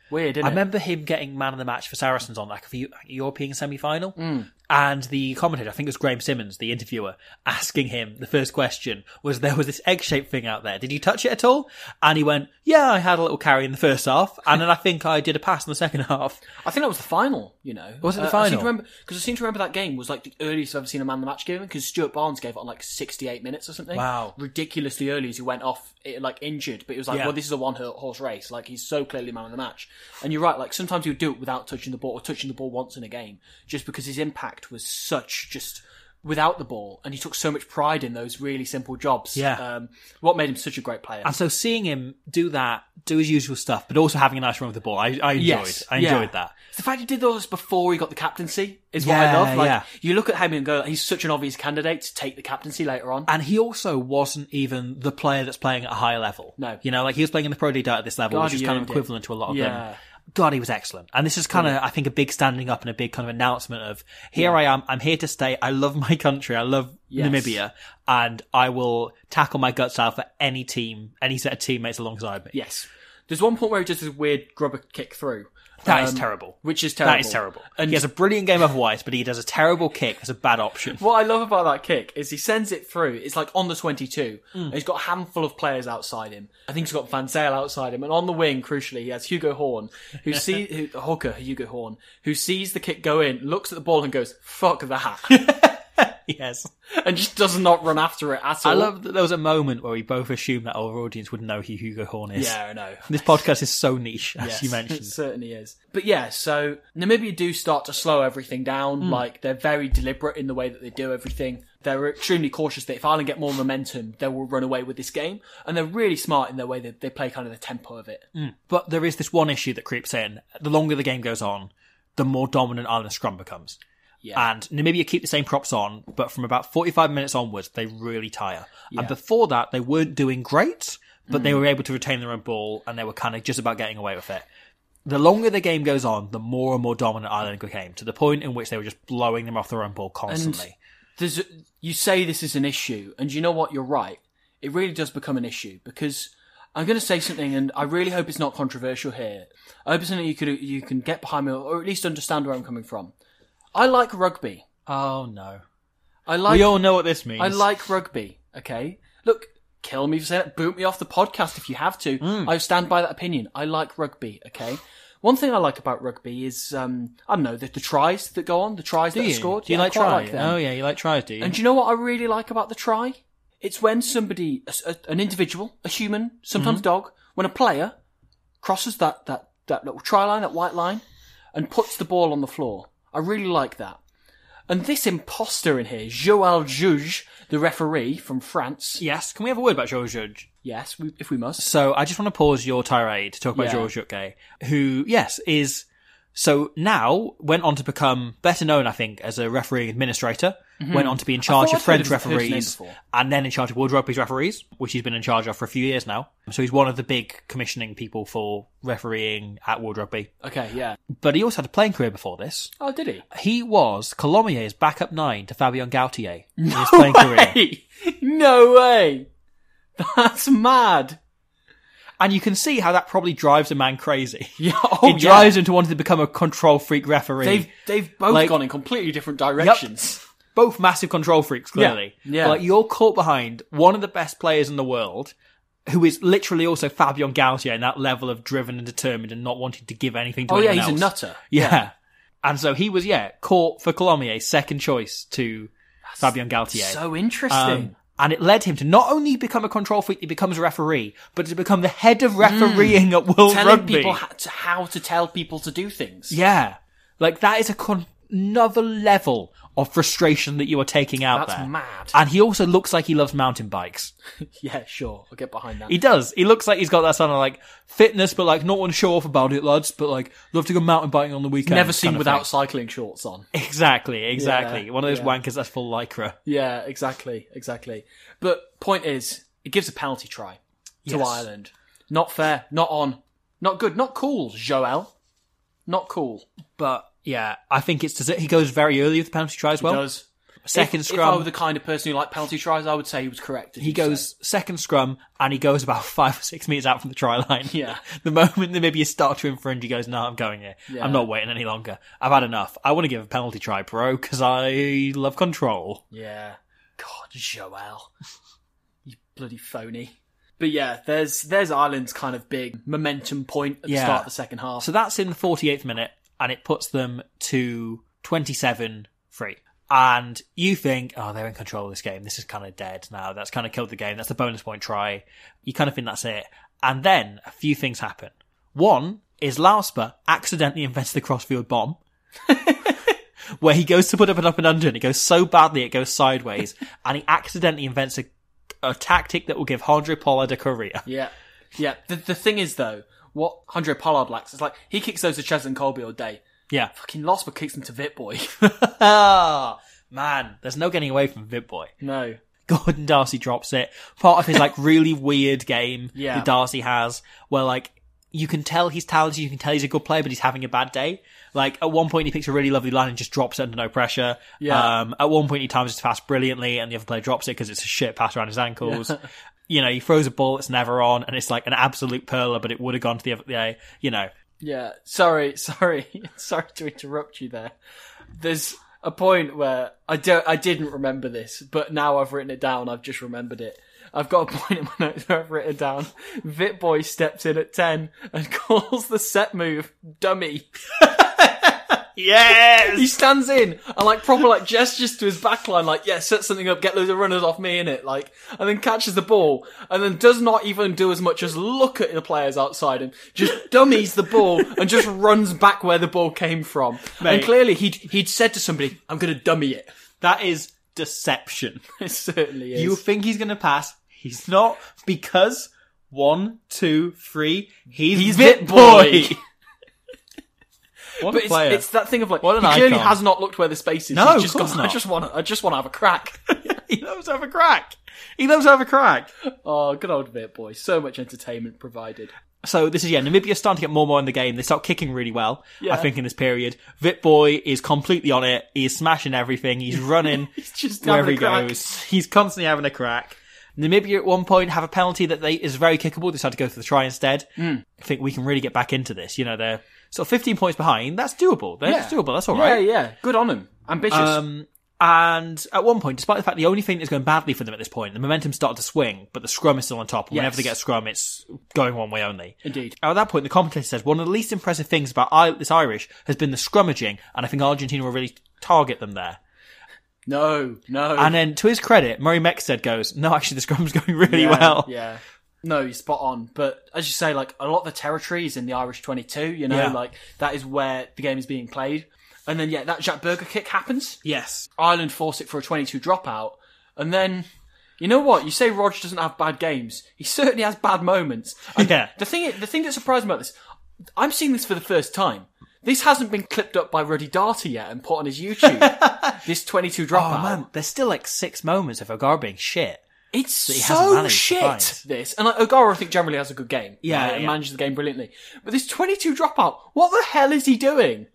S3: Weird, isn't
S2: I
S3: it?
S2: remember him getting man of the match for Saracens on like a few- European semi final,
S3: Mm.
S2: and the commentator, I think it was Graham Simmons, the interviewer, asking him the first question was there was this egg shaped thing out there. Did you touch it at all? And he went, Yeah, I had a little carry in the first half, and then I think I did a pass in the second half.
S3: I think that was the final. You know, Uh,
S2: Was it the
S3: I seem
S2: final?
S3: to remember because I seem to remember that game was like the earliest I've ever seen a man the match given because Stuart Barnes gave it on like sixty-eight minutes or something.
S2: Wow.
S3: ridiculously early as he went off eh, like injured, but it was like,
S2: Yeah.
S3: well, this is a one-horse race. Like he's so clearly man of the match, and you're right. Like sometimes he would do it without touching the ball or touching the ball once in a game, just because his impact was such just. Without the ball, and he took so much pride in those really simple jobs.
S2: Yeah.
S3: um, what made him such a great player?
S2: And so seeing him do that, do his usual stuff, but also having a nice run with the ball, I, I enjoyed.
S3: Yes,
S2: I
S3: yeah.
S2: enjoyed that.
S3: It's the fact he did those before he got the captaincy is what I
S2: Yeah,
S3: love. Like
S2: yeah.
S3: you look at him and go, he's such an obvious candidate to take the captaincy later on.
S2: And he also wasn't even the player that's playing at a high level.
S3: No.
S2: You know, like he was playing in the Pro League at this level,
S3: God,
S2: which is
S3: he
S2: kind of
S3: earned it.
S2: equivalent to a lot of
S3: Yeah.
S2: them. God, he was excellent. And this is kind of, I think, a big standing up and a big kind of announcement of, here I am, I'm here to stay, I love my country, I love
S3: Yes.
S2: Namibia, and I will tackle my guts out for any team, any set of teammates alongside me.
S3: yes, there's one point where he does this weird grubber kick through.
S2: That
S3: That
S2: is
S3: is
S2: terrible.
S3: Which is terrible.
S2: That Um, is terrible.
S3: And
S2: he has a brilliant game otherwise, but he does a terrible kick. That's a bad option.
S3: what I love about that kick is he sends it through. It's like on the 22. And he's got a handful of players outside him. I think he's got Van Zale outside him. And on the wing, crucially, he has Hugo Horn, who sees, who, the hooker, Hugo Horn, who sees the kick go in, looks at the ball and goes, fuck that.
S2: yes.
S3: and just does not run after it at all.
S2: I love that there was a moment where we both assumed that our audience would know who Hugo Horn is.
S3: Yeah, I know.
S2: This podcast is so niche, as you
S3: It
S2: mentioned.
S3: certainly is. But yeah, so Namibia do start to slow everything down.
S2: Hmm.
S3: Like they're very deliberate in the way that they do everything. They're extremely cautious that if Ireland get more momentum, they will run away with this game. And they're really smart in their way that they play kind of the tempo of it.
S2: But there is this one issue that creeps in. The longer the game goes on, the more dominant Ireland's scrum becomes.
S3: Yeah.
S2: And Namibia keep the same props on, but from about 45 minutes onwards, they really tire. And before that, they weren't doing great, but they were able to retain their own ball and they were kind of just about getting away with it. The longer the game goes on, the more and more dominant Ireland became to the point in which they were just blowing them off their own ball constantly.
S3: There's, you say this is an issue, and you know what? You're right. It really does become an issue because I'm going to say something, and I really hope it's not controversial here. I hope it's something you could you can get behind me, or at least understand where I'm coming from. I like rugby.
S2: oh no.
S3: I like.
S2: we all know what this means.
S3: I like rugby. Okay, look, kill
S2: Hmm.
S3: me for saying that. Boot me off the podcast if you have to. I stand by that opinion. I like rugby. Okay, One thing I like about rugby is, um, I don't know, the, the tries that go on, the tries
S2: Do
S3: that
S2: you?
S3: are scored.
S2: Do you
S3: Yeah, I
S2: like
S3: quite
S2: try?
S3: them.
S2: oh yeah, you like try, do you?
S3: And do you know what I really like about the try? It's when somebody, a s- a- an individual, a human, sometimes
S2: Mm-hmm.
S3: dog, when a player crosses that, that, that little try line, that white line, and puts the ball on the floor. I really like that. And this imposter in here, Joël Juge, the referee from France.
S2: yes. Can we have a word about George Judge?
S3: Yes, we, if we must.
S2: So I just want to pause your tirade to talk about
S3: Yeah.
S2: George Yutke, who, yes, is so now went on to become better known, I think, as a referee administrator. Went on to be in charge
S3: Mm-hmm. thought
S2: of
S3: I'd heard
S2: French
S3: of- heard his name
S2: referees
S3: before.
S2: and then in charge of World Rugby's referees, which he's been in charge of for a few years now. So he's one of the big commissioning people for refereeing at World Rugby.
S3: Okay, yeah.
S2: But he also had a playing career before this.
S3: Oh, did he?
S2: He was Colomier's backup nine to Fabien Gaultier in his playing career.
S3: Hey! No way! That's mad!
S2: And you can see how that probably drives a man crazy.
S3: Yeah, oh,
S2: it drives him to wanting to become a control freak referee.
S3: They've, they've both
S2: Like-
S3: gone in completely different directions.
S2: both massive control freaks, clearly.
S3: Yeah.
S2: But, like you're caught behind one of the best players in the world, who is literally also Fabian Gaultier in that level of driven and determined and not wanting to give anything to
S3: Oh, yeah,
S2: anyone
S3: he's a
S2: else.
S3: nutter.
S2: Yeah. And so he was, yeah, caught for Colomier's second choice to Fabian Gaultier.
S3: So interesting.
S2: Um, and it led him to not only become a control freak, he becomes a referee, but to become the head of refereeing at World
S3: Mm. Telling
S2: Rugby.
S3: people how to, how to tell people to do things.
S2: yeah. Like that is a con- another level of frustration that you are taking out
S3: That's
S2: there.
S3: mad.
S2: And he also looks like he loves mountain bikes.
S3: Yeah, sure. I'll get behind that.
S2: He does. He looks like he's got that sort of like fitness, but like not want to show off about it, lads. But like love to go mountain biking on the weekend.
S3: Never seen
S2: kind of
S3: without
S2: thing.
S3: cycling shorts on.
S2: Exactly, exactly.
S3: Yeah,
S2: One of those
S3: yeah.
S2: wankers that's full lycra.
S3: yeah, exactly, exactly. But point is, it gives a penalty try to
S2: Yes.
S3: Ireland. Not fair. Not on. Not good. Not cool, Joel. Not cool.
S2: But yeah, I think it's he goes very early with the penalty try as well.
S3: Does
S2: Second
S3: if, If I
S2: scrum.
S3: were the kind of person who liked penalty tries, I would say he was correct. did
S2: he
S3: you
S2: goes
S3: say?
S2: second scrum and he goes about five or six meters out from the try line.
S3: Yeah.
S2: the moment that maybe you start to infringe, he goes, "No, I'm going here.
S3: Yeah.
S2: I'm not waiting any longer. I've had enough. I want to give a penalty try, bro, because I love control."
S3: Yeah. God, Joel. you bloody phony. But yeah, there's there's Ireland's kind of big momentum point at
S2: Yeah.
S3: the start of the second half.
S2: So that's in the 48th minute, and it puts them to 27 3. And you think, oh, they're in control of this game. This is kind of dead now. That's kind of killed the game. That's the bonus point try. You kind of think that's it. And then a few things happen. One is Lausper accidentally invents the crossfield bomb. Where he goes to put up and up and under, and it goes so badly it goes sideways, and he accidentally invents a, a tactic that will give Andre Pollard a career.
S3: Yeah, yeah. The the thing is though, what Andre Pollard lacks is like he kicks those to Cheslin Colby all day.
S2: Yeah.
S3: Fucking Losper kicks them to Vitboy.
S2: Ah, man, there's no getting away from Vip Boy.
S3: no,
S2: Gordon Darcy drops it. Part of his like really weird game
S3: Yeah.
S2: that Darcy has, where like you can tell he's talented, you can tell he's a good player, but he's having a bad day. Like at one point he picks a really lovely line and just drops it under no pressure.
S3: Yeah.
S2: Um, at one point he times his pass brilliantly, and the other player drops it because it's a shit pass around his ankles. You know, he throws a ball that's never on, and it's like an absolute perler, but it would have gone to the other. Yeah, you know,
S3: yeah. Sorry, sorry, sorry to interrupt you there. There's a point where I don't, I didn't remember this, but now I've written it down. I've just remembered it. I've got a point in my notes where I've written it down. Vitboy steps in at ten and calls the set move dummy.
S2: yes,
S3: he stands in and like proper like gestures to his backline, like yeah, set something up, get loads of runners off me in it, like, and then catches the ball and then does not even do as much as look at the players outside him, just dummies the ball and just runs back where the ball came from.
S2: Mate.
S3: And clearly he'd he'd said to somebody, "I'm going to dummy it."
S2: that is deception.
S3: It certainly is.
S2: You think he's going to pass. He's not because one, two, three. He's,
S3: He's
S2: Vit
S3: Vit Boy.
S2: Boy. what
S3: but it's, it's that thing of like
S2: What an
S3: he clearly
S2: icon.
S3: has not looked where the space is.
S2: No,
S3: He's
S2: of
S3: just
S2: course
S3: gone,
S2: not.
S3: I just want to. I just want to have a crack.
S2: he loves to have a crack. He loves to have a crack.
S3: oh, good old Vit Boy. So much entertainment provided.
S2: So this is yeah, Namibia starting to get more and more in the game. They start kicking really well.
S3: Yeah.
S2: I think in this period, Vit Boy is completely on it. He's smashing everything. He's running
S3: He's just having
S2: wherever
S3: a
S2: he
S3: crack.
S2: goes. He's constantly having a crack. Namibia at one point have a penalty that they is very kickable. They decide to go for the try instead.
S3: Hmm.
S2: I think we can really get back into this. You know, they're sort of 15 points behind. That's doable. That's doable. That's all right.
S3: Yeah, yeah. Good on him. Ambitious.
S2: Um, And at one point, despite the fact the only thing that's going badly for them at this point, the momentum started to swing, but the scrum is still on top. Whenever
S3: Yes.
S2: they get a scrum, it's going one way only.
S3: Indeed.
S2: At that point, the commentator says one of the least impressive things about I- this Irish has been the scrummaging, and I think Argentina will really target them there.
S3: No, no.
S2: And then, to his credit, Murray Mexted goes, "No, actually, the scrum's going really
S3: yeah,
S2: well."
S3: Yeah. No, you're spot on. But as you say, like a lot of the territory is in the Irish 22, you know,
S2: Yeah.
S3: like that is where the game is being played. And then, yeah, that Jack Burger kick happens.
S2: Yes.
S3: Ireland force it for a 22 dropout. And then, you know what? You say Rog doesn't have bad games. He certainly has bad moments. And
S2: Yeah.
S3: The thing, the thing that surprised me about this, I'm seeing this for the first time. This hasn't been clipped up by Ruddy Darty yet and put on his YouTube. this 22 dropout.
S2: Oh man, there's still like six moments of Ogar being shit.
S3: It's
S2: that he hasn't
S3: so
S2: managed to
S3: shit.
S2: find.
S3: This and like, Ogara, I think generally has a good game.
S2: Yeah,
S3: Right,
S2: yeah,
S3: and
S2: yeah.
S3: manages the game brilliantly. But this twenty-two dropout, what the hell is he doing?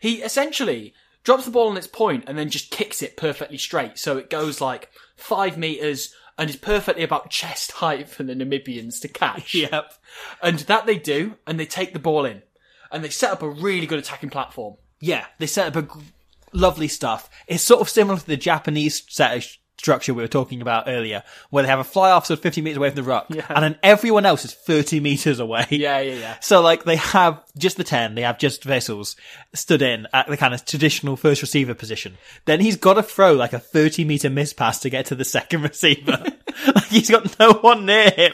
S3: he essentially drops the ball on its point and then just kicks it perfectly straight, so it goes like five meters and is perfectly about chest height for the Namibians to catch.
S2: Yep.
S3: and that they do, and they take the ball in, and they set up a really good attacking platform.
S2: Yeah, they set up a gr- lovely stuff. It's sort of similar to the Japanese set of sh- structure we were talking about earlier, where they have a fly off sort of 50 meters away from the ruck, and then everyone else is 30 meters away.
S3: Yeah, yeah, yeah.
S2: So like they have just the 10, they have just Vessels stood in at the kind of traditional first receiver position. Then he's got to throw like a 30 meter miss pass to get to the second receiver. like he's got no one near him.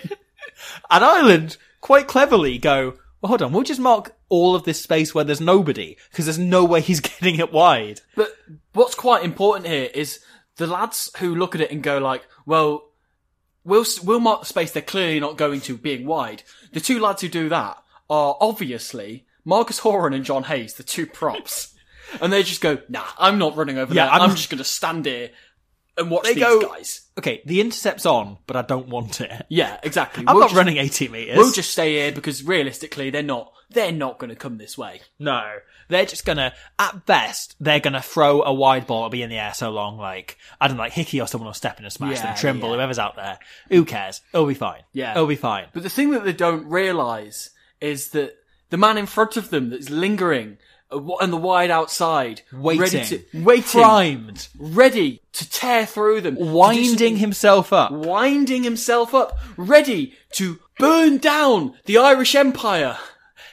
S2: And Ireland quite cleverly go, well, hold on, we'll just mark all of this space where there's nobody because there's no way he's getting it wide.
S3: But what's quite important here is the lads who look at it and go like, well, we'll, we'll mark the space they're clearly not going to being wide. The two lads who do that are obviously Marcus Horan and John Hayes, the two props. and they just go, nah, I'm not running over
S2: Yeah,
S3: there. I'm,
S2: I'm-
S3: just going to stand here and watch
S2: They
S3: these
S2: go-
S3: guys.
S2: Okay, the intercept's on, but I don't want it.
S3: Yeah, exactly.
S2: I'm
S3: We'll
S2: not
S3: just-
S2: running 80 meters.
S3: We'll just stay here because realistically, they're not, they're not going to come this way.
S2: No. They're just gonna, at best, they're gonna throw a wide ball and be in the air so long, like, I don't know, like Hickey or someone will step in and smash
S3: Yeah,
S2: them, Trimble,
S3: yeah.
S2: whoever's out there. Who cares? It'll be fine.
S3: Yeah.
S2: It'll be fine.
S3: But the thing that they don't realise is that the man in front of them that's lingering uh, wa- on the wide outside,
S2: Waiting.
S3: ready to, waiting,
S2: Primed.
S3: ready to tear through them, to do
S2: Winding
S3: something-
S2: himself up.
S3: winding himself up, ready to burn down the Irish Empire.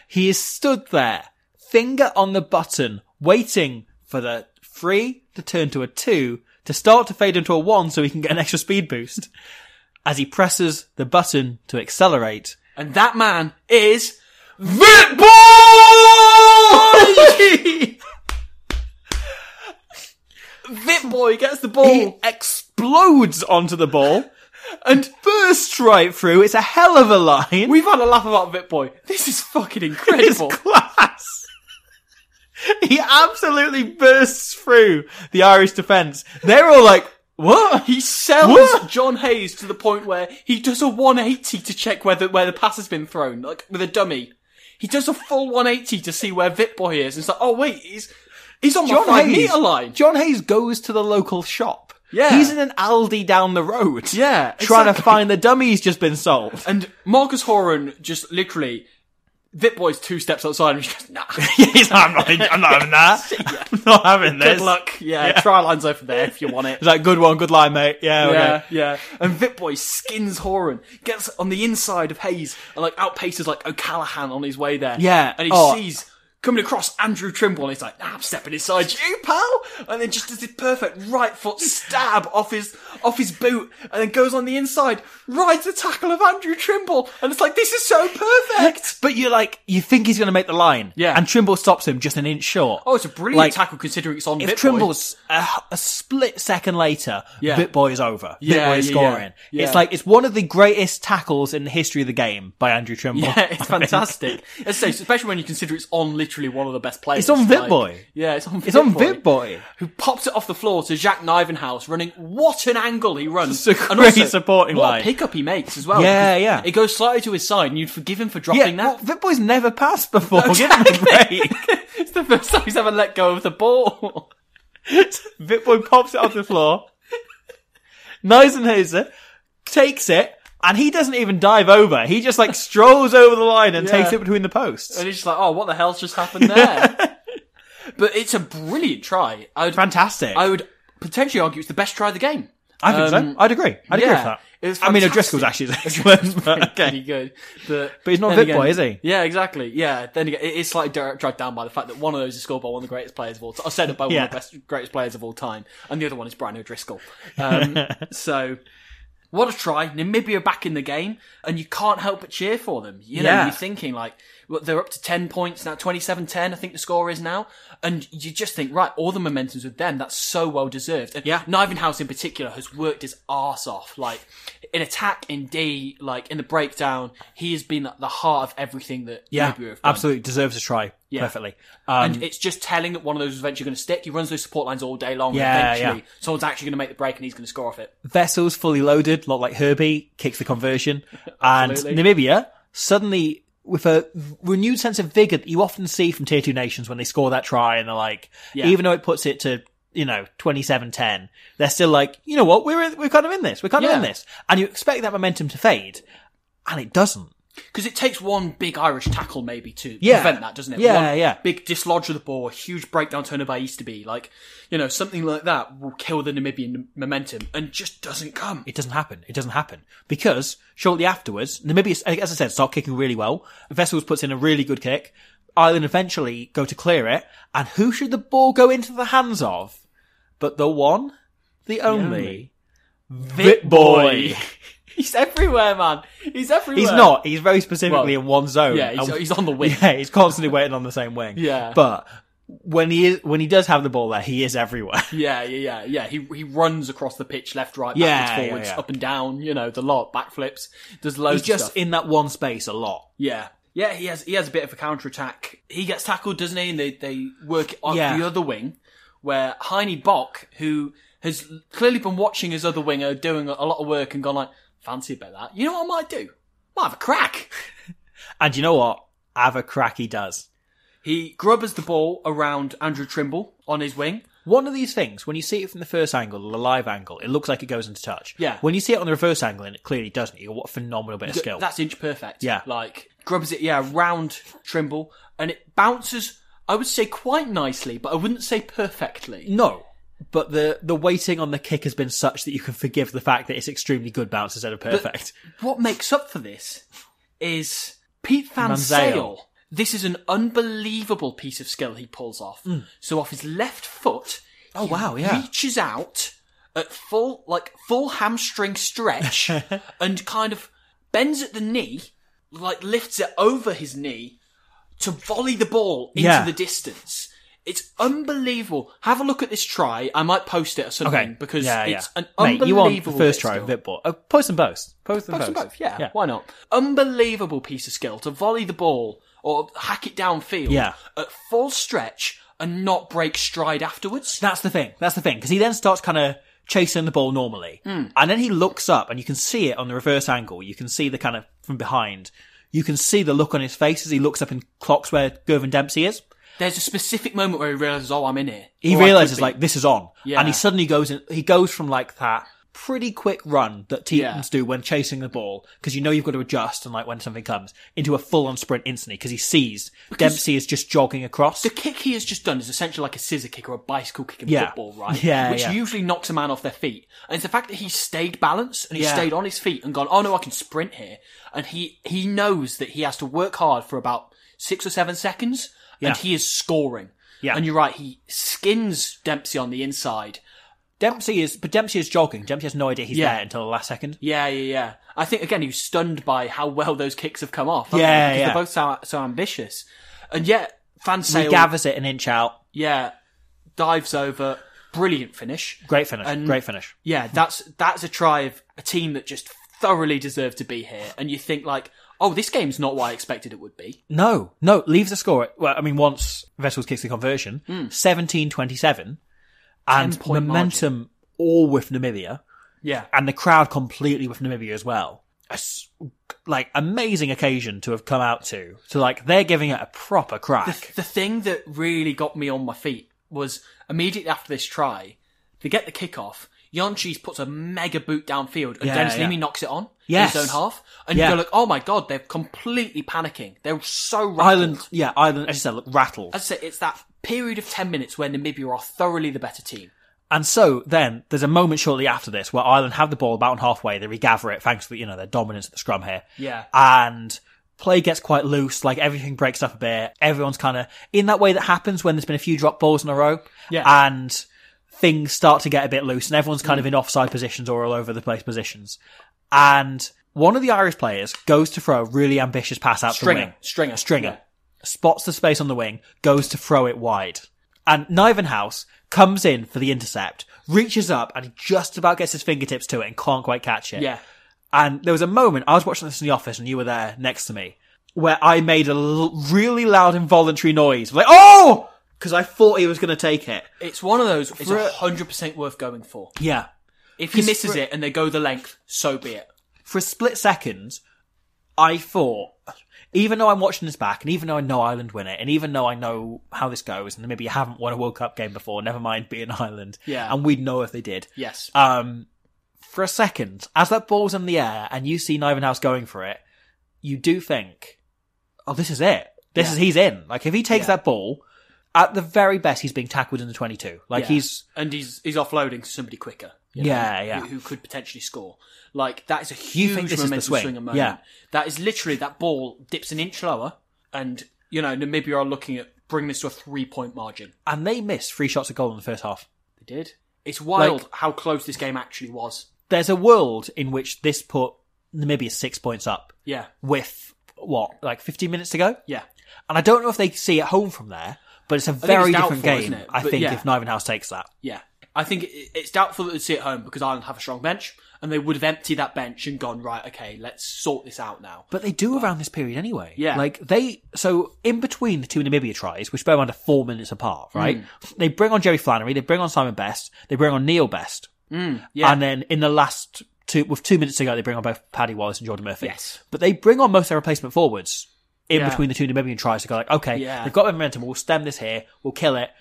S2: He is stood there, finger on the button, waiting for the three to turn to a two to start to fade into a one so he can get an extra speed boost. As he presses the button to accelerate,
S3: And that man is
S2: Vit Boy!
S3: Vit Boy gets the
S2: He
S3: ball.
S2: explodes onto the ball and bursts right through. It's a hell of a line.
S3: We've had a laugh about Vit Boy. This is fucking
S2: It's
S3: incredible.
S2: class. He absolutely bursts through the Irish defence. They're all like, what?
S3: He sells
S2: What?
S3: John Hayes to the point where he does a 180 to check whether where the pass has been thrown, like with a dummy. He does a full 180 to see where Vit Boy is, and it's like, oh wait, he's he's on my five meter line.
S2: John Hayes goes to the local shop.
S3: Yeah.
S2: He's in an Aldi down the road.
S3: Yeah,
S2: Trying to
S3: exactly.
S2: find the dummy he's just been sold.
S3: and Marcus Horan just literally Vit Boy's two steps outside, and he goes, nah,
S2: He's like, I'm not, I'm not having that. I'm not having this.
S3: good luck. Yeah, try lines over there if you want it.
S2: He's like, good one, good line, mate. Yeah, okay.
S3: Yeah, yeah. And Vip Boy skins Horan, gets on the inside of Hayes, and like outpaces like O'Callaghan on his way there.
S2: Yeah.
S3: And he
S2: Oh.
S3: sees coming across Andrew Trimble, and he's like, nah, I'm stepping inside you, pal. And then just does this perfect right foot stab off his off his boot, and then goes on the inside, rides the tackle of Andrew Trimble, and it's like this is so perfect.
S2: But you're like, you think he's going to make the line.
S3: Yeah.
S2: And Trimble stops him just an inch short.
S3: Oh, it's a brilliant
S2: Like,
S3: tackle considering it's on
S2: If
S3: Vip Boy.
S2: Trimble's a, a split second later,
S3: Yeah.
S2: Bit Boy is over. Bit
S3: Yeah,
S2: Boy is
S3: yeah,
S2: scoring.
S3: yeah.
S2: It's
S3: Yeah.
S2: like, it's one of the greatest tackles in the history of the game by Andrew Trimble.
S3: Yeah, it's
S2: I think.
S3: fantastic. As I say, especially when you consider it's on literally one of the best players.
S2: It's on Vip
S3: like-
S2: Boy.
S3: Yeah, it's on.
S2: It's on
S3: Boy.
S2: Bit Boy.
S3: who pops it off the floor to Jack Nivenhouse running. What an angle he runs!
S2: It's a great supporting
S3: what
S2: line.
S3: a pickup he makes as well.
S2: Yeah,
S3: because
S2: yeah.
S3: It goes slightly to his side, and you'd forgive him for
S2: Yeah,
S3: dropping
S2: well,
S3: that.
S2: Bit Boy's never passed before. Give him a break.
S3: it's the first time he's ever let go of the ball.
S2: Bit Boy pops it off the floor. Neisenhuser takes it, and he doesn't even dive over. He just like strolls over the line and
S3: Yeah.
S2: takes it between the posts.
S3: And he's just like, "Oh, what the hell's just happened there?" But it's a brilliant try. I would,
S2: Fantastic.
S3: I would potentially argue it's the best try of the game.
S2: I think
S3: Um,
S2: so. I'd agree. I'd agree
S3: yeah,
S2: with that.
S3: it was
S2: I mean,
S3: fantastic.
S2: O'Driscoll's actually excellent. But
S3: pretty
S2: okay.
S3: good. But,
S2: But he's not a
S3: then
S2: big boy,
S3: again-
S2: is he?
S3: Yeah, exactly. Yeah, then again, it is slightly dir- dragged down by the fact that one of those is scored by one of the greatest players of all time, or set up by one
S2: Yeah.
S3: of the best, greatest players of all time, and the other one is Brian O'Driscoll. Um, so, what a try. Namibia back in the game, and you can't help but cheer for them. You know,
S2: Yeah.
S3: you're thinking like, well, they're up to 10 points now, 27-10, I think the score is now. And you just think, right, all the momentum's with them. That's so well deserved. And yeah. Nivenhouse in particular has worked his arse off. Like, in attack, in D, like, in the breakdown, he has been at the heart of everything that
S2: Yeah,
S3: Namibia have done.
S2: absolutely deserves a try. Perfectly. Um,
S3: And it's just telling that one of those is eventually going to stick. He runs those support lines all day long.
S2: Yeah,
S3: and eventually,
S2: yeah.
S3: someone's actually going to make the break and he's going to score off it.
S2: Vessels fully loaded, lot like Herbie, kicks the conversion. And
S3: Absolutely.
S2: Namibia suddenly with a renewed sense of vigour that you often see from tier two nations when they score that try and they're like,
S3: Yeah.
S2: even though it puts it to, you know, 27-10, they're still like, you know what, we're, we're kind of in this, we're kind
S3: Yeah.
S2: of in this. And you expect that momentum to fade and it doesn't.
S3: Because it takes one big Irish tackle maybe to
S2: Yeah.
S3: prevent that, doesn't it?
S2: Yeah,
S3: one
S2: yeah.
S3: Big dislodge of the ball, a huge breakdown turner by Easterby, like you know something like that will kill the Namibian momentum, and just doesn't come.
S2: It doesn't happen. It doesn't happen because shortly afterwards, Namibia, as I said, start kicking really well. Vessels puts in a really good kick. Ireland eventually go to clear it, and who should the ball go into the hands of? But the one, the only, Vit Boy.
S3: he's everywhere, man. He's everywhere.
S2: He's not. He's very specifically
S3: Well,
S2: in one zone.
S3: yeah, he's-
S2: And-
S3: he's on the wing.
S2: Yeah, he's constantly waiting on the same wing.
S3: Yeah.
S2: but when he is when he does have the ball there, he is everywhere.
S3: Yeah, yeah, yeah, yeah. He he runs across the pitch, left, right, backwards,
S2: Yeah, yeah,
S3: forwards,
S2: yeah.
S3: up and down. You know the lot, backflips, does
S2: he's
S3: loads. of
S2: just
S3: stuff.
S2: in that one space a lot.
S3: Yeah. Yeah, he has he has a bit of a counter attack. He gets tackled, doesn't he? And they, they work on
S2: Yeah.
S3: the other wing, where Heine Bock, who has clearly been watching his other winger doing a lot of work and gone like, fancy about that. You know what I might do? Might have a crack.
S2: And you know what? Have a crack. He does.
S3: He grubbers the ball around Andrew Trimble on his wing.
S2: One of these things, when you see it from the first angle, the live angle, it looks like it goes into touch.
S3: Yeah.
S2: When you see it on the reverse angle, and it clearly doesn't. You go, what a phenomenal bit of
S3: Th-
S2: skill.
S3: That's inch perfect.
S2: Yeah.
S3: Like grubs it, yeah, round Trimble, and it bounces. I would say quite nicely, but I wouldn't say perfectly.
S2: no. But the, the waiting on the kick has been such that you can forgive the fact that it's extremely good bounce instead of perfect.
S3: What makes up for this is Pete Van
S2: Van Zijl.
S3: Sale. This is an unbelievable piece of skill he pulls off. So off his left foot,
S2: oh Hmm. wow, yeah.
S3: reaches out at full like full hamstring stretch and kind of bends at the knee, like lifts it over his knee to volley the ball into
S2: Yeah.
S3: the distance. It's unbelievable. Have a look at this try. I might post it or something
S2: Okay.
S3: because
S2: yeah, yeah.
S3: it's an
S2: Mate,
S3: unbelievable.
S2: you want the first
S3: bit
S2: try
S3: still.
S2: of Vitball. Oh, post them both. Post them both.
S3: Both and both, yeah, Why not? Unbelievable piece of skill to volley the ball or hack it downfield
S2: Yeah.
S3: at full stretch and not break stride afterwards.
S2: That's the thing. That's the thing. Because he then starts kind of chasing the ball normally.
S3: Hmm.
S2: And then he looks up and you can see it on the reverse angle. You can see the kind of from behind. You can see the look on his face as he looks up and clocks where Gervin Dempsey is.
S3: There's a specific moment where he realizes, oh, I'm in here.
S2: He
S3: Or I could
S2: realizes
S3: be.
S2: like this is on.
S3: Yeah.
S2: And he suddenly goes in, he goes from like that pretty quick run that
S3: Yeah.
S2: Teams do when chasing the ball because you know you've got to adjust and like when something comes into a full on sprint instantly because he sees Dempsey is just jogging across.
S3: the kick he has just done is essentially like a scissor kick or a bicycle kick in
S2: Yeah.
S3: football, right?
S2: Yeah,
S3: Which
S2: yeah.
S3: usually knocks a man off their feet. And it's the fact that he stayed balanced and he
S2: Yeah.
S3: stayed on his feet and gone, oh no, I can sprint here. And he, he knows that he has to work hard for about six or seven seconds
S2: Yeah.
S3: and he is scoring.
S2: Yeah.
S3: And you're right, he skins Dempsey on the inside.
S2: Dempsey is, but Dempsey is jogging. Dempsey has no idea he's
S3: Yeah.
S2: there until the last second.
S3: Yeah, yeah, yeah. I think again he was stunned by how well those kicks have come off. haven't
S2: Yeah,
S3: they? Because
S2: yeah.
S3: They're both so, so ambitious, and yet Van
S2: He
S3: Sale,
S2: gathers it an inch out.
S3: yeah, dives over. Brilliant finish.
S2: Great finish.
S3: And-
S2: Great finish.
S3: Yeah, that's that's a try of a team that just thoroughly deserved to be here. And you think like, oh, this game's not what I expected it would be.
S2: No, no, leaves the score. at- Well, I mean, once Vessels kicks the conversion,
S3: Hmm.
S2: seventeen twenty-seven, 17 27, and
S3: 10-point
S2: momentum all with Namibia,
S3: Yeah,
S2: and the crowd completely with Namibia as well. A s- like, amazing occasion to have come out to. So, like, they're giving it a proper crack.
S3: the thing that really got me on my feet was immediately after this try, they get the kickoff. Yonchis puts a mega boot downfield and
S2: Yeah,
S3: Dennis
S2: yeah.
S3: Leamy knocks it on
S2: Yes.
S3: in his own half. And
S2: Yeah.
S3: you go like, oh my god, they're completely panicking. They're so rattled.
S2: Ireland, yeah, Ireland, as you said, look, rattled.
S3: As I say, it's that period of 10 minutes where Namibia are thoroughly the better team.
S2: And so then there's a moment shortly after this where Ireland have the ball about halfway. They regather it thanks to you know their dominance of the scrum here.
S3: Yeah.
S2: And play gets quite loose. Like everything breaks up a bit. Everyone's kind of in that way that happens when there's been a few drop balls in a row.
S3: Yeah.
S2: And things start to get a bit loose, and everyone's kind of in offside positions or all over the place positions. And one of the Irish players goes to throw a really ambitious pass out
S3: Stringer,
S2: the wing.
S3: Stringer,
S2: Stringer.
S3: yeah.
S2: Spots the space on the wing, goes to throw it wide. And Nivenhouse comes in for the intercept, reaches up and just about gets his fingertips to it and can't quite catch it.
S3: Yeah.
S2: And there was a moment, I was watching this in the office and you were there next to me, where I made a l- really loud involuntary noise, like, oh! Because I thought he was going to take it.
S3: It's one of those, it's
S2: For a-
S3: 100% worth going for.
S2: Yeah.
S3: If he
S2: 'Cause
S3: misses
S2: for-
S3: it and they go the length, so be it.
S2: for a split second, I thought, even though I'm watching this back, and even though I know Ireland win it, and even though I know how this goes, and maybe you haven't won a World Cup game before, never mind being Ireland,
S3: Yeah.
S2: and we'd know if they did.
S3: Yes.
S2: Um, for a second, as that ball's in the air and you see Nivenhouse going for it, you do think, oh, this is it. This is he's in. Like if he takes
S3: Yeah.
S2: that ball, at the very best, he's being tackled in the 22. Like
S3: Yeah.
S2: he's
S3: and he's he's offloading to somebody quicker. you
S2: Yeah, yeah.
S3: Who, who could potentially score? Like that is a huge
S2: think this is the
S3: momentum
S2: swing?
S3: swinger moment.
S2: Yeah.
S3: that is literally that ball dips an inch lower, and you know Namibia are looking at bringing this to a three point margin.
S2: and they missed three shots at goal in the first half.
S3: They did. It's wild how close this game actually was.
S2: there's a world in which this put Namibia six points up
S3: Yeah,
S2: with what, like 15 minutes to go?
S3: yeah,
S2: And I don't know if they see it home from there, but it's a
S3: it's
S2: very different
S3: doubtful,
S2: game,
S3: isn't it?
S2: I
S3: But
S2: think,
S3: yeah.
S2: if Nivenhouse takes that.
S3: yeah. I think it, it's doubtful that they'd see it home because Ireland have a strong bench, and they would have emptied that bench and gone right. Okay, let's sort this out now.
S2: But they do around this period anyway.
S3: Yeah.
S2: Like they, so in between the two Namibia tries, which bear in mind are four minutes apart, right?
S3: Hmm.
S2: They bring on Jerry Flannery, they bring on Simon Best, they bring on Neil Best.
S3: Hmm, yeah.
S2: And then in the last two, with two minutes to go, they bring on both Paddy Wallace and Jordan Murphy.
S3: Yes.
S2: But they bring on most of their replacement forwards in
S3: Yeah.
S2: between the two Namibian tries to go like, okay,
S3: Yeah.
S2: they've got their momentum, we'll stem this here, we'll kill it.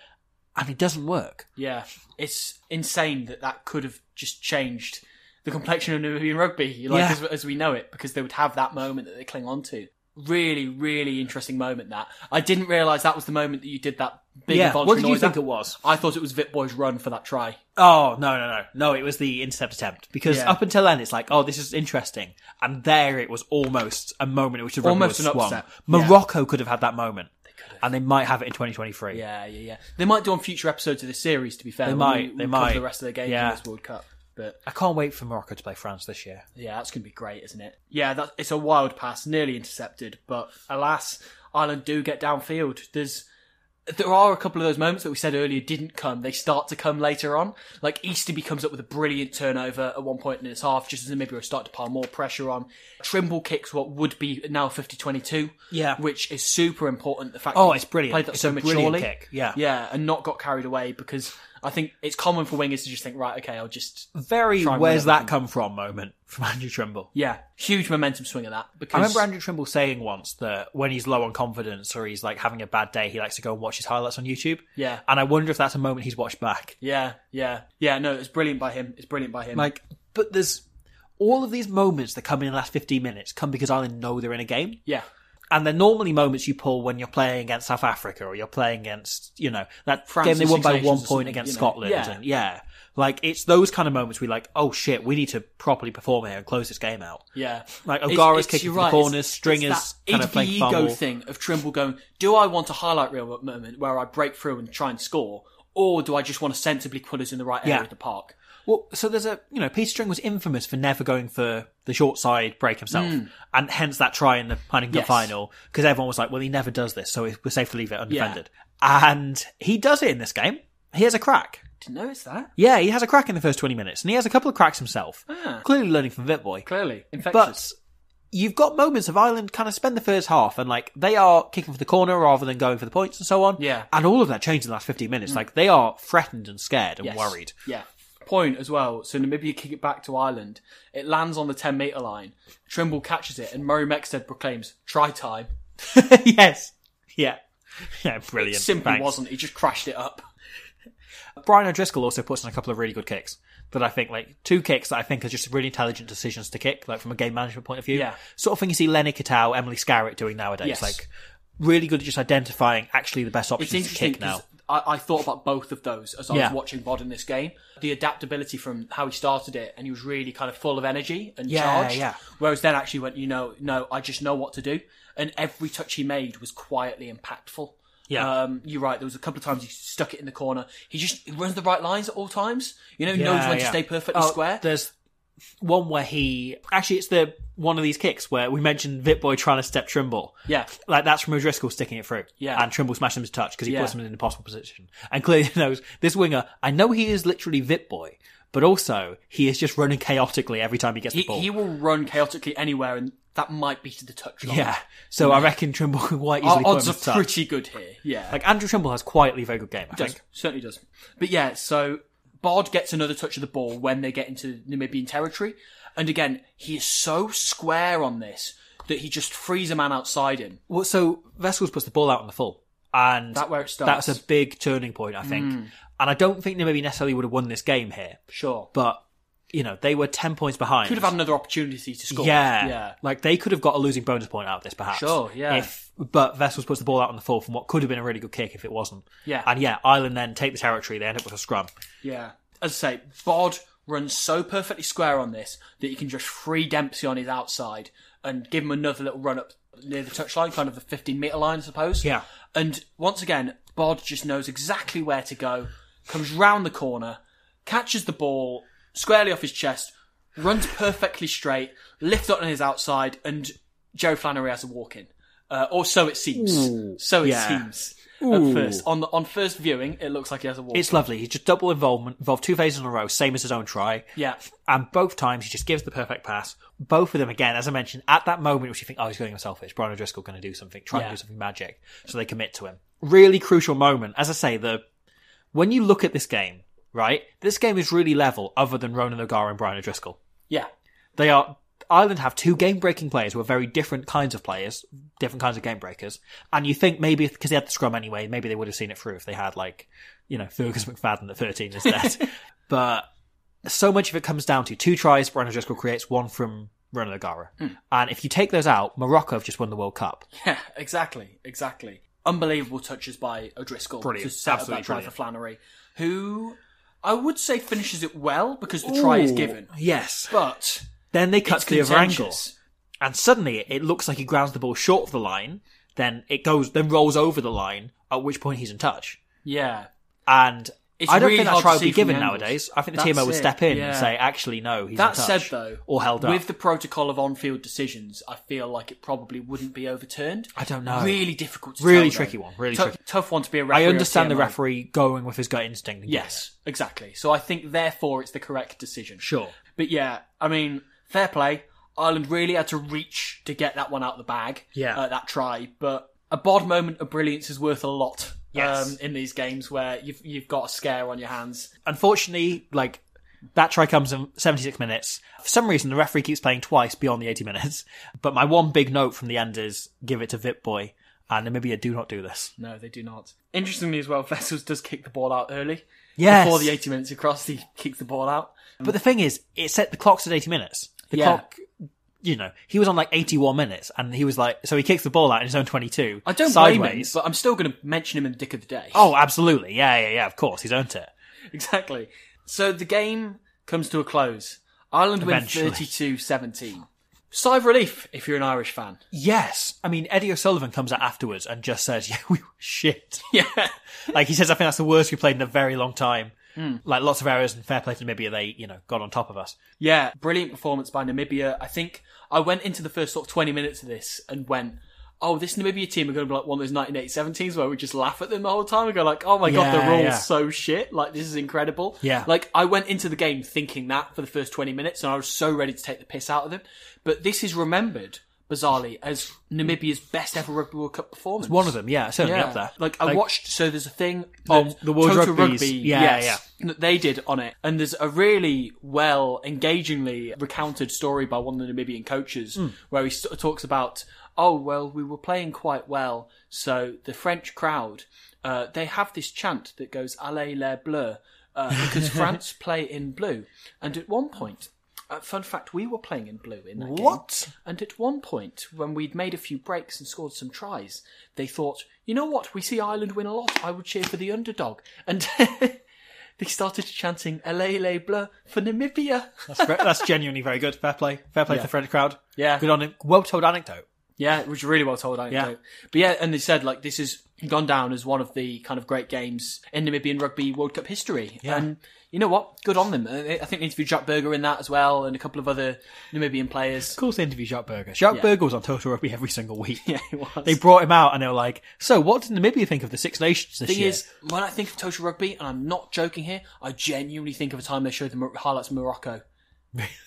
S2: And it doesn't work.
S3: Yeah, it's insane that that could have just changed the complexion of Namibian rugby, like
S2: Yeah.
S3: as, as we know it, because they would have that moment that they cling on to. Really, really interesting moment. That I didn't realize that was the moment that you did that big.
S2: Yeah,
S3: involuntary
S2: what did you
S3: noise.
S2: think it was?
S3: I thought it was Vitboy's run for that try.
S2: Oh, no, no, no. No, it was the intercept attempt. Because
S3: Yeah.
S2: up until then, it's like, oh, this is interesting. And there it was almost a moment in which the rugby
S3: Almost
S2: was
S3: an
S2: swung.
S3: upset. Yeah.
S2: Morocco could have had that moment. And they might have it in 2023.
S3: Yeah, yeah, yeah. They might do on future episodes of this series. To be fair,
S2: They
S3: when
S2: might,
S3: We,
S2: they
S3: we
S2: might.
S3: Cover the rest of their games
S2: Yeah.
S3: in this World Cup, but
S2: I can't wait for Morocco to play France this year.
S3: Yeah, that's going to be great, isn't it? Yeah, that, it's a wild pass, nearly intercepted, but alas, Ireland do get downfield. There's there are a couple of those moments that we said earlier didn't come. They start to come later on. Like Easterby comes up with a brilliant turnover at one point in his half, just as Namibia start to pile more pressure on. Trimble kicks what would be now 50-22,
S2: Yeah.
S3: which is super important. The fact
S2: Oh,
S3: that
S2: it's
S3: he's
S2: brilliant.
S3: played that
S2: It's
S3: so
S2: a brilliant
S3: maturely,
S2: kick, yeah.
S3: yeah, and not got carried away because I think it's common for wingers to just think, right, okay, I'll just
S2: Very
S3: Try and
S2: where's
S3: win
S2: that come from moment from Andrew Trimble.
S3: yeah, huge momentum swing at that. Because
S2: I remember Andrew Trimble saying once that when he's low on confidence or he's like having a bad day, he likes to go and watch his highlights on YouTube.
S3: Yeah.
S2: And I wonder if that's a moment he's watched back.
S3: Yeah, yeah, yeah. No, it's brilliant by him. It's brilliant by him.
S2: Like, but there's all of these moments that come in the last 15 minutes come because Ireland know they're in a game.
S3: yeah,
S2: And they're normally moments you pull when you're playing against South Africa or you're playing against, you know, that
S3: France
S2: game they
S3: and
S2: won
S3: Six
S2: by
S3: Nations
S2: one
S3: or
S2: point
S3: something,
S2: against
S3: you know.
S2: Scotland.
S3: Yeah.
S2: And yeah. Like, it's those kind of moments we like, oh shit, we need to properly perform here and close this game out.
S3: yeah.
S2: Like,
S3: It's-
S2: Ogara's
S3: it's-
S2: kicking
S3: you're
S2: from the corners,
S3: it's-
S2: Stringer's
S3: it's that
S2: kind of
S3: it's
S2: playing
S3: the
S2: fumble.
S3: ego thing of Trimble going. Do I want a highlight reel moment where I break through and try and score, or do I just want to sensibly put us in the right area
S2: Yeah.
S3: of the park?
S2: Well, so there's a you know Peter String was infamous for never going for the short side break himself, and hence that try in the Huntington
S3: Mm. Yes.
S2: final because everyone was like, well, he never does this, so it- we're safe to leave it undefended. And he does it in this game. He has a crack.
S3: Didn't notice that.
S2: Yeah, he has a crack in the first twenty minutes, and he has a couple of cracks himself.
S3: Ah.
S2: Clearly learning from Vitboy.
S3: Clearly,
S2: But
S3: infectious.
S2: you've got moments of Ireland kind of spend the first half and like they are kicking for the corner rather than going for the points and so on.
S3: Yeah. Mm.
S2: And all of that changed in the last 15 minutes. Like they are threatened and scared and
S3: Yes.
S2: worried.
S3: Yeah. Point as well. So Namibia kick it back to Ireland. It lands on the ten meter line. Trimble catches it, and Murray Mexted proclaims try time.
S2: yes. Yeah. Yeah, brilliant.
S3: Simply
S2: Thanks.
S3: wasn't. He just crashed it up.
S2: Brian O'Driscoll also puts in a couple of really good kicks that I think, like, two kicks that I think are just really intelligent decisions to kick, like, from a game management point of view.
S3: Yeah.
S2: Sort of thing you see Lenny Katow, Emily Scarrett doing nowadays.
S3: Yes.
S2: Like, really good at just identifying actually the best
S3: It's
S2: options to
S3: interesting
S2: kick now.
S3: because I, I thought about both of those as I
S2: Yeah.
S3: was watching Bod in this game. The adaptability from how he started it, and he was really kind of full of energy and
S2: Yeah,
S3: charged.
S2: yeah.
S3: Whereas then actually went, you know, no, I just know what to do, and every touch he made was quietly impactful.
S2: Yeah.
S3: um, you're right. There was a couple of times he stuck it in the corner. He just he runs the right lines at all times. You know, he knows when to stay perfectly
S2: Oh,
S3: square.
S2: There's one where he actually it's the one of these kicks where we mentioned Vitboy trying to step Trimble.
S3: Yeah.
S2: like that's from O'Driscoll sticking it through.
S3: Yeah.
S2: and Trimble smashing him to touch because he
S3: Yeah.
S2: puts him in an impossible position. And clearly knows this winger. I know he is literally Vitboy, but also he is just running chaotically every time he gets
S3: he,
S2: the ball.
S3: he will run chaotically anywhere, and that might be to the touchline.
S2: yeah, so I reckon Trimble can quite
S3: Our
S2: easily put
S3: odds
S2: him
S3: are
S2: to touch.
S3: pretty good here. Yeah,
S2: Like Andrew Trimble has quietly very good game. I
S3: does
S2: think.
S3: certainly does. But yeah, so Bard gets another touch of the ball when they get into Namibian territory, and again he is so square on this that he just frees a man outside him.
S2: Well, so Vessels puts the ball out on the full, and
S3: That where it starts. Mm.
S2: That's a big turning point, I think. And I don't think they maybe necessarily would have won this game here,
S3: Sure,
S2: but you know they were ten points behind.
S3: could have had another opportunity to score.
S2: yeah,
S3: yeah,
S2: Like they could have got a losing bonus point out of this, perhaps.
S3: Sure, yeah.
S2: If but Vessels puts the ball out on the full from what could have been a really good kick if it wasn't.
S3: Yeah.
S2: and yeah, Ireland then take the territory. They end up with a scrum.
S3: yeah. As I say, Bod runs so perfectly square on this that he can just free Dempsey on his outside and give him another little run up near the touchline, kind of the 15 metre line, I suppose.
S2: Yeah.
S3: And once again, Bod just knows exactly where to go, comes round the corner, catches the ball squarely off his chest, runs perfectly straight, lifts up on his outside, and Joe Flannery has a walk in. Uh, or so it seems. so it
S2: yeah.
S3: seems. At first, on on first viewing, it looks like he has a walk.
S2: It's lovely. He's just double involvement, involved two phases in a row, same as his own try.
S3: Yeah.
S2: And both times he just gives the perfect pass. Both of them, again, as I mentioned, at that moment, which you think, oh, he's going selfish. Brian O'Driscoll going to do something, trying
S3: Yeah.
S2: to do something magic. So they commit to him. Really crucial moment. As I say, the when you look at this game, right, this game is really level other than Ronan O'Gara and Brian O'Driscoll.
S3: yeah.
S2: They are Ireland have two game breaking players who are very different kinds of players, different kinds of game breakers. And you think maybe because they had the scrum anyway, maybe they would have seen it through if they had like, you know, Fergus McFadden at 13 instead. but so much of it comes down to two tries Brian O'Driscoll creates, one from Ronan O'Gara.
S3: Hmm.
S2: And if you take those out, Morocco have just won the World Cup.
S3: Yeah, exactly, exactly. Unbelievable touches by O'Driscoll
S2: Brilliant,
S3: to set up
S2: absolutely
S3: that try for
S2: brilliant.
S3: Flannery, who I would say finishes it well because the try is given,
S2: Yes.
S3: but
S2: Then they
S3: cuts
S2: cut to the other angle. and suddenly it looks like he grounds the ball short of the line. Then it goes, then rolls over the line, at which point he's in touch.
S3: Yeah,
S2: And
S3: It's
S2: I don't
S3: really
S2: think that
S3: hard
S2: try
S3: to
S2: would be
S3: see from
S2: given
S3: the angles.
S2: nowadays. I think the
S3: That's
S2: TMO would
S3: it,
S2: step in and
S3: yeah.
S2: say, actually, no, he's
S3: that
S2: in
S3: said
S2: touch,
S3: though,
S2: or held up.
S3: with the protocol of on-field decisions, I feel like it probably wouldn't be overturned.
S2: I don't know.
S3: Really difficult, to
S2: Really
S3: tell,
S2: tricky
S3: though.
S2: one, really
S3: Tou-
S2: tricky.
S3: tough one to be a referee.
S2: I
S3: or
S2: understand the
S3: TMO.
S2: referee going with his gut instinct. And giving
S3: Yes, exactly. So I think therefore it's the correct decision.
S2: it. sure.
S3: But yeah, I mean, fair play. Ireland really had to reach to get that one out of the bag.
S2: Yeah.
S3: uh, that try. But a bod moment of brilliance is worth a lot. um,
S2: Yes.
S3: in these games where you've you've got a scare on your hands.
S2: Unfortunately, like that try comes in 76 minutes. For some reason, the referee keeps playing twice beyond the 80 minutes. But my one big note from the end is give it to Vip Boy and Namibia. Do not do this.
S3: No, they do not. Interestingly, as well, Vessels does kick the ball out early.
S2: Yes.
S3: Before the 80 minutes across, he kicks the ball out.
S2: But the thing is, it set the clocks at 80 minutes. The
S3: Yeah.
S2: clock, you know, he was on like 81 minutes and he was like, so he kicks the ball out in his own 22.
S3: I don't
S2: sideways.
S3: blame him, but I'm still going to mention him in the dick of the day.
S2: Oh, absolutely. Yeah, yeah, yeah. Of course, he's earned it.
S3: exactly. So the game comes to a close. Ireland win
S2: Eventually.
S3: 32-17. Sigh of relief if you're an Irish fan.
S2: Yes. I mean, Eddie O'Sullivan comes out afterwards and just says, yeah, we were shit.
S3: Yeah.
S2: like, he says, I think that's the worst we played in a very long time.
S3: Hmm.
S2: Like, lots of errors and fair play to Namibia. They, you know, got on top of us.
S3: Yeah, brilliant performance by Namibia. I think I went into the first sort of 20 minutes of this and went, oh, this Namibia team are going to be like one of those 1987 teams where we just laugh at them the whole time and go like, oh my god,
S2: Yeah,
S3: they're all
S2: yeah.
S3: so shit. Like, this is incredible.
S2: Yeah.
S3: Like, I went into the game thinking that for the first 20 minutes and I was so ready to take the piss out of them. But this is remembered, bizarrely, as Namibia's best ever Rugby World Cup performance.
S2: One of them, yeah, certainly up there.
S3: Like I watched, so there's a thing
S2: Oh,
S3: that
S2: the World
S3: Total
S2: Rugby's-
S3: Rugby,
S2: yeah,
S3: yes, that they did on it, and there's a really well, engagingly recounted story by one of the Namibian coaches
S2: Hmm.
S3: where he sort of talks about, oh well, we were playing quite well, so the French crowd, uh, they have this chant that goes "Allez les Bleus" uh, because France play in blue, and at one point Uh, fun fact: we were playing in blue in that game.
S2: What?
S3: And at one point, when we'd made a few breaks and scored some tries, they thought, "You know what? We see Ireland win a lot. I would cheer for the underdog." And they started chanting "Elele Bleu" for Namibia.
S2: That's, ver- that's genuinely very good. Fair play. Fair play to the French crowd.
S3: Yeah.
S2: Good on him. Well told anecdote.
S3: Yeah, it was really well told anecdote. But yeah, and they said like this has gone down as one of the kind of great games in Namibian rugby World Cup history.
S2: Yeah.
S3: And you know what? Good on them. Uh, I think they interviewed Jack Berger in that as well, and a couple of other Namibian players.
S2: Of course, they interview Jacques Berger. Jacques
S3: Yeah.
S2: Berger was on Total Rugby every single week.
S3: Yeah, it was.
S2: They brought him out and they were like, "So, what did Namibia think of the Six Nations this
S3: thing
S2: year?"
S3: is, when I think of Total Rugby, and I'm not joking here, I genuinely think of a time they showed the Mor- highlights of Morocco.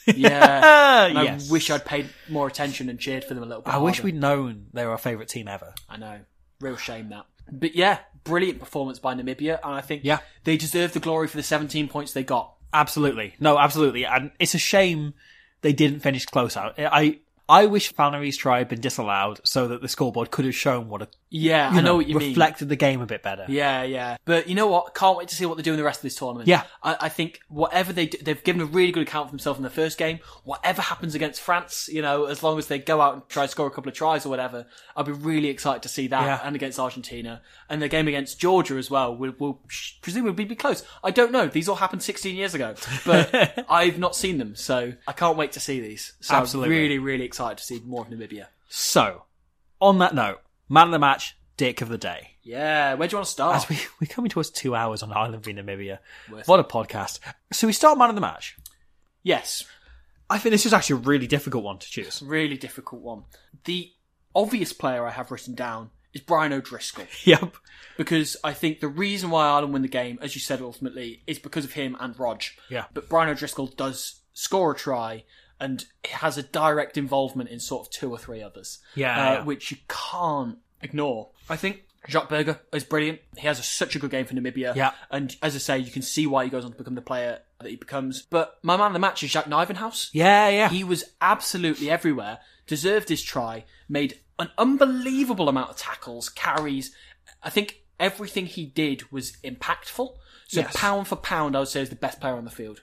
S3: Yeah, and
S2: Yes.
S3: I wish I'd paid more attention and cheered for them a little bit.
S2: I wish
S3: harder.
S2: we'd known they were our favourite team ever.
S3: I know. Real shame that. But yeah, brilliant performance by Namibia, and I think
S2: Yeah.
S3: they deserve the glory for the 17 points they got.
S2: Absolutely, no, absolutely, and it's a shame they didn't finish close out. I I wish Valerie's try had been disallowed so that the scoreboard could have shown what a
S3: Yeah, I
S2: you
S3: know, what you mean.
S2: reflected the game a bit better.
S3: Yeah, yeah. But you know what? Can't wait to see what they do in the rest of this tournament.
S2: Yeah.
S3: I, I think whatever they do, they've given a really good account for themselves in the first game. Whatever happens against France, you know, as long as they go out and try to score a couple of tries or whatever, I'll be really excited to see that
S2: Yeah.
S3: and against Argentina and the game against Georgia as well will, will sh- presumably be close. I don't know. These all happened 16 years ago, but I've not seen them. So I can't wait to see these. So
S2: Absolutely.
S3: I'm really, really excited to see more of Namibia.
S2: So, on that note, man of the match, dick of the day.
S3: Yeah. Where do you want to start?
S2: As we, we're coming towards two hours on Island v Namibia. What a podcast. So we start Man of the Match.
S3: yes.
S2: I think this is actually a really difficult one to choose.
S3: really difficult one. The obvious player I have written down is Brian O'Driscoll
S2: Yep.
S3: because I think the reason why Ireland win the game, as you said ultimately, is because of him and Rog.
S2: Yeah.
S3: But Brian O'Driscoll does score a try and has a direct involvement in sort of two or three others.
S2: Yeah,
S3: uh,
S2: yeah.
S3: Which you can't ignore. I think Jacques Berger is brilliant. He has a, such a good game for Namibia.
S2: Yeah.
S3: And as I say, you can see why he goes on to become the player that he becomes. But my man of the match is Jack Nivenhouse.
S2: Yeah, yeah.
S3: He was absolutely everywhere, deserved his try, made an unbelievable amount of tackles, carries. I think everything he did was impactful. So
S2: Yes.
S3: pound for pound, I would say is the best player on the field.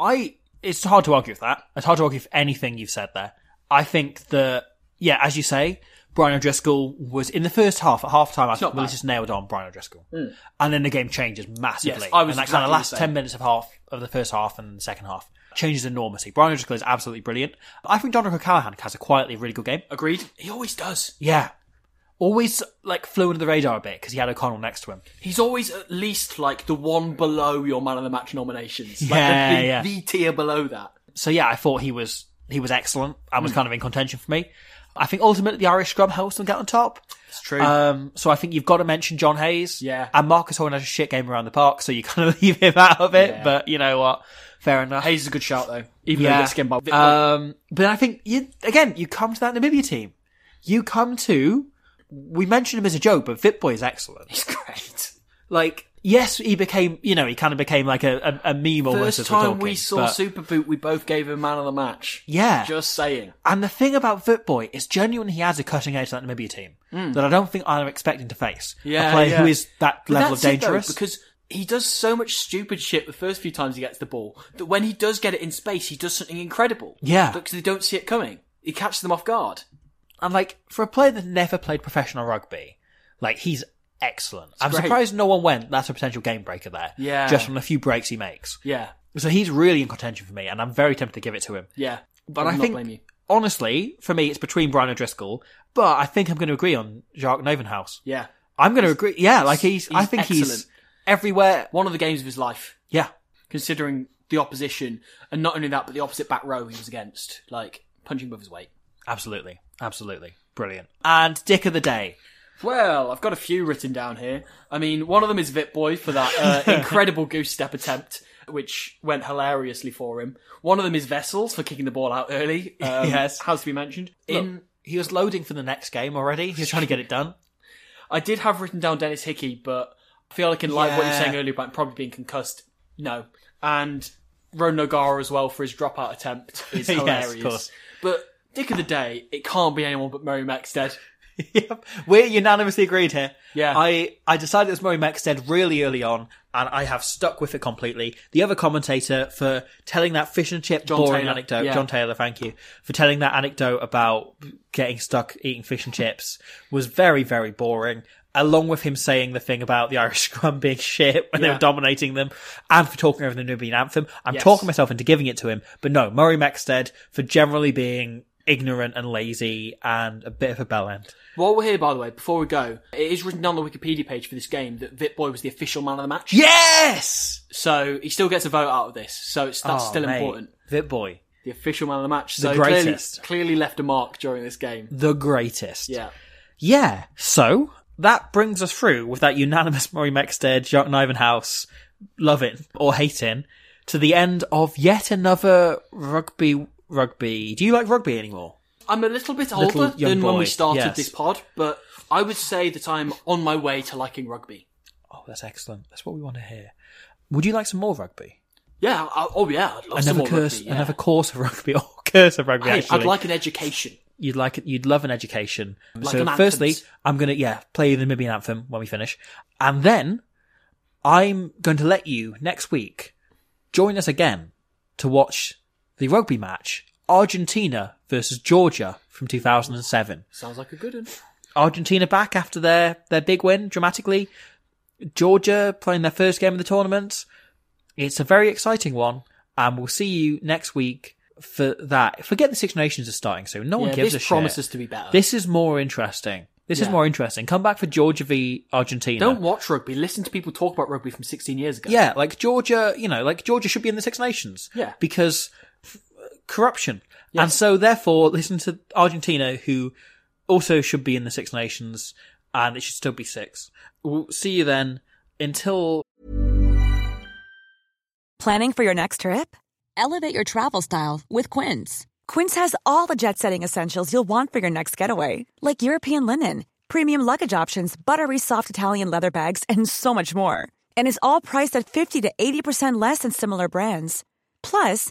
S2: I, it's hard to argue with that. It's hard to argue with anything you've said there. I think that, yeah, as you say, Brian O'Driscoll was in the first half, at half time, I think
S3: not
S2: Willis
S3: bad. Hmm.
S2: just nailed on Brian O'Driscoll. And then the game changes massively.
S3: Yes, I was
S2: and that kind
S3: exactly
S2: of
S3: the
S2: last
S3: same.
S2: 10 minutes of half, of the first half and the second half changes enormously. Brian O'Driscoll is absolutely brilliant. I think Donald O'Callaghan has a quietly really good game.
S3: Agreed? He always does.
S2: Yeah. Always like flew under the radar a bit because he had O'Connell next to him.
S3: He's always at least like the one below your man of the match nominations. Like
S2: Yeah,
S3: the, the,
S2: yeah.
S3: the tier below that.
S2: So yeah, I thought he was he was excellent and
S3: Hmm.
S2: was kind of in contention for me. I think ultimately the Irish scrum helps them get on top.
S3: It's true.
S2: Um, so I think you've got to mention John Hayes.
S3: Yeah.
S2: And Marcus Horn has a shit game around the park, so you kind of leave him out of it. But you know what? Fair enough.
S3: Hayes is a good shout though. Even though he
S2: yeah.
S3: gets skinned by
S2: um, but I think you again you come to that Namibia team. You come to we mentioned him as a joke, but Fitboy is excellent.
S3: he's great.
S2: like yes he became you know he kind of became like a, a, a meme almost
S3: First
S2: as we're
S3: time
S2: talking,
S3: we saw
S2: but-
S3: Super Boot, we both gave him man of the match.
S2: yeah
S3: Just saying.
S2: and the thing about Footboy is genuinely he has a cutting edge to that Namibia team that I don't think I'm expecting to face
S3: Hmm. Yeah,
S2: a player who
S3: yeah.
S2: is that
S3: But
S2: level of
S3: that's it, though,
S2: dangerous
S3: because he does so much stupid shit the first few times he gets the ball that when he does get it in space, he does something incredible.
S2: Yeah.
S3: because they don't see it coming. He catches them off guard.
S2: and like for a player that never played professional rugby like he's excellent I'm
S3: great.
S2: surprised no one went that's a potential game breaker there
S3: Yeah.
S2: just from the few breaks he makes
S3: Yeah,
S2: so he's really in contention for me and I'm very tempted to give it to him
S3: yeah.
S2: But
S3: I
S2: I
S3: would not
S2: think,
S3: blame you.
S2: honestly, for me, it's between Brian O'Driscoll. But I think I'm going to agree on Jacques Novenhouse.
S3: Yeah,
S2: I'm going to agree. Yeah, like he's. I
S3: he's
S2: think he's
S3: excellent.
S2: everywhere.
S3: one of the games of his life,
S2: Yeah,
S3: considering the opposition, and not only that, but the opposite back row he was against, like punching above his weight.
S2: absolutely, absolutely, brilliant. And Dick of the day.
S3: Well, I've got a few written down here. I mean, one of them is Vitboy for that uh, incredible goose step attempt, which went hilariously for him. One of them is Vessels for kicking the ball out early. Um,
S2: Yes.
S3: has to be mentioned. In
S2: He was loading for the next game already. He was trying to get it done.
S3: I did have written down Dennis Hickey, but I feel like in light of what you're
S2: Yeah.
S3: saying earlier about him probably being concussed, no. And Ron Nogara as well for his dropout attempt is
S2: Yes, of
S3: hilarious.
S2: course.
S3: But dick of the day, it can't be anyone but Murray Maxted.
S2: yep, we're unanimously agreed here.
S3: Yeah.
S2: I I decided it was Murray Mexted really early on, and I have stuck with it completely. The other commentator for telling that fish and chip
S3: John
S2: boring
S3: Taylor,
S2: anecdote,
S3: yeah.
S2: John Taylor, thank you for telling that anecdote about getting stuck eating fish and chips was very very boring. Along with him saying the thing about the Irish scrum being shit when they
S3: Yeah.
S2: were dominating them, and for talking over the Nubian anthem, I'm talking myself into giving it to him. But no, Murray Mexted for generally being ignorant and lazy and a bit of a bell end.
S3: While we're here, by the way, before we go, it is written on the Wikipedia page for this game that Vitboy was the official man of the match.
S2: Yes,
S3: So he still gets a vote out of this. So it's, that's
S2: Oh,
S3: still
S2: mate.
S3: important.
S2: Vit Boy,
S3: The official man of the match. So
S2: The
S3: clearly,
S2: greatest.
S3: clearly left a mark during this game.
S2: the greatest.
S3: Yeah.
S2: Yeah. So that brings us through with that unanimous Murray Mexted, Jock Nivenhouse, love it or hate it, to the end of yet another rugby. Rugby. Do you like rugby anymore?
S3: I'm a little bit
S2: Little
S3: older
S2: young
S3: than when we
S2: boy,
S3: started
S2: yes.
S3: this pod, but I would say that I'm on my way to liking rugby.
S2: Oh, that's excellent. That's what we want to hear. Would you like some more rugby?
S3: Yeah. I, oh, yeah. I'd love some
S2: another
S3: more
S2: course,
S3: rugby, yeah.
S2: another course of rugby, or course of rugby.
S3: Hey,
S2: actually.
S3: I'd like an education.
S2: you'd like it, you'd love an education.
S3: Like
S2: so,
S3: an anthem.
S2: firstly, I'm gonna yeah play the Namibian anthem when we finish, and then I'm going to let you next week join us again to watch the rugby match Argentina versus Georgia from 2007.
S3: Sounds like a good one.
S2: Argentina back after their their big win dramatically. Georgia playing their first game of the tournament. It's a very exciting one, and we'll see you next week for that. Forget the Six Nations is starting soon. No one
S3: Yeah,
S2: gives
S3: this
S2: a
S3: promises
S2: shit.
S3: to be better.
S2: This is more interesting. This is
S3: Yeah.
S2: more interesting. Come back for Georgia v Argentina.
S3: Don't watch rugby. Listen to people talk about rugby from 16 years ago.
S2: Yeah, like Georgia, you know, like Georgia should be in the Six Nations.
S3: Yeah.
S2: Because f- corruption.
S3: Yeah.
S2: And so therefore, listen to Argentina, who also should be in the Six Nations, and it should still be six. We'll see you then. Until
S4: Planning for your next trip? Elevate your travel style with Quince. Quince has all the jet setting essentials you'll want for your next getaway, like European linen, premium luggage options, buttery soft Italian leather bags, and so much more. And is all priced at 50 to 80% less than similar brands. Plus,